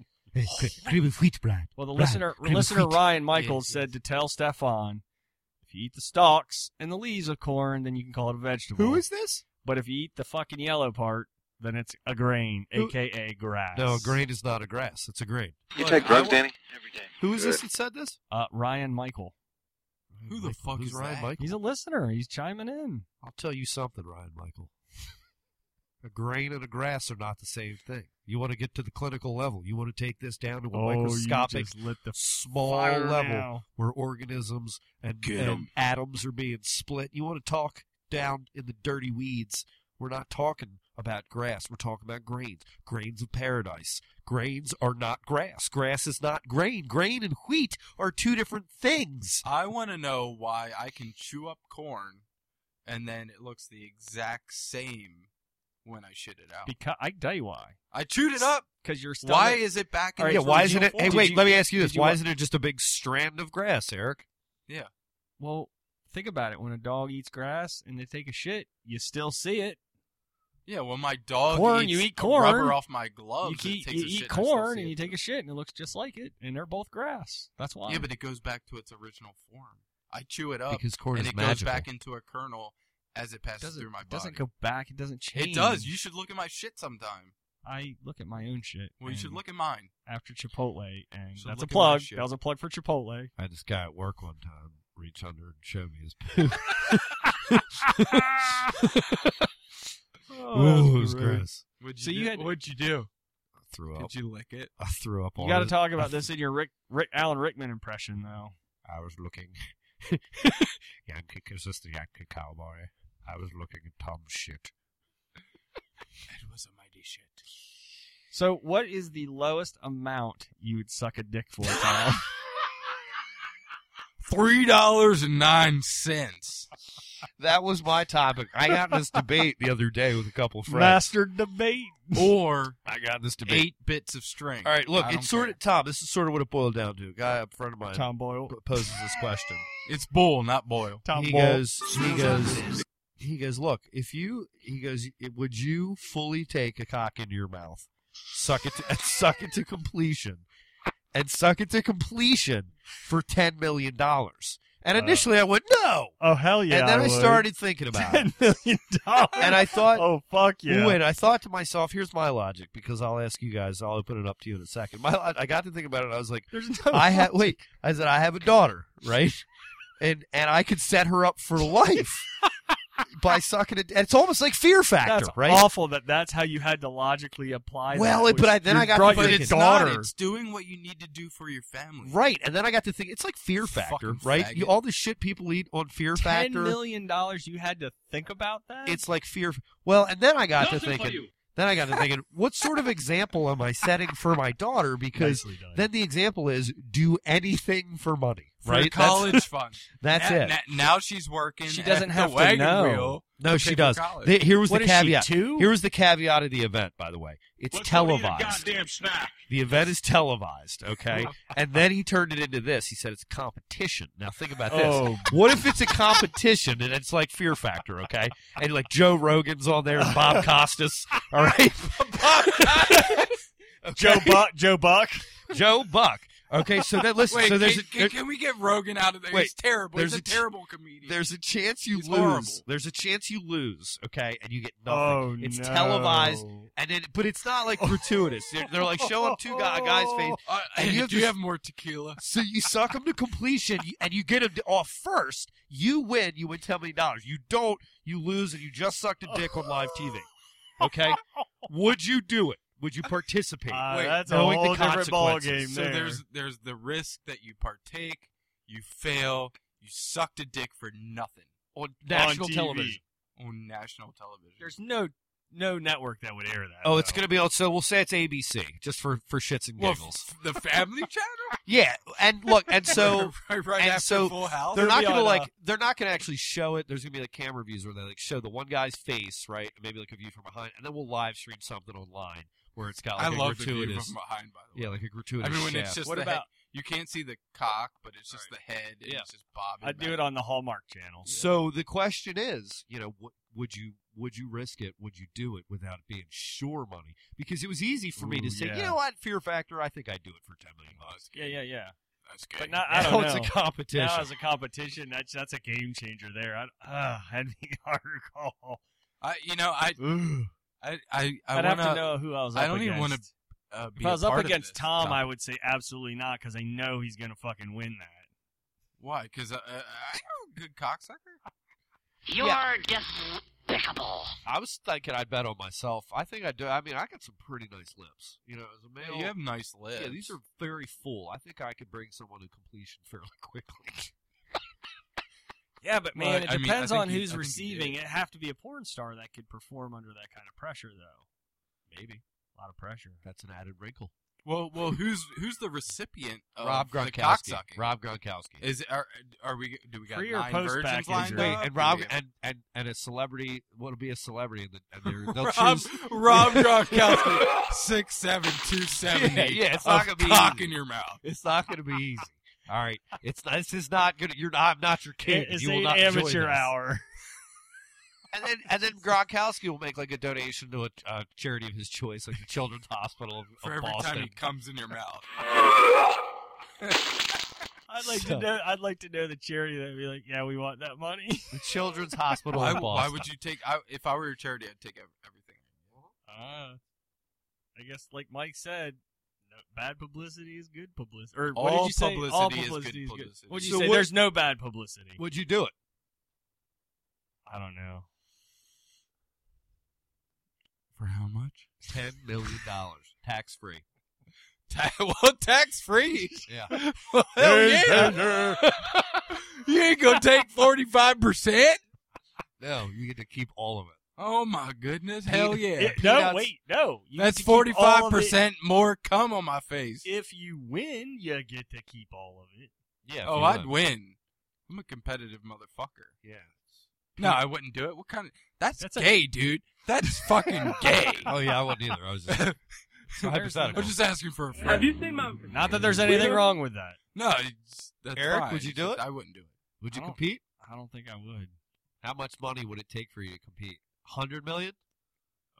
[laughs] cream of wheat, Brad. Well, the Brad, listener cream of listener wheat. Ryan Michaels said to tell Stefan, if you eat the stalks and the leaves of corn, then you can call it a vegetable. Who is this? But if you eat the fucking yellow part, then it's a grain, Who- aka grass. No, grain is not a grass. It's a grain. You take drugs, Danny? Every day. Who is this that said this? Uh, Ryan Michael. Who the fuck Who's is Ryan that? Michael? He's a listener. He's chiming in. I'll tell you something, Ryan Michael. [laughs] A grain and a grass are not the same thing. You want to get to the clinical level. You want to take this down to a Oh, you microscopic, just lit the small fire level now. where organisms and, Get 'em. and atoms are being split. You want to talk down in the dirty weeds. We're not talking about grass. We're talking about grains. Grains of paradise. Grains are not grass. Grass is not grain. Grain and wheat are two different things. I want to know why I can chew up corn and then it looks the exact same when I shit it out. Because I can tell you why. I chewed it up. Because your stomach. Why is it back in All its right, yeah, so why did isn't you- it? Hey, did wait, you- let me ask you did this. Why wa- isn't it just a big strand of grass, Eric? Yeah. Well, think about it. When a dog eats grass and they take a shit, you still see it. Yeah, when my dog corn, eats you eat the corn. rubber off my gloves, You, Oh, it keep- takes you a eat shit and I still corn see and it. you take a shit and it looks just like it, and they're both grass. That's why. Yeah, but it goes back to its original form. I chew it up Because corn and is it goes magical. back into a kernel as it passes doesn't, through my body. doesn't go back. It doesn't change. It does. You should look at my shit sometime. I look at my own shit. Well, you should and look at mine. after Chipotle, and Should that's a look at my plug. shit. That was a plug for Chipotle. I had this guy at work one time reach under and show me [laughs] his poop. Ooh, it was gross. What'd you So Oh, you do? had- What'd you do? I threw up. Did you lick it? I threw up You on got to it. talk I about this in your Rick, Rick Alan Rickman impression, though. I was [laughs] looking. Yankee, is this the Yankee cowboy? I was looking at Tom's shit. It was a mighty shit. So, what is the lowest amount you would suck a dick for, [laughs] Tom? Three dollars and nine cents. That was my topic. I got in this debate the other day with a couple of friends. [laughs] Master debate. Or I got in this debate. eight bits of string. All right, look, I don't it's sort care. of Tom. This is sort of what it boiled down to. A guy, a friend of mine, Tom Boyle. p- poses this question. It's bull, not boil. Tom he Boyle. goes he goes he goes look if you he goes would you fully take a cock into your mouth suck it to, [laughs] and suck it to completion and suck it to completion for 10 million dollars and Uh, initially i went no Oh hell yeah! and then i, would. started thinking about it [laughs] ten million dollars, and i thought oh fuck yeah! Ooh, and I thought to myself, here's my logic because I'll ask you guys. I'll open it up to you in a second. My, lo- I got to think about it. and I was like, There's no I have wait. I said I have a daughter, right? And and I could set her up for life by sucking it. It's almost like Fear Factor, That's right? awful that that's how you had to logically apply. Well, that, it- but was I- then you I got to brought thinking- your It's daughter. not. It's doing what you need to do for your family. Right, and then I got to think it's like Fear Factor, Fucking right? You, faggot. all the shit people eat on Fear Ten Factor. million dollars. You had to think about that. It's like Fear. Well, and then I got to Nothing for thinking. you. Then I got to thinking, what sort of example am I setting for my daughter? Because Nicely done. then the example is do anything for money, For right? That's- college fund. [laughs] That's Na- it. na- now she's working. She at doesn't the have to wagon know. Wheel No, to she pay for does. college. The- here was What the is she, caveat. two? Here was the caveat of the event, by the way. It's televised. Goddamn snack. The event is televised, okay? and then he turned it into this. He said it's a competition. Now think about this. [laughs] Oh. What if it's a competition and it's like Fear Factor, okay? And like Joe Rogan's on there and Bob Costas, all right? Bob [laughs] Joe Buck. Uh, Joe Buck. Joe Buck. Okay, so then listen. Wait, so can, there's can, a, can we get Rogan out of there? Wait, He's terrible. there's He's a, a ch- terrible comedian. There's a chance you It's lose. horrible. There's a chance you lose, okay, and you get nothing. Oh it's no. televised, and then but it's not like gratuitous. They're, they're like show them two guy, guys' face, Uh, and you have do you to- have more tequila? [laughs] so you suck them to completion, you- and you get them off first. You win. You win ten million dollars. You don't. You lose, and you just sucked a dick on live TV. Okay, would you do it? Would you participate? Uh, Wait, that's a knowing the whole different ball game. consequences. So there. there's there's the risk that you partake, you fail, you sucked a dick for nothing on national TV. television. on national television. There's no no network that would air that. Oh, it's though. gonna be on. So we'll say it's ABC, just for for shits and well, giggles. f- the Family Channel. Yeah, and look, [laughs] and so [laughs] right, right and after so Full House, they're not be gonna on, like uh, they're not gonna actually show it. There's gonna be like camera views where they like show the one guy's face, right, and maybe like a view from behind, and then we'll live stream something online where it's got like I a love the view gratuitous, from behind. By the way, yeah, like a gratuitous. I mean when shaft. it's just What the about- You can't see the cock, but it's just the head. And It's just bobbing. I do it on the Hallmark Channel. So the question is, you know, what would you would you risk it? Would you do it without it being sure money? Because it was easy for me Ooh, to say, you yeah. know what, Fear Factor, I think I'd do it for ten million bucks. Yeah, yeah, yeah. That's But not, [laughs] I now don't it's know. a competition. Now it's a competition. That's that's a game changer there. I, uh, [laughs] that'd be a hard call. I, you know, I, I, I, I I'd have to wanna- know who I was. I up don't even want against. to uh, be If I was a up part of against this, Tom, Tom. I would say absolutely not because I know he's gonna fucking win that. Why? Because uh, uh, I'm a good cocksucker. You're despicable. I was thinking I'd bet on myself. I think I do. I mean, I got some pretty nice lips. You know, as a Yeah, male, you have nice Yeah, lips. these are very full. I think I could bring someone to completion fairly [laughs] quickly. Yeah, but Well, man, I it mean, I depends think on he- who's I think he receiving. did. It have to be a porn star that could perform under that kind of pressure, though. Maybe a lot of pressure. That's an added wrinkle. Well, well, who's who's the recipient of Rob the Gronkowski. cocksucking? Rob Gronkowski. Is are are we do we got Pre or nine post virgins package, lined right? up? and Do Rob we have- and, and and a celebrity what'll be a celebrity and, then- [laughs] and they're, they'll Rob, choose [laughs] Rob Gronkowski, six seven two yeah, seventy. yeah, it's not gonna be cock easy. in your mouth. It's not gonna be easy. All right, it's not, this is not gonna. You're not. I'm not your kid. It's you will an not enjoy amateur this. hour. [laughs] And then and then Gronkowski will make like a donation to a uh, charity of his choice, like the Children's Hospital of, For of every Boston. time he comes in your mouth. I'd like So- to know. I'd like to know the charity that would be like, yeah, we want that money. the Children's [laughs] Hospital why, of why Boston. would you take? I, if I were your charity, I'd take ev- everything. Uh, I guess, like Mike said, no, bad publicity is good publicity. Or All what did you say? publicity All is good publicity is good. publicity. What'd you So say? what- There's no bad publicity. Would you do it? I don't know. For how much? Ten million dollars, tax free. Ta- [laughs] well, tax free. Yeah. Well, [laughs] Oh, hell yeah. [laughs] you ain't gonna take forty five percent. No, you get to keep all of it. Oh my goodness! Hell yeah! It- no, wait, no. You That's get to keep all of forty it. five percent more cum on my face. If you win, you get to keep all of it. Yeah. if oh, you I'd would. win. I'm a competitive motherfucker. Yeah. No, I wouldn't do it. What kind of? That's, That's a- gay, dude. That's [laughs] fucking gay. Oh yeah, I wouldn't either. I [laughs] was just [laughs] it's hypothetical. I'm just asking for a friend. seen my? Not that there's anything wrong with that. No, it's, that's Eric, fine. would you It's do just it? I wouldn't do it. would you I don't- compete? I don't think I would. How much money would it take for you to compete? Hundred million?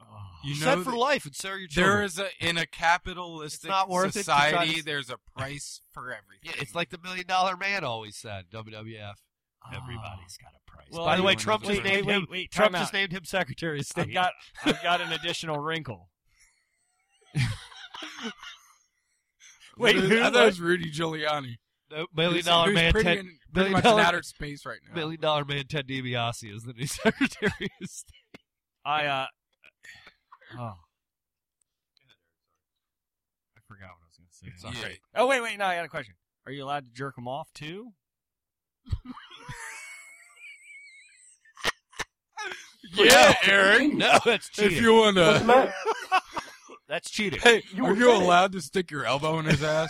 Oh. You Set know for that- life and serve your children. There is a in a capitalistic It's not worth it to try society. to- There's a price for everything. Yeah, it's like the Million Dollar Man always said. WWF. Ah. Everybody's got a price. Well, By the way, everyone Trump has just a named price. him. Wait, wait, wait, Trump time just out. named him Secretary of State. I've got I've got an additional [laughs] wrinkle. Wait, I who? thought it was Rudy Giuliani. no, Who's- Million Dollar who's Man. pretty, Ted, in, pretty Million much Dollar- in outer space right Oh, now. Million Dollar Man Ted DiBiase is the new [laughs] Secretary of State. I uh. Oh. I forgot what I was going to say. Yeah. [laughs] Oh wait, wait, no, I got a question. Are you allowed to jerk them off too? Yeah, [laughs] Eric. No, that's cheating. If you wanna, that's cheating. hey, are you allowed to stick your elbow in [laughs] his ass?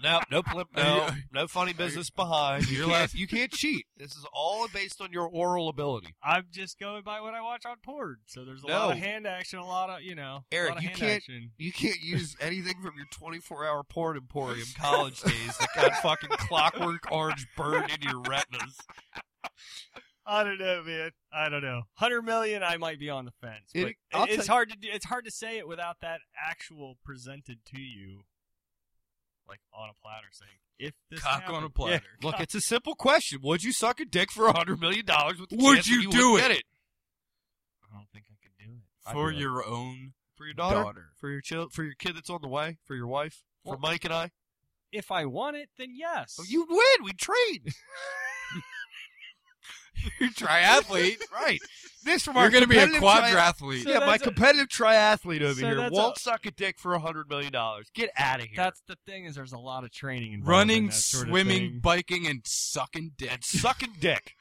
No, no, flip, no, Are you- no funny business behind. You You're can't, allowed- you can't cheat. This is all based on your oral ability. I'm just going by what I watch on porn. So there's a No. lot of hand action, a lot of you know, Eric, a lot of you hand can't- action. You can't use anything from your 24-hour porn emporium [laughs] college days that got fucking clockwork orange burned into your retinas. I don't know, man. I don't know. Hundred million, I might be on the fence. It- But it, I'll it's tell- hard to do, it's hard to say it without that actual presented to you, like on a platter, saying if this Cock happened- on a platter. [laughs] Yeah, Look, cock- it's a simple question. Would you suck a dick for $100 million with the Would chance you that you do would it? get it? I don't think I could do it. I'd For do it. your own For your daughter? daughter. For your child, for your kid that's on the way? For your wife? For Well- Mike and I? If I want it, then yes. Oh, you win. We trade. You're triathlete. right. This [laughs] from You're our going to be a competitive tri- quadrathlete. So yeah, my that's a- competitive triathlete over So here that's won't a- suck a dick for a hundred million dollars. Get out of here. That's the thing is there's a lot of training involved. in Running, that sort of swimming, thing. biking, and sucking and dicks. sucking dick.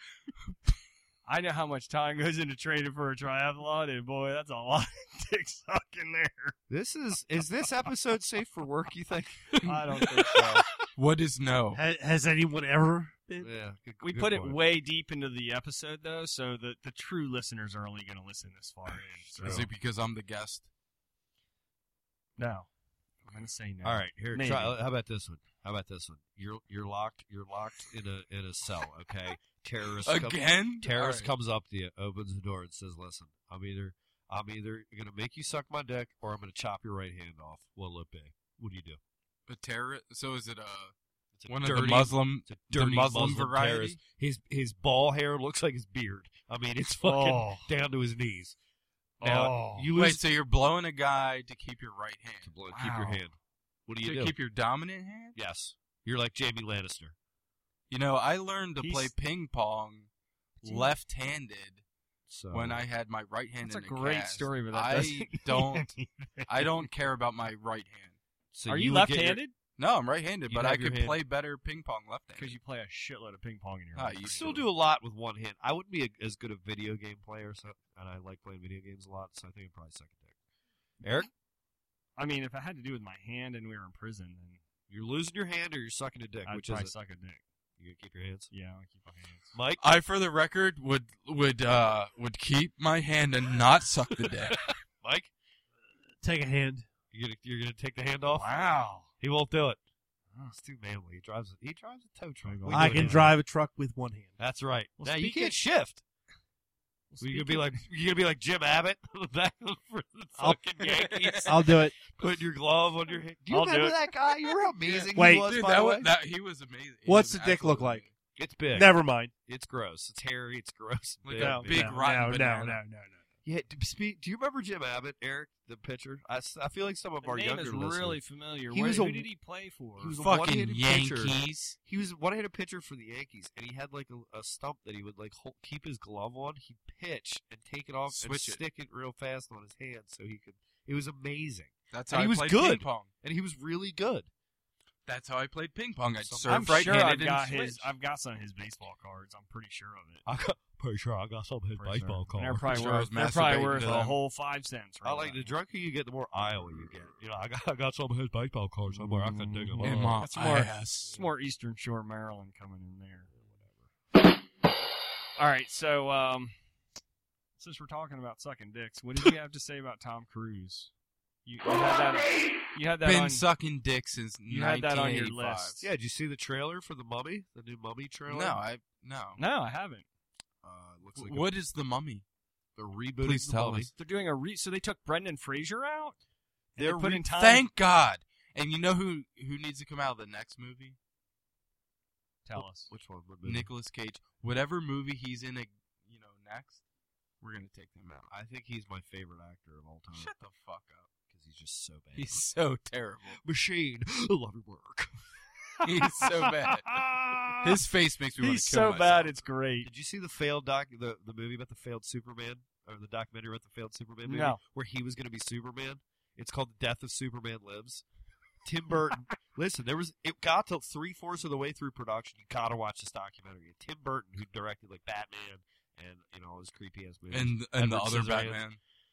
I know how much time goes into training for a triathlon, and boy, that's a lot of [laughs] dick sucking there. This is is this episode safe for work? You think? I don't think [laughs] so. What is no? Ha- Has anyone ever been? Yeah. Good, We good put it point. way deep into the episode, though, so that the true listeners are only going to listen this far in. So. Is it because I'm the guest? No. I'm gonna say no. All right, here. Maybe. Try, how about this one? How about this one? You're you're locked. You're locked in a in a cell. Okay, [laughs] terrorist come- Again? terrorist All right. comes up to you, opens the door, and says, "Listen, I'm either I'm either gonna make you suck my dick, or I'm gonna chop your right hand off." What'll it be? What do you do? A terror. So is it a It's a one of dirty- the Muslim, it's a the dirty Muslim, Muslim variety? terrorist. His his ball hair looks like his beard. I [laughs] mean, it's fucking Oh. down to his knees. Now you lose. Wait, so you're blowing a guy to keep your right hand. To blow, Keep your hand. What do you to do? keep your dominant hand? Yes, you're like Jamie Lannister. You know, I learned to He's- play ping pong Gee. left-handed So when I had my right hand. That's in a the great cast. story, but that doesn't I mean [laughs] don't. [laughs] anything. I don't care about my right hand. So Are you you would get your- left-handed? no, I'm right-handed, You'd but I have your could hand- play better ping pong left-handed. because you play a shitload of ping pong in your Ah, life. you You still do a lot with one hand. I wouldn't be a, as good a video game player, so and I like playing video games a lot, so I think I'm probably second dick. Eric, I mean, if I had to do with my hand and we were in prison, then you're losing your hand or you're sucking a dick, I'd which is probably it? suck a dick. You gonna keep your hands? Yeah, I keep my hands. Mike, I, for the record, would would uh would keep my hand and not suck the dick. Mike, Take a hand. you gonna you're gonna take the hand off? [laughs] Wow, he won't do it. It's too manly. He drives he drives a tow truck. We I know can that. drive a truck with one hand. That's right. Well, now you speaking- can't shift. Well, you gonna be speaking- like you gonna be like Jim Abbott [laughs] on the back of the I'll- fucking Yankees. [laughs] [laughs] I'll do it. Put your glove on your hand. Do you I'll do remember it. that guy? You were amazing. Wait. he was, Dude, by that, the was, way. that he was amazing. He What's was the dick look absolutely like? It's big. Never mind. It's gross. It's hairy. It's gross. Like Big, a big. big no, rotten no, no, banana. no, no, no. Yeah. Do, speak, do you remember Jim Abbott, Eric, the pitcher? I, s- I feel like some of The our name younger is listeners- really familiar. He Where- was a- who did he play for? he was a Fucking one-handed pitcher. Yankees. He was one handed pitcher for the Yankees, and he had like a, a stump that he would like hold, keep his glove on. He'd pitch and take it off Switch it. and stick it real fast on his hand so he could. It was amazing, That's And how he I was played good. ping pong. and he was really good. That's how I played ping pong. I'd Some- serve I'm right sure I've handed and got switch. his. I've got some of his baseball cards. I'm pretty sure of it. I got pretty sure I got some his Pretty sure. baseball And They're card. probably Sure I was worth. They're probably masturbating worth to a them. whole five cents. [laughs] I like the drunker you get, the more Iowa you get. You know, I got I got some of his baseball cards somewhere. I can dig them In up. my That's more, ass. it's more Eastern Shore Maryland coming in there. All right, so um, since we're talking about sucking dicks, what did you have to say about Tom Cruise? You, you had that. You had that Been on. sucking dick since You had that on your 1985. list. Yeah, did you see the trailer for the Mummy? The new Mummy trailer? No, I no. No, I haven't. Uh, it looks like what is the mummy? a, the reboot. Please of the tell Mummy. us. They're doing a re. So they took Brendan Fraser out. and They're they put re- in Tom. Thank God. And you know who who needs to come out of the next movie? Tell us. Which one? What movie? Nicholas Cage. Whatever movie he's in, a, you know, next, we're gonna take them out. I think he's my favorite actor of all [laughs] time Shut the fuck up. because he's just so bad. He's so terrible. [laughs] machine. Love your work. He's so [laughs] bad. His face makes me want He's to kill so myself. bad. It's great. Did you see the failed doc? The, the movie about the failed Superman or the documentary about the failed Superman movie No. where he was going to be Superman? It's called The Death of Superman Lives. Tim [laughs] Burton. listen, there was it got to three fourths of the way through production. You gotta watch this documentary. Tim Burton, who directed like Batman and you know all his creepy ass movies, and and the other Edward Scissorhands. Batman.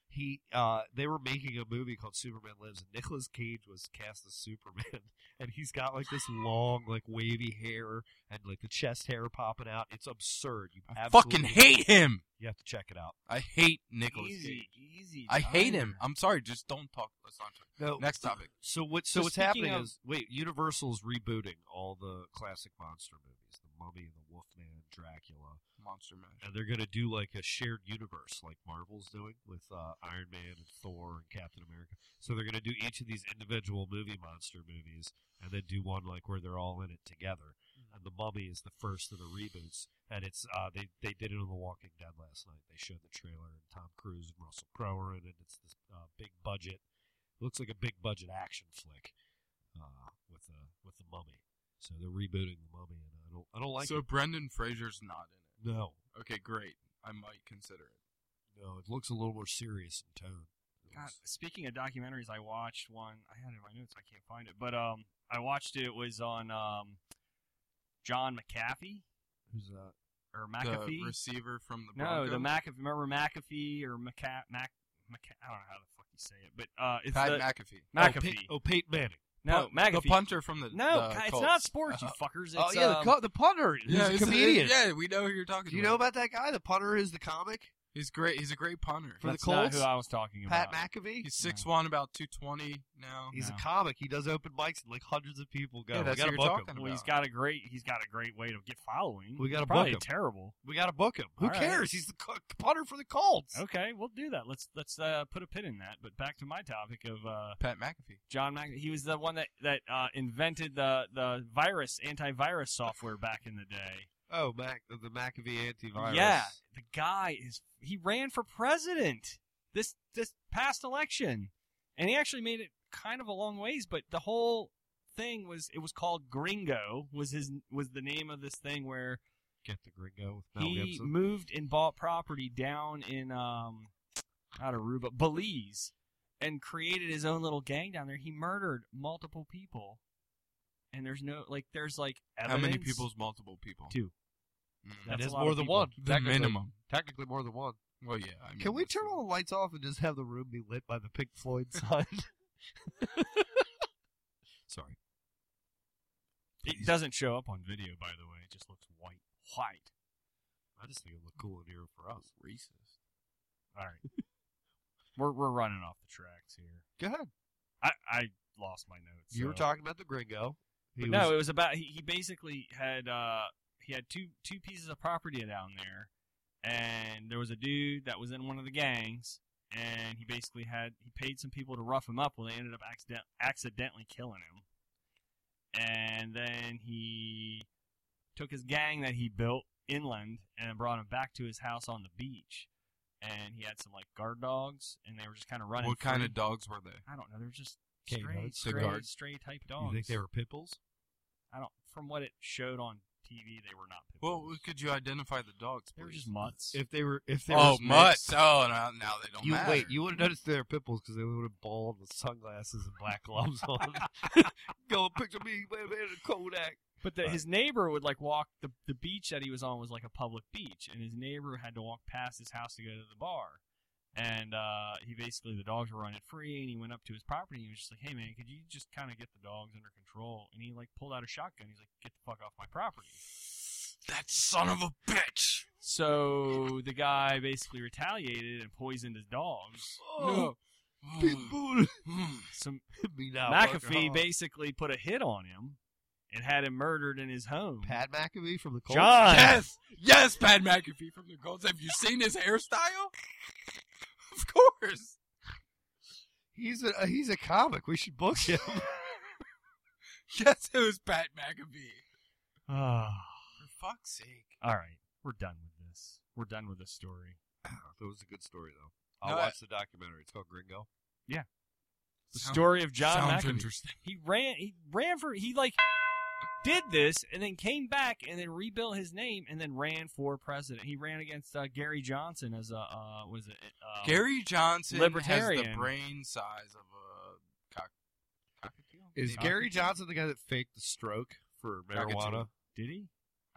he uh they were making a movie called Superman Lives and Nicolas Cage was cast as Superman [laughs] and he's got like this long like wavy hair and like the chest hair popping out. It's absurd. You I absolutely- fucking hate him. You have to check it out. I hate Nicholas Cage. Easy, easy. I hate Tyler. him. I'm sorry. Just don't talk. Let's not talk. No. Next topic. So what so So what's speaking happening of- is wait, Universal's rebooting all the classic monster movies, The Mummy, The Wolfman, Dracula. Monster Mash. And they're going to do like a shared universe like Marvel's doing with uh, Iron Man and Thor and Captain America. So they're going to do each of these individual movie monster movies and then do one like where they're all in it together. And The Mummy is the first of the reboots. And it's uh, they, they did it on The Walking Dead last night. They showed the trailer and Tom Cruise and Russell Crowe are in it. It's this uh, big budget. Looks like a big budget action flick uh, with, uh, with The Mummy. So they're rebooting The Mummy. And I don't, I don't like so it. Brendan Fraser's not in No. it. Okay, great. I might consider it. No, it looks a little more serious in tone. It God, looks- speaking of documentaries, I watched one. I had it in my notes. I can't find it, but um, I watched it. It was on um, John McAfee Who's that? or McAfee. The receiver from the no, Broncos. the McAfee. Remember McAfee or McA Mac? McA- I don't know how the fuck you say it, but uh, it's Pat the, McAfee. McAfee. Oh, Peyton Manning. no, Pun- McAfee. The punter from the no, the God, it's Colts. not sports, you Uh, fuckers. It's, oh yeah, um, the, co- the punter. Who's yeah, a it's- comedian. yeah, we know who you're talking. Do you about. know about that guy? The punter is the comic. He's great. He's a great punter For the That's not Colts? who I was talking Pat about. McAfee. He's six one, about two twenty now. He's a comic. He does open mics and like hundreds of people go. Yeah, we that's gotta what book you're him. talking Well, he's got a great he's got a great way to get following. We gotta He's probably book him. Terrible. We got to book him. Who All right. cares? He's the co- punter for the Colts. Okay, we'll do that. Let's let's uh, put a pin in that. But back to my topic of uh, Pat McAfee. John McAfee. He was the one that that uh, invented the the virus antivirus software back in the day. Oh, Mac, the McAfee antivirus. Yeah, the guy is he ran for president this this past election, and he actually made it kind of a long ways. But the whole thing was it was called Gringo was his was the name of this thing where Get the gringo with Mel he Gibson. moved and bought property down in um not Aruba, Belize, and created his own little gang down there. He murdered multiple people, and there's no like there's like How many evidence. people's multiple people? Two. Mm. That's That a is lot more of than people. one. The technically. minimum. Technically more than one. Well, yeah. I mean, Can we turn all the lights off and just have the room be lit by the Pink [laughs] Floyd sign? Sorry. It doesn't show up on video, by the way. It just looks white. White. I just think it looked cool in here for us. Racist. All right. we're we're running off the tracks here. Go ahead. I I lost my notes. You were so- talking about the gringo. He But no, it was about he, he basically had uh he had two two pieces of property down there, and there was a dude that was in one of the gangs, and he basically had he paid some people to rough him up. Well, they ended up accident, accidentally killing him, and then he took his gang that he built inland and brought him back to his house on the beach. And he had some like guard dogs, and they were just kind of running. What kind free. of dogs were they? I don't know. They're just Cave stray, dogs? The stray, guard- stray type dogs. You think they were pit bulls? I don't. From what it showed on TV, they were not. pit Well, bulls. could you identify the dogs? they were please? just mutts. If they were, if they oh, were mutts. snakes- Oh, now, now they don't you matter. wait. You would have noticed they were pit bulls because they would have bald with sunglasses and black gloves [laughs] on. Go and picture me, man, man, in a Kodak. but the, his neighbor would like walk the the beach that he was on was like a public beach, and his neighbor had to walk past his house to go to the bar. And uh, he basically the dogs were running free, and he went up to his property and he was just like, "Hey man, could you just kind of get the dogs under control?" And he like pulled out a shotgun. He's like, "Get the fuck off my property." That son of a bitch. So the guy basically retaliated and poisoned his dogs. Oh, no. Pit bull. Some Me now, McAfee fucker. basically put a hit on him and had him murdered in his home. Pat McAfee from the Colts. John. Yes, [laughs] yes, Pat McAfee from the Colts. Have you seen his hairstyle? [laughs] of course. He's a he's a comic. We should [laughs] book him. Yes, it was Pat McAfee. Ah. For fuck's sake. all right, we're done with this. We're done with this story. [sighs] that was a good story though. I'll No, watch the documentary. It's called Gringo. The Sound- story of John sounds McAfee. interesting. He ran. He ran for. He like did this and then came back and then rebuilt his name and then ran for president. He ran against uh, Gary Johnson as a uh, was it uh, Gary Johnson has libertarian. the brain size of a cock- cockatiel. Is Maybe. Gary Johnson the guy that faked the stroke for Cockatoo. marijuana? Did he?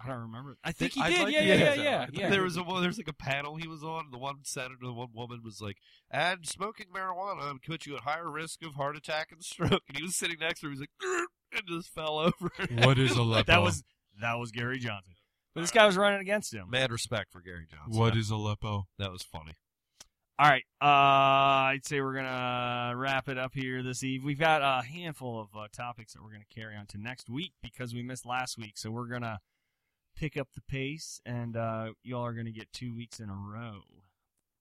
I don't remember. I think he I'd did. like yeah, to yeah, hear yeah, that. yeah, I think yeah. There was a well, there was like a panel he was on. and The one senator, the one woman was like, "And smoking marijuana would put you at higher risk of heart attack and stroke." And he was sitting next to her. He was like, "Grr," and just fell over. What [laughs] is a lepo? that was that was Gary Johnson. But Uh, this guy was running against [laughs] him. mad respect for Gary Johnson. What is Aleppo? that was funny. All right, uh, I'd say we're gonna wrap it up here this eve. We've got a handful of uh, topics that we're gonna carry on to next week because we missed last week, so we're gonna pick up the pace, and uh, y'all are gonna get two weeks in a row.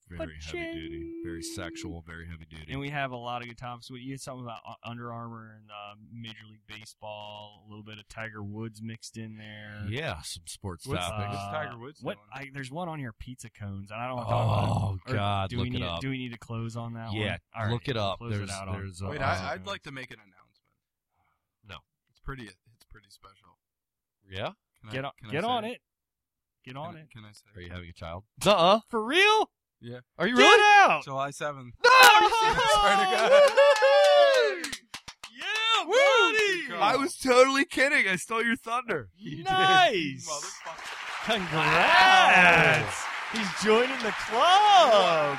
Very heavy duty. Very sexual. Very heavy duty. And we have a lot of good topics. You had something about uh, Under Armour and uh, Major League Baseball, a little bit of Tiger Woods mixed in there. yeah, some sports What's topics. the- Uh, Tiger Woods What? doing? I, there's one on here, pizza cones, and I don't want to talk about it. Oh, Or God, do we look it need, up. Do we need to close on that? Yeah, one? All right, look it up. Close There's- it out on- there's, uh, Wait, Uh, I, I'd like to make an announcement. No. it's pretty. It's pretty special. yeah. Can get I, on, can I get say on it. Get Can on I- it. Can I say? Are you having a child? Uh-uh. For real? Yeah. Are you Get really? out. July seventh. [laughs] Yeah, Good buddy. call. I was totally kidding. I stole [laughs] your thunder. Nice. Motherfucker. Congrats. He's joining the club.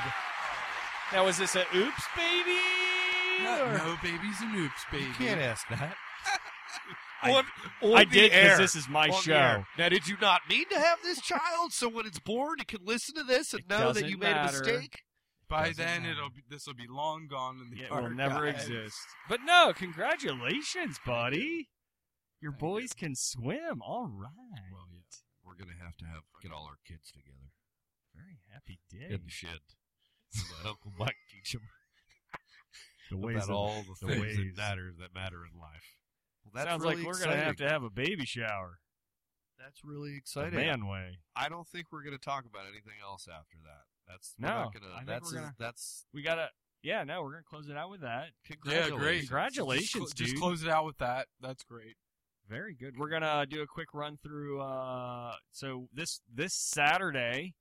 Now, was this an oops, baby? No, or- no babies and oops, baby. You can't ask that. on, on I the did 'cause air. this is my On the show. air. Now, did you not mean to have this child? So when it's born, it can listen to this and know that doesn't you made matter. a mistake. By Doesn't [laughs] then, matter. it'll be, this will be long gone in the It will never archives. exist. But no, congratulations, buddy. Your boys can swim. All right. Well, yeah, we're gonna have to have get all our kids together Very happy day. in the shed. And Let Uncle Mike teach them The ways about of- all the, the things ways. that [laughs] matter that matter in life. Well, Sounds like we're gonna have to have a baby shower. That's really The exciting. man way. I don't think we're gonna talk about anything else after that. That's we're No, not I gonna. think that's we're as- gonna- that's We gotta. Yeah, no, we're gonna close it out with that. Yeah, great. Congratulations, Just, cl- dude. just close it out with that. That's great. Very good. We're gonna do a quick run through. Uh, so this this Saturday,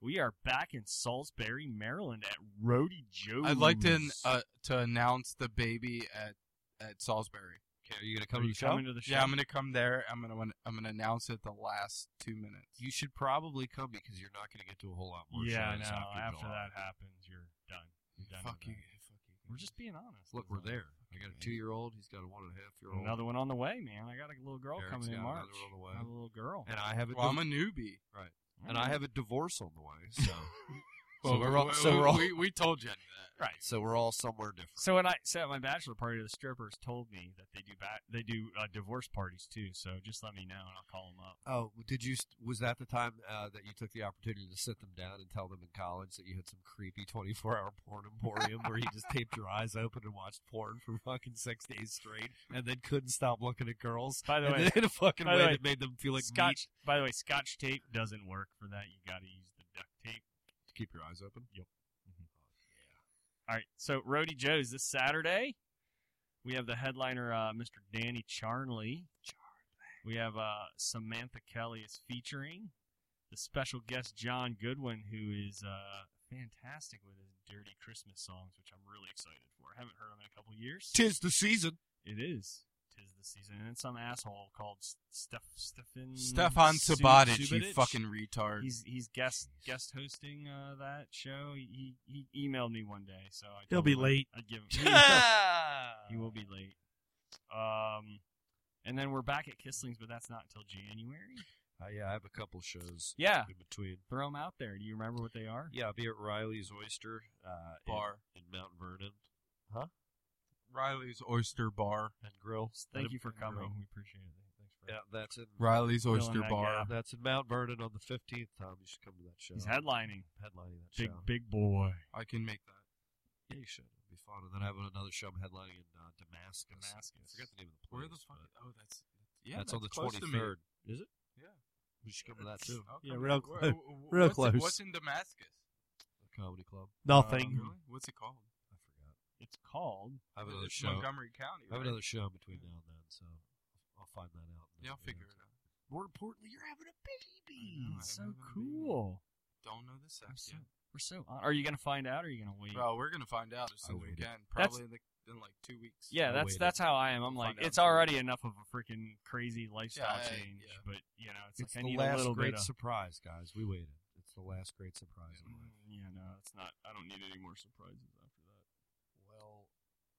we are back in Salisbury, Maryland, at Rody Joe's. I'd like to uh, to announce the baby at at Salisbury. Okay, are you gonna come Are to you the show? coming to the Yeah, show? I'm gonna come there. I'm gonna I'm gonna announce it the last two minutes. You should probably come because you're not gonna get to a whole lot more. yeah, shows no. After, After July. that happens, you're done. You're done Fuck you. with that. Fuck you. We're just being honest. Look, we're there. I got a two-year-old. He's got a one-and-a-half-year-old. Another one on the way, man. I got a little girl Eric's coming in got another March. on the way. Another little girl. and I have a Well, I'm a div- newbie. right, All and I right. have a divorce on the way. [laughs] [laughs] So, Well, so we're all, we- so we're all we, we told Jen that. Right. so we're all somewhere different. So when I so at my bachelor party, the strippers told me that they do ba- they do uh, divorce parties too. So just let me know and I'll call them up. Oh, did you? Was that the time uh, that you took the opportunity to sit them down and tell them in college that you had some creepy twenty-four-hour porn emporium where you [laughs] just taped your eyes open and watched porn for fucking six days straight, and then couldn't stop looking at girls? By the and way- then in a fucking by the way way, that made them feel like meat. Scotch. By the way, Scotch tape doesn't work for that. You got to use the duct tape. Oh, To keep your eyes open. Mm-hmm. All right. So Roadie Joe's this Saturday. We have the headliner, uh, Mr. Danny Charnley. We have uh, Samantha Kelly is featuring the special guest John Goodwin, who is uh, fantastic with his dirty Christmas songs, which I'm really excited for. I haven't heard him in a couple years. Tis the season. It is. Tis the season, and then some asshole called Steph Stefan Stefan Mm, Su- Subotic, you Subotic? fucking retard. He's he's guest guest hosting uh, that show. He, he he emailed me one day, so I He'll told be him [laughs] I'd- late. I'd [laughs] give him. he will be late. Um, and then we're back at Kissling's, but that's not until January. Uh, yeah, I have a couple shows. Yeah. in between. Throw them out there. Do you remember what they are? Yeah, I'll be at Riley's Oyster uh, in- bar. in, Mount Vernon Riley's Oyster Bar. and Grill. Thank And- you for and grill. coming. We appreciate it. Thanks for Yeah, that's in Riley's Filling Oyster that Bar. gap. that's in Mount Vernon on the fifteenth. Tom, you should come to that show. He's headlining. headlining that Big show. big boy. I can make that. Yeah, you should. It'd be fun. And then I have another show I'm headlining in uh, Damascus. I Damascus. forget the name of the place. Where the fuck? but Oh, that's yeah. that's, on the close to me. 23rd. Is it? Yeah. We should come to that too. I'll Yeah, come real to- clo- wh- wh- real what's it- close. what's in Damascus? The comedy club. Um, Nothing. Uh, really? What's it called? I forgot. It's called. I have another It's show. Montgomery County. I have right? another show in between now and then, so I'll, I'll find that out. Yeah, I'll figure it out. More importantly, you're having a baby. I know, I It's so haven't been to Vegas. cool. Don't know the sex so- yet. We're so. Are you gonna find out? or Are you gonna wait? Bro, we're gonna find out as soon I as we waited. can. Probably in, the, in like two weeks. Yeah, I that's waited. that's how I am. I'm find like, out it's in two already enough of a freaking crazy Yeah, lifestyle I- change, yeah. but you know, it's, It's like the I need last a little great bit of. surprise, guys. We waited. It's the last great surprise. in life. yeah, no, it's not. I don't need any more surprises after that. Well,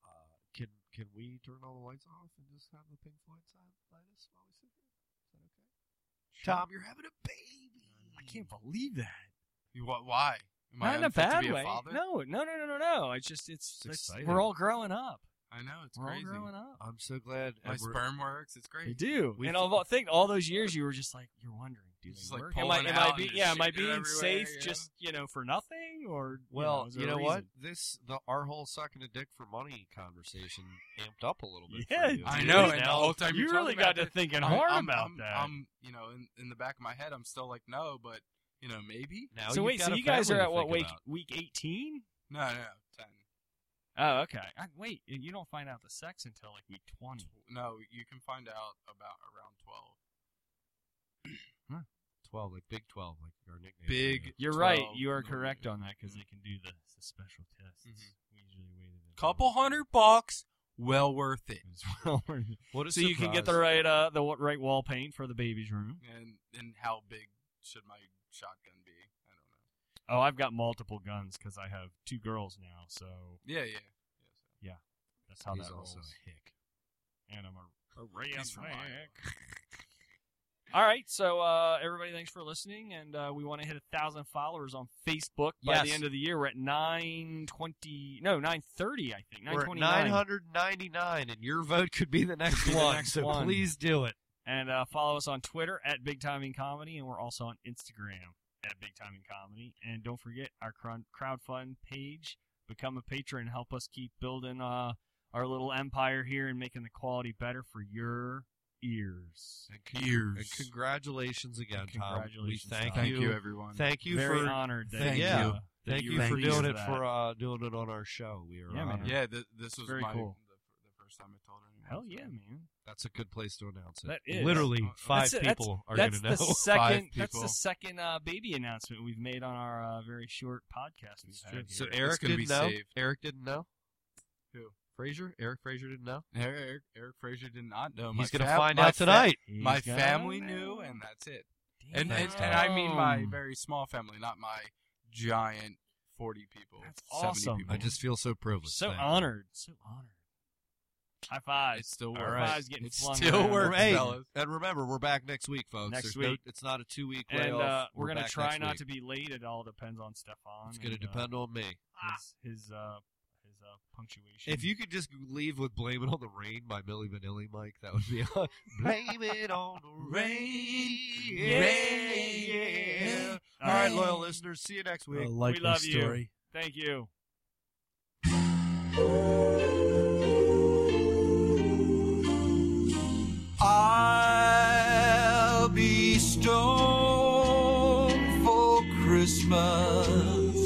uh, can can we turn all the lights off and just have the Pink Floyd silence while we sit here? Is that okay? Tom, you're having a baby. I can't believe that. You, wha- why? Am I not in a unfit to bad be way. father? no, no, no, no, no, no. It's just it's, It's it's- exciting. we're all growing up. I know it's we're crazy. all growing up. I'm so glad. My and we're- sperm works. It's great. They do. We- and all, think all those years you were just like you're wondering, do Just, they like, work? Am I, pulling am out I and be, just yeah, am I shooting it being everywhere, safe yeah. just you know for nothing or Well, is you there a know what? reason? This the our whole sucking a dick for money conversation amped up a little bit. for Yeah, you. I Dude, know. now And the whole time you you're talking really about got to it, thinking I- hard I'm- about I'm- that. I'm, you know, in, in the back of my head, I'm still like, no, but you know, maybe. Now so you've wait, got so a you guys family are to at what think week? about. Week eighteen? No, no, no, ten. Oh, okay. I, wait, you don't find out the sex until like week twenty. No, you can find out about around twelve. Twelve, like Big Twelve, like our nickname. Big- You're 12, right. You are no, correct yeah. on that because they can do the, the special tests. Mhm. We usually waited. until- Couple hundred bucks, well worth it. It was well worth it. What a so you can get the surprise. right uh the wa- right wall paint for the baby's room. And and how big should my shotgun be? I don't know. Oh, I've got multiple guns because I have two girls now. So Yeah, yeah. yeah so. that's how He's that rolls. also a hick. And I'm a All right, so uh, everybody, thanks for listening, and uh, we want to hit a thousand followers on Facebook by the Yes. end of the year. We're at nine twenty, no, nine thirty, I think. Nine We're at twenty nine. 999, and your vote could be the next one. so please do it. And uh, follow us on Twitter at Big Timing Comedy, and we're also on Instagram at Big Timing Comedy. And don't forget our crowd crowdfund page. Become a patron and help us keep building uh, our little empire here and making the quality better for your ears. Years. And congratulations again, Congratulations, Tom. We thank Tom. you. Thank you, everyone. Thank you Very for honored that thank you, yeah, uh, that thank you you were for pleased doing with it that. for uh, doing it on our show. We are Yeah, man. honored. Yeah, th- this was Very my cool. the, the first time I told anyone. Hell yeah, man. That's a good place to announce it. That is literally Uh, five that's a- that's- people are going that's to know. [laughs] The second, five that's people. the second uh, baby announcement we've made on our uh, very short podcast. We've had so here. Eric didn't know. saved. Eric didn't know. Who? Fraser. Eric Fraser didn't know. Eric, Eric, Eric Frazier did not know. He's My gonna fa- find my out tonight. Fa- my He's gonna family know. knew, and that's it. And, and and I mean my very small family, not my giant forty people. That's awesome. People. I just feel so privileged. So Thank you. honored. So honored. High five. It still High All right. fives getting It flung still around. works, Hey, fellas. And remember, we're back next week, folks. Next There's no- week. it's not a two-week And layoff. uh, we're, We're gonna back try next not week. to be late. It all depends on Stefan. It's going and, to uh, depend on me. his his uh, his uh, punctuation. If you could just leave with "Blame It on the Rain" by Millie Vanilli, Mike, that would be. [laughs] Blame it on the rain. Yeah, yeah. Oh. All right, loyal listeners. See you next week. I Uh, like we this love story. you. Thank you. I'll be stoned for Christmas.